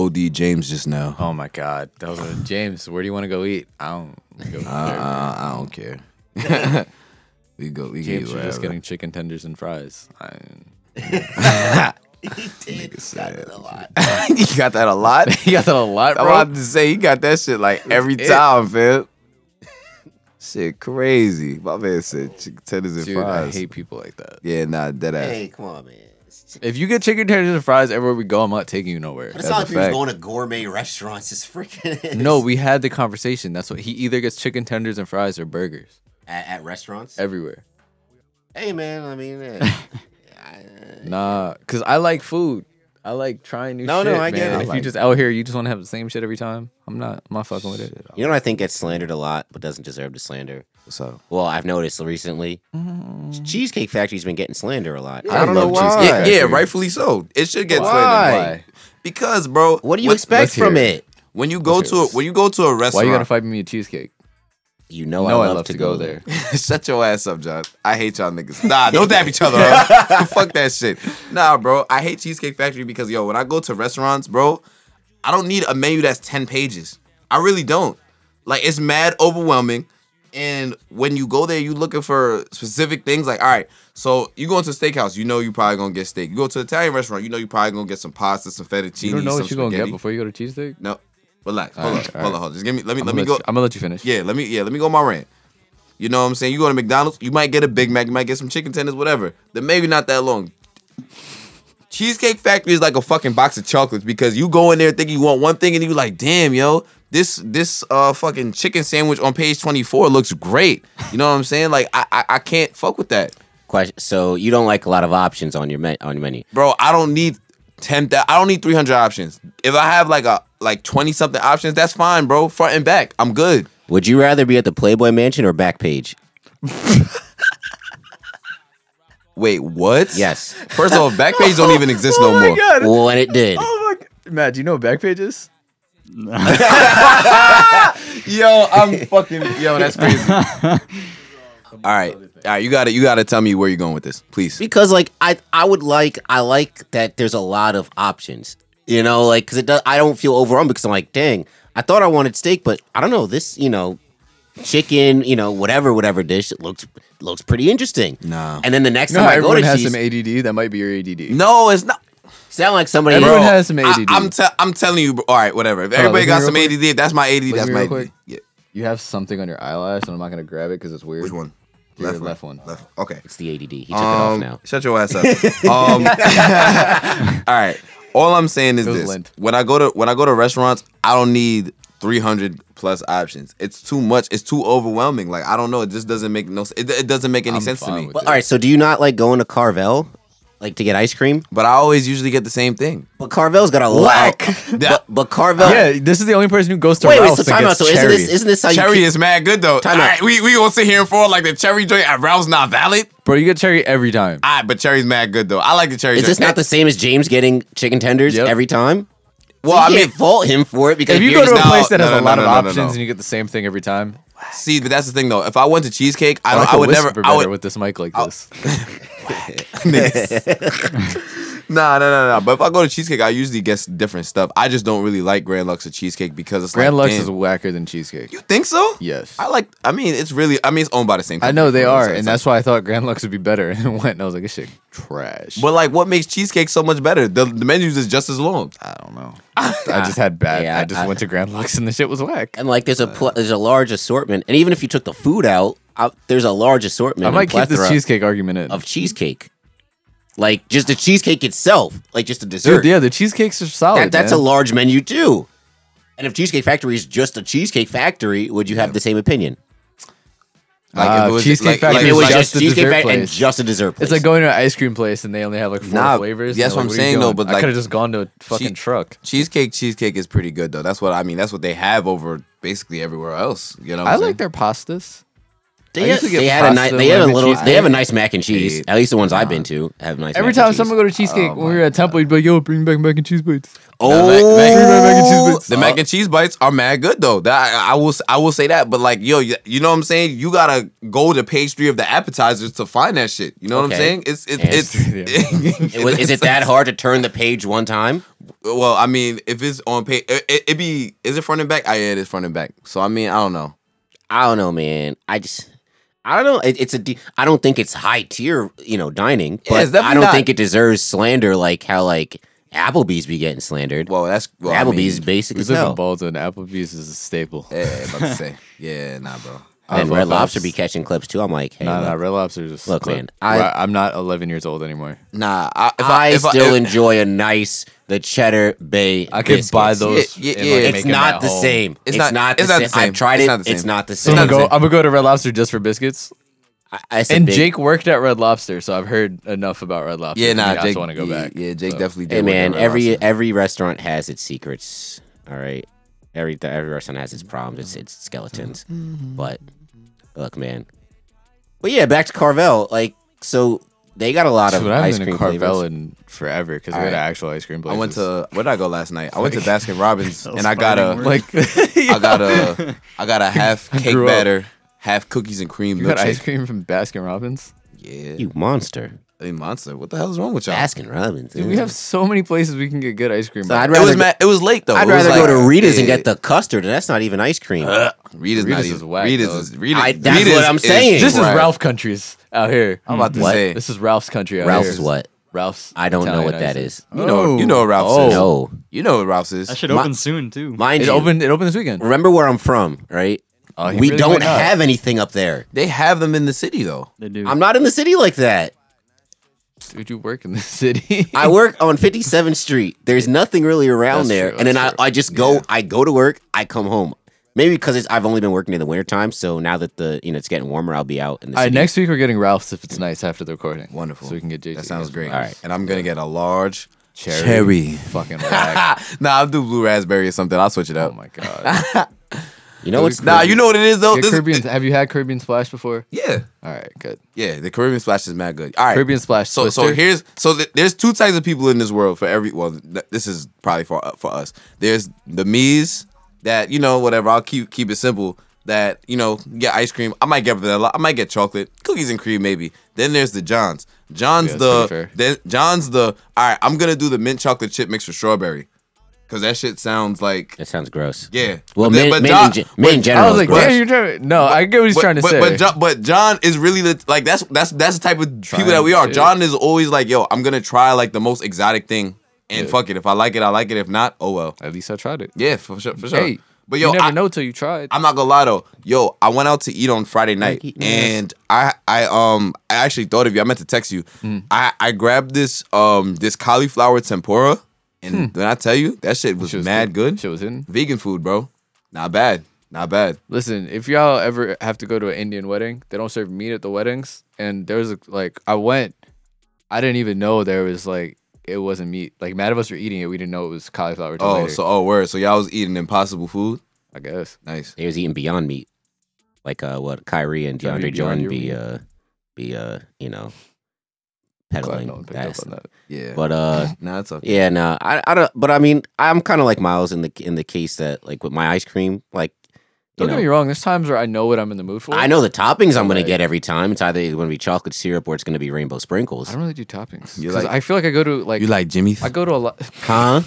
B: OD James just now.
C: Oh my God, that was James. Where do you want to go eat? I don't. Go
B: Uh, I, I don't care. we go. We
C: James,
B: go
C: you're just
B: wherever.
C: getting chicken tenders and fries. I,
B: you got that a lot.
C: you got that a lot,
B: I'm
C: bro.
B: about to say he got that shit like every
C: it.
B: time, fam. shit crazy. My man said chicken tenders and
C: Dude, I
B: fries.
C: hate people like that.
B: yeah, nah, dead ass.
A: hey, come on, man. It's,
C: If you get chicken tenders and fries everywhere we go, I'm not taking you nowhere.
A: it's not like
B: a
A: people
B: fact.
A: going to gourmet restaurants. It's freaking
C: No, we had the conversation. That's what he either gets chicken tenders and fries or burgers
A: at, at restaurants.
C: everywhere.
A: Hey, man. I mean, eh, I-
C: Nah, cause I like food. I like trying new
A: No,
C: shit.
A: no, I get
C: man.
A: it. I
C: If you
A: like-
C: just out here, you just want to have the same shit every time. I'm not. I'm not fucking with it.
A: You know what I think gets slandered a lot, but doesn't deserve to slander.
B: What's up?
A: Well, I've noticed recently, Cheesecake Factory's been getting slander a lot.
B: I don't know
C: love
B: why.
C: Cheesecake
B: Yeah, yeah,
C: Factory.
B: rightfully so. It should get
A: Why?
B: slandered. Because, bro,
A: What do you
B: when-
A: expect
C: let's
A: from
C: hear
A: it?
B: when you go
C: Let's
B: to
C: hear
B: a,
C: this.
B: when you go to a
C: Why
B: restaurant?
C: you gotta fight me with cheesecake?
A: You
B: Oh,
A: know,
C: no, I love, to go, there.
B: Shut your ass up, John. I hate y'all niggas. Nah, don't dab each other up. Fuck that shit. Nah, bro. I hate Cheesecake Factory because yo, when I go to restaurants, bro, I don't need a menu that's 10 pages. I really don't. Like it's mad overwhelming. And when you go there, you looking for specific things. Like, all right, so you go into a steakhouse, you know you probably gonna get steak. You go to an Italian restaurant, you know you probably gonna get some pasta, some fettuccine,
C: You don't know
B: some
C: what you're gonna get
B: spaghetti.
C: before you go to cheesesteak.
B: No, relax.
C: All
B: Hold on, hold
C: right, all right.
B: on, hold on. Just give me. Let me.
C: I'm
B: let
C: gonna
B: me go.
C: you- I'm gonna let you finish.
B: Yeah, let me yeah, let me go on my rant. You know what I'm saying? You go to McDonald's, you might get a Big Mac, you might get some chicken tenders, whatever. Then maybe not that long. Cheesecake Factory is like a fucking box of chocolates because you go in there thinking you want one thing and you like, damn, yo, this this uh fucking chicken sandwich on page 24 looks great. You know what I'm saying? Like I I, I can't fuck with that.
A: Question. So you don't like a lot of options on your me- on your menu.
B: Bro, I don't need ten thousand I don't need 300 options. If I have like a like 20 something options, that's fine, bro. Front and back. I'm good.
A: Would you rather be at the Playboy Mansion or Backpage?
B: Wait, what?
A: Yes.
B: First of all, Backpage don't even exist no more.
A: When it did.
C: Oh my god. Matt, do you know what Backpage is?
B: Yo, I'm fucking yo, that's crazy. all right. All right, you gotta you gotta tell me where you're going with this, please.
A: because like I I would like I like that there's a lot of options. You know, like because it does. I don't feel overwhelmed because I'm like, dang, I thought I wanted steak, but I don't know this. You know, chicken. You know, whatever, whatever dish it looks looks pretty interesting.
B: No.
A: And then the next
C: No,
A: time I go
C: everyone
A: to
C: has
A: cheese,
C: some ADD. That might be your ADD.
B: No, it's not.
A: sound like somebody.
C: Everyone
A: Bro,
C: has some
B: I,
C: ADD.
B: I'm te- I'm telling you. bro, All right, whatever. If
C: on,
B: everybody
C: look
B: got
C: me
B: some
C: real
B: ADD, if that's my ADD.
C: Look
B: that's
C: me
B: my
C: real
B: ADD.
C: quick.
B: Yeah.
C: you have something on your eyelash, and I'm not gonna grab it because it's weird.
B: Which one?
C: Your left,
B: one.
C: one.
B: Left. Okay.
A: it's the ADD. He took it off
B: Um,
A: now.
B: Shut your ass up. um, all right. All I'm saying is
C: It was
B: this:
C: Lent.
B: when I go to when I go to restaurants, I don't need 300 plus options. It's too much. It's too overwhelming. Like I don't know. It just doesn't make no. s- It, it doesn't make any
C: I'm
B: sense to
C: fine
B: me.
C: with
A: But all right, so do you not like going to Carvel, like to get ice cream?
B: But I always usually get the same thing.
A: But Carvel's got a
B: Whack.
A: lot.
B: Oh, That-
A: But, but Carvel.
C: Yeah, this is the only person who goes to
A: Wait, wait.
C: Ralph's
A: So
C: and
A: time out.
C: gets
A: So isn't
C: cherry.
A: this isn't this how uh, you?
B: Cherry
A: keep-
B: is mad good though.
A: Time
B: all
A: out.
B: right, we we gonna sit here and fall like the cherry joint at Ralph's not valid.
C: Bro, you get cherry every time.
B: All right, but cherry's mad good though. I like the cherry.
A: Is
B: joint.
A: this not the same as James getting chicken tenders
C: Yep.
A: every time?
B: Well,
A: you
B: I mean,
A: can't fault him for it because
C: If you
A: you're
C: go to a
A: just-
B: no,
C: place that
B: no,
C: has
B: no,
C: a
B: no,
C: lot
B: no,
C: of
B: no, no,
C: options
B: no.
C: and you get the same thing every time,
B: see, but that's the thing though. If I went to cheesecake, I
C: I,
B: don't.
C: like
B: I,
C: the
B: would never.
C: whisper
B: I
C: better
B: would.
C: with this mic like this.
B: this. nah, no, no, no. But if I go to cheesecake, I usually get different stuff. I just don't really like Grand Lux or cheesecake because it's
C: Grand
B: like,
C: Lux
B: damn.
C: is whacker than cheesecake.
B: You think so?
C: Yes.
B: I like. I mean, it's really. I mean, it's owned by the same.
C: I
B: company,
C: know they
B: so
C: are,
B: it's
C: and
B: like-
C: that's why I thought Grand Lux would be better. And went, and I was like, this shit trash.
B: But like, what makes cheesecake so much better? The, the menus is just as long.
C: I don't know. I just had bad.
A: Yeah,
C: I just
A: I-
C: went to Grand Lux and the shit was whack.
A: and like there's a pl- there's a large assortment, and even if you took the food out, I, there's a large assortment.
C: I
A: and
C: might keep this
A: plethora
C: cheesecake argument in.
A: of cheesecake, like just the cheesecake itself, like just a dessert.
C: Dude, yeah, the cheesecakes are solid.
A: that, that's a
C: man.
A: large menu too. And if Cheesecake Factory is just a cheesecake factory, would you have the same opinion?
B: Like,
C: Uh, Cheesecake Factory
A: If
C: It's
A: it was
C: like
A: just
C: the
A: cheesecake
C: dessert
A: factory and
C: place.
A: just a dessert place.
C: It's like going to an ice cream place and they only have like four
B: Nah,
C: flavors.
B: yes,
C: and
B: what
C: they're
B: I'm saying,
C: "Where are you
B: though,
C: going?"
B: but,
C: I
B: like,
C: could have just gone to a fucking
B: she-
C: truck.
B: cheesecake cheesecake is pretty good though. That's what I mean. That's what they have over basically everywhere else. You know, what
C: I
B: I'm
C: like
B: saying?
C: their pastas. I
A: they,
C: used to get
A: they had a
C: pasta,
A: nice, they have a
C: lemon
A: little, they have a
C: cheesecake.
A: nice mac and cheese. At least the ones I've been to have nice.
C: Every
A: mac and
C: time
A: cheese.
C: someone go to cheesecake, when we were at Temple, you'd be like, "Yo, bring back mac and cheese bites."
A: oh,
B: mac-
C: mac and cheese bites.
B: The mac and cheese bites are mad good though. That I, I will s- I will say that. But like yo, you, you know what I'm saying? You gotta go to page three of the appetizers to find that shit. You know what
A: Okay.
B: I'm saying? It's
A: Yeah.
B: it's it's.
A: It was- is it that hard to turn the page one time?
B: well, I mean, if it's on page, it, it, it be is it front and back? I yeah, it is front and back. So I mean, I don't know.
A: I don't know, man. I just. I don't know. It, it's a. De- I don't think it's high tier, you know, dining.
B: Yeah,
A: But
B: it's definitely
A: I don't
B: not.
A: think it deserves slander like how like Applebee's be getting slandered.
B: Well, that's well, I
A: Applebee's
B: mean,
A: basic
C: We
A: as
C: live in
A: hell.
C: Baldwin. Applebee's is a staple.
B: Yeah, about to say. Yeah, nah, bro. Uh,
A: And
C: I've
A: Red
C: loved
A: Lobster
C: Applebee's.
A: be catching clips too. I'm like, hey,
C: Nah, nah,
A: look,
C: Red Lobster's just
A: Look,
C: clip.
A: man, I-
C: Well, I'm not 11 years old anymore.
B: Nah, I, if I,
A: I
B: if
A: still
B: I,
A: enjoy a nice the cheddar bay.
C: I could buy
A: biscuits.
C: those.
B: Yeah, yeah,
C: and,
B: yeah.
C: like,
B: It's
A: It's
C: make 'em
A: not
C: at
A: the
C: home.
A: same. It's, not. the same. I've tried
B: It's
A: it.
B: not the
A: It's
B: same.
A: not the
C: So I'm
A: same.
C: gonna go. I'm gonna go to Red Lobster just for biscuits.
A: I- it's a
C: and
A: big-
C: Jake worked at Red Lobster, so I've heard enough about Red Lobster.
B: yeah,
C: to
B: nah,
C: make us
B: Jake.
C: wanna go
B: yeah,
C: back.
B: Yeah, Jake
C: So-
B: definitely did.
A: Hey
B: work
A: man,
B: at Red
A: every
B: Lobster.
A: every restaurant has its secrets. All right, every every restaurant has its problems, its its skeletons. But look, man. But yeah, back to Carvel. Like, so they got a lot
C: Dude,
A: of
C: I
A: ice
C: haven't been
A: cream
C: to Carvel
A: flavors.
C: in forever because we
B: All
C: had
B: right.
C: an actual ice cream place.
B: I went to where did I go last night? I went to Baskin Robbins and I got
F: fighting
B: a
F: words.
C: like
B: I got a I got a half cake
C: grew up.
B: batter, half cookies and cream
C: you got ice
B: milkshake.
C: cream from Baskin Robbins.
B: Yeah,
A: You monster,
B: Hey, monster. What the hell is wrong with y'all?
A: Baskin Robbins.
C: Dude, we have so many places we can get good ice cream.
A: So
C: but
A: I'd
B: It
A: rather
B: was
A: go-
B: mad, it was late though.
A: I'd
B: It was
A: rather go
B: like-
A: to Rita's and
B: yeah.
A: get the custard, and that's not even ice cream.
B: Rita's,
C: Rita's
B: not
C: is
B: even.
C: whack,
B: Rita's
C: though.
B: is Rita's.
A: I- that's
B: Rita's
A: what I'm saying.
C: this is
B: trash.
C: Ralph countries out here.
B: I'm about to
A: What?
B: say.
C: This is Ralph's country out
A: Ralph's
C: here.
A: what?
C: Ralph's.
A: I don't know
C: Italian
A: what that
C: ices.
A: is.
B: You know, you know what Ralph's
C: Oh.
B: is.
A: No,
B: You know what Ralph's is.
F: That should
A: My-
F: open soon too.
A: mind
C: It
A: you,
C: opened. It opened this weekend.
A: remember where I'm from, right?
C: Oh, he
A: we
C: really
A: don't
C: might not.
A: have anything up there.
B: They have them in the city though.
F: they do.
A: I'm not in the city like that.
C: Dude, you work in the city.
A: I work on 57th Street. There's nothing really around
C: That's
A: there.
C: true,
A: and then I,
C: that's
A: I just go I go to work, I come home. Maybe because I've only been working in the wintertime, so now that the you know it's getting warmer, I'll be out in the
C: All right,
A: city.
C: next week we're getting Ralph's if it's nice after the recording.
B: Wonderful.
C: So we can get JT.
B: That sounds great.
A: All right.
B: And I'm gonna get a large
C: Cherry.
B: Cherry.
C: Fucking whack.
B: nah, I'll do blue raspberry or something. I'll switch it
C: oh
B: up.
C: my Oh god.
A: You know what's
B: Nah, you know what it is though.
C: Yeah,
B: This is-
C: Caribbean, have you had Caribbean Splash before?
B: yeah,
C: All right, good.
B: yeah. The Caribbean splash is mad good. All right,
C: Caribbean Splash.
B: So so
C: Twister.
B: here's so th- there's two types of people in this world for every well th- this is probably for uh, for us. There's the me's that you know whatever I'll keep keep it simple that you know get ice cream I might get vanilla I might get chocolate cookies and cream maybe. Then there's the Johns. John's
C: Yeah, that's
B: the
C: pretty fair.
B: then John's the all right I'm gonna do the mint chocolate chip mixed with strawberry because that shit sounds like
A: that sounds gross.
B: yeah.
A: Well,
B: But
A: men,
B: then- but
A: men,
B: John-
A: in, ge- men in general.
C: I was
A: is
C: like,
A: gross.
C: damn, you're trying. No, I get what he's
B: but,
C: trying to
B: but,
C: say.
B: But John, but John is really the like that's that's that's the type of people that we are.
C: to-
B: John is always like, yo, I'm gonna try like the most exotic thing, and fuck it, if I like it, I like it. If not, oh well.
C: At least I tried it.
B: Yeah, for sure, for sure.
C: Hey,
B: but yo,
C: you never
B: I,
C: know till you tried.
B: I'm not gonna lie though. Yo, I went out to eat on Friday night,
A: eating
B: and I I um I actually thought of you. I meant to text you.
C: Mm.
B: I I grabbed this um this cauliflower tempura, and when I tell you that shit was,
C: Hmm. Shit was
B: mad good.
C: Shit was hidden.
B: Vegan food, bro. Not bad. Not bad.
C: Listen, if y'all ever have to go to an Indian wedding, they don't serve meat at the weddings. And there was a, like, I went, I didn't even know there was like, it wasn't meat. Like, mad of us were eating it. We didn't know it was cauliflower. till
B: Oh,
C: later,
B: so oh word. So y'all was eating impossible food.
C: I guess.
B: Nice.
A: They was eating Beyond Meat, like uh, what Kyrie and
C: Trying to
A: DeAndre
C: be beyond
A: Jordan
C: your
A: be
C: meat.
A: uh, be uh, you know,
C: Glad no
A: peddling.
C: one picked
A: That's-
C: up on that.
B: Yeah.
A: But uh,
B: nah, it's okay.
A: yeah, no, I, I don't. But I mean, I'm kind of like Miles in the in the case that like with my ice cream, like you
C: Don't
A: know,
C: get me wrong. There's times where I know what I'm in the mood for.
A: I know the toppings I'm gonna
C: Like-
A: get every time. It's either going to be chocolate syrup or it's going to be rainbow
C: I
A: sprinkles.
C: don't really do toppings.
B: You
C: 'Cause
B: like-
C: I feel like I go to like,
B: You like Jimmy's?
C: I go to a lot.
A: Huh?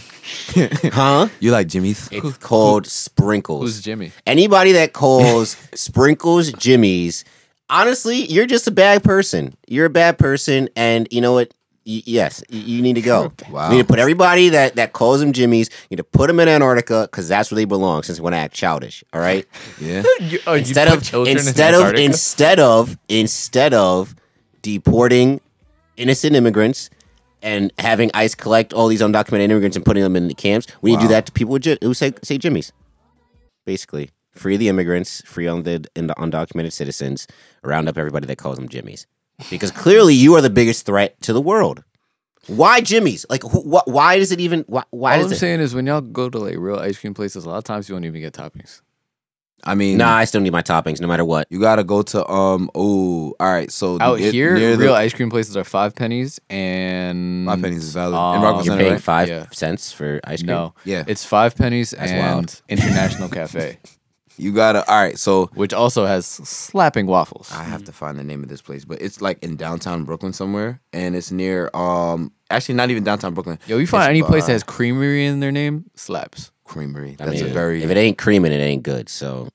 A: huh?
B: You like Jimmy's?
A: It's called
C: Who's
A: sprinkles.
C: Jimmy?
A: Anybody that calls sprinkles Jimmy's, honestly, you're just a bad person. You're a bad person, and you know what? Y- yes, y- you need to go.
B: Wow.
A: You need to put everybody that that calls them Jimmy's. You need to put them in Antarctica because that's where they belong. Since they want to act childish, all right?
B: Yeah.
C: You, oh, you
A: Instead
C: put
A: of
C: children in
A: instead of
C: Antarctica?
A: instead of instead of deporting innocent immigrants. And having ICE collect all these undocumented immigrants and putting them in the camps, we need to do that to people with Ji- who say say Jimmy's basically free the immigrants, free on the and the undocumented citizens, round up everybody that calls them Jimmys, because clearly you are the biggest threat to the world. Why Jimmys? Like, who, wh- why does it even? Why, why
C: All
A: does
C: I'm
A: it?
C: saying is when y'all go to like real ice cream places, a lot of times you won't even get toppings.
B: I mean,
A: nah, I still need my toppings, no matter what.
B: you gotta go to um. Oh, all right. So
C: Out
B: near-
C: here,
B: near the-
C: real ice cream places are five pennies and
B: my pennies is valid.
C: Um,
B: and Rockland
A: You're
B: Center,
A: paying
B: right?
A: five
C: Yeah.
A: cents for ice cream.
C: No,
B: Yeah.
C: it's five pennies
A: That's
C: and
A: wild.
C: International Cafe,
B: You gotta. All right. So
C: which also has slapping waffles.
B: I have to find the name of this place, but it's like in downtown Brooklyn somewhere, and it's near um. Actually, not even downtown Brooklyn.
C: Yo, you find
B: It's
C: any place
B: by
C: that has creamery in their name, slaps.
B: Creamery.
A: I
B: That's
A: mean,
B: a very.
A: If it ain't creaming, it ain't good. So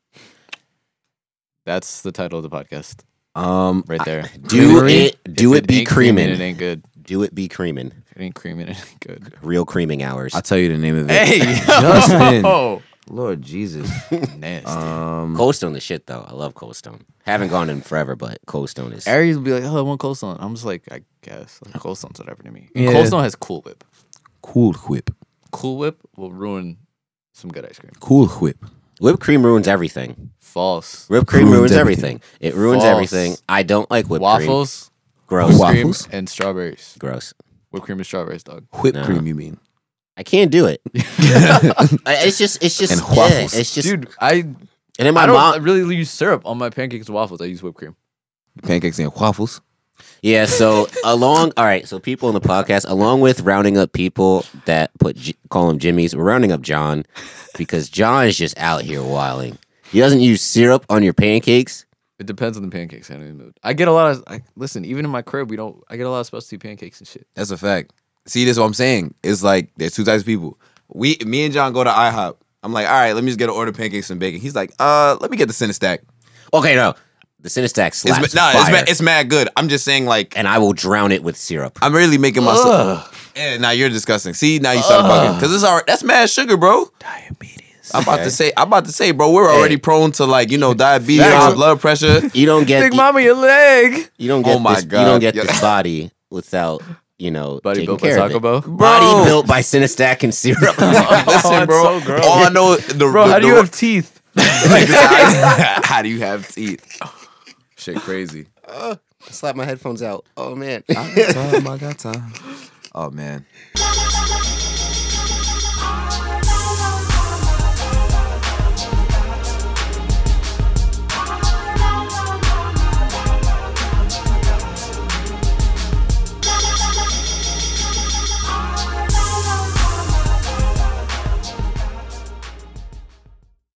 C: That's the title of the podcast
B: um.
C: right there.
A: do
C: Creamery,
A: it. Do
C: if
A: it, be
C: ain't creaming, It
A: creaming.
C: ain't good.
A: Do it be creaming.
C: If it ain't creaming. It ain't good.
A: Real creaming hours.
B: I'll tell you the name of it.
C: Hey,
B: Justin.
C: oh,
B: Lord Jesus.
C: nasty.
B: Um.
A: Cold Stone the shit though. I love Cold Stone. Haven't gone in forever, but Cold Stone is.
C: Aries will be like, "Oh, I want cold stone." I'm just like, "I guess like, cold stone's whatever to me."
B: Yeah.
C: Cold stone has Cool Whip.
B: Cool whip.
C: Cool Whip will ruin some good ice cream.
B: Cool whip.
A: Whipped cream ruins everything.
C: False.
A: Whipped cream
B: Ruins
A: ruins
B: everything.
A: everything. It ruins
C: False.
A: everything. I don't like whipped cream.
C: Waffles,
A: Gross.
B: Wa-
C: cream,
B: Waffles?
C: and strawberries.
A: Gross.
C: Whipped cream and strawberries, dog.
B: Whipped
A: No.
B: cream. You mean?
A: I can't do it. I- it's just, it's just,
B: And
A: yeah,
B: waffles.
A: it's just.
C: Dude, I
A: and then my
C: I don't
A: mom,
C: really use syrup on my pancakes and waffles. I use whipped cream.
B: Pancakes and waffles.
A: yeah. So along, all right. So people in the podcast, along with rounding up people that put J- call him Jimmy's, we're rounding up John because John is just out here wilding. He doesn't use syrup on your pancakes.
C: It depends on the pancakes. I'm in the mood. I get a lot of. I, listen, even in my crib, we don't. I get a lot of specialty pancakes and shit.
B: That's a fact. See, this is what I'm saying. It's like there's two types of people. We, me and John go to IHOP. I'm like, all right, let me just get an order of pancakes and bacon. He's like, uh, let me get the Cine Stack.
A: Okay, no, the Cinestack
B: It's
A: slaps
B: ma- nah, it's,
A: fire,
B: ma- it's mad good. I'm just saying, like,
A: and I will drown it with syrup.
B: I'm really making myself. Yeah, now you're disgusting. See, now you started fucking because it's all right. That's mad sugar, bro. Diabetes. I'm about to say, I'm about to say, bro, we're already prone to like you know diabetes,
A: Facts.
B: high blood pressure.
A: You don't get the-
C: mama, your leg.
A: You don't
B: Oh
A: get
B: my
A: this,
B: God.
A: you don't get
B: Yeah.
A: this body without, you know,
C: Buddy
A: taking
C: built by
A: care of
C: Taco
A: it.
C: Bell.
B: Bro.
A: Body built by Cinestack and syrup.
B: Listen,
C: that's
B: bro.
C: so gross.
B: all I know, the,
C: Bro,
B: the,
C: how do you
B: the-
C: have teeth?
B: how do you have teeth? Shit, crazy.
A: Slap my headphones out. Oh man.
B: Oh man.
F: Thank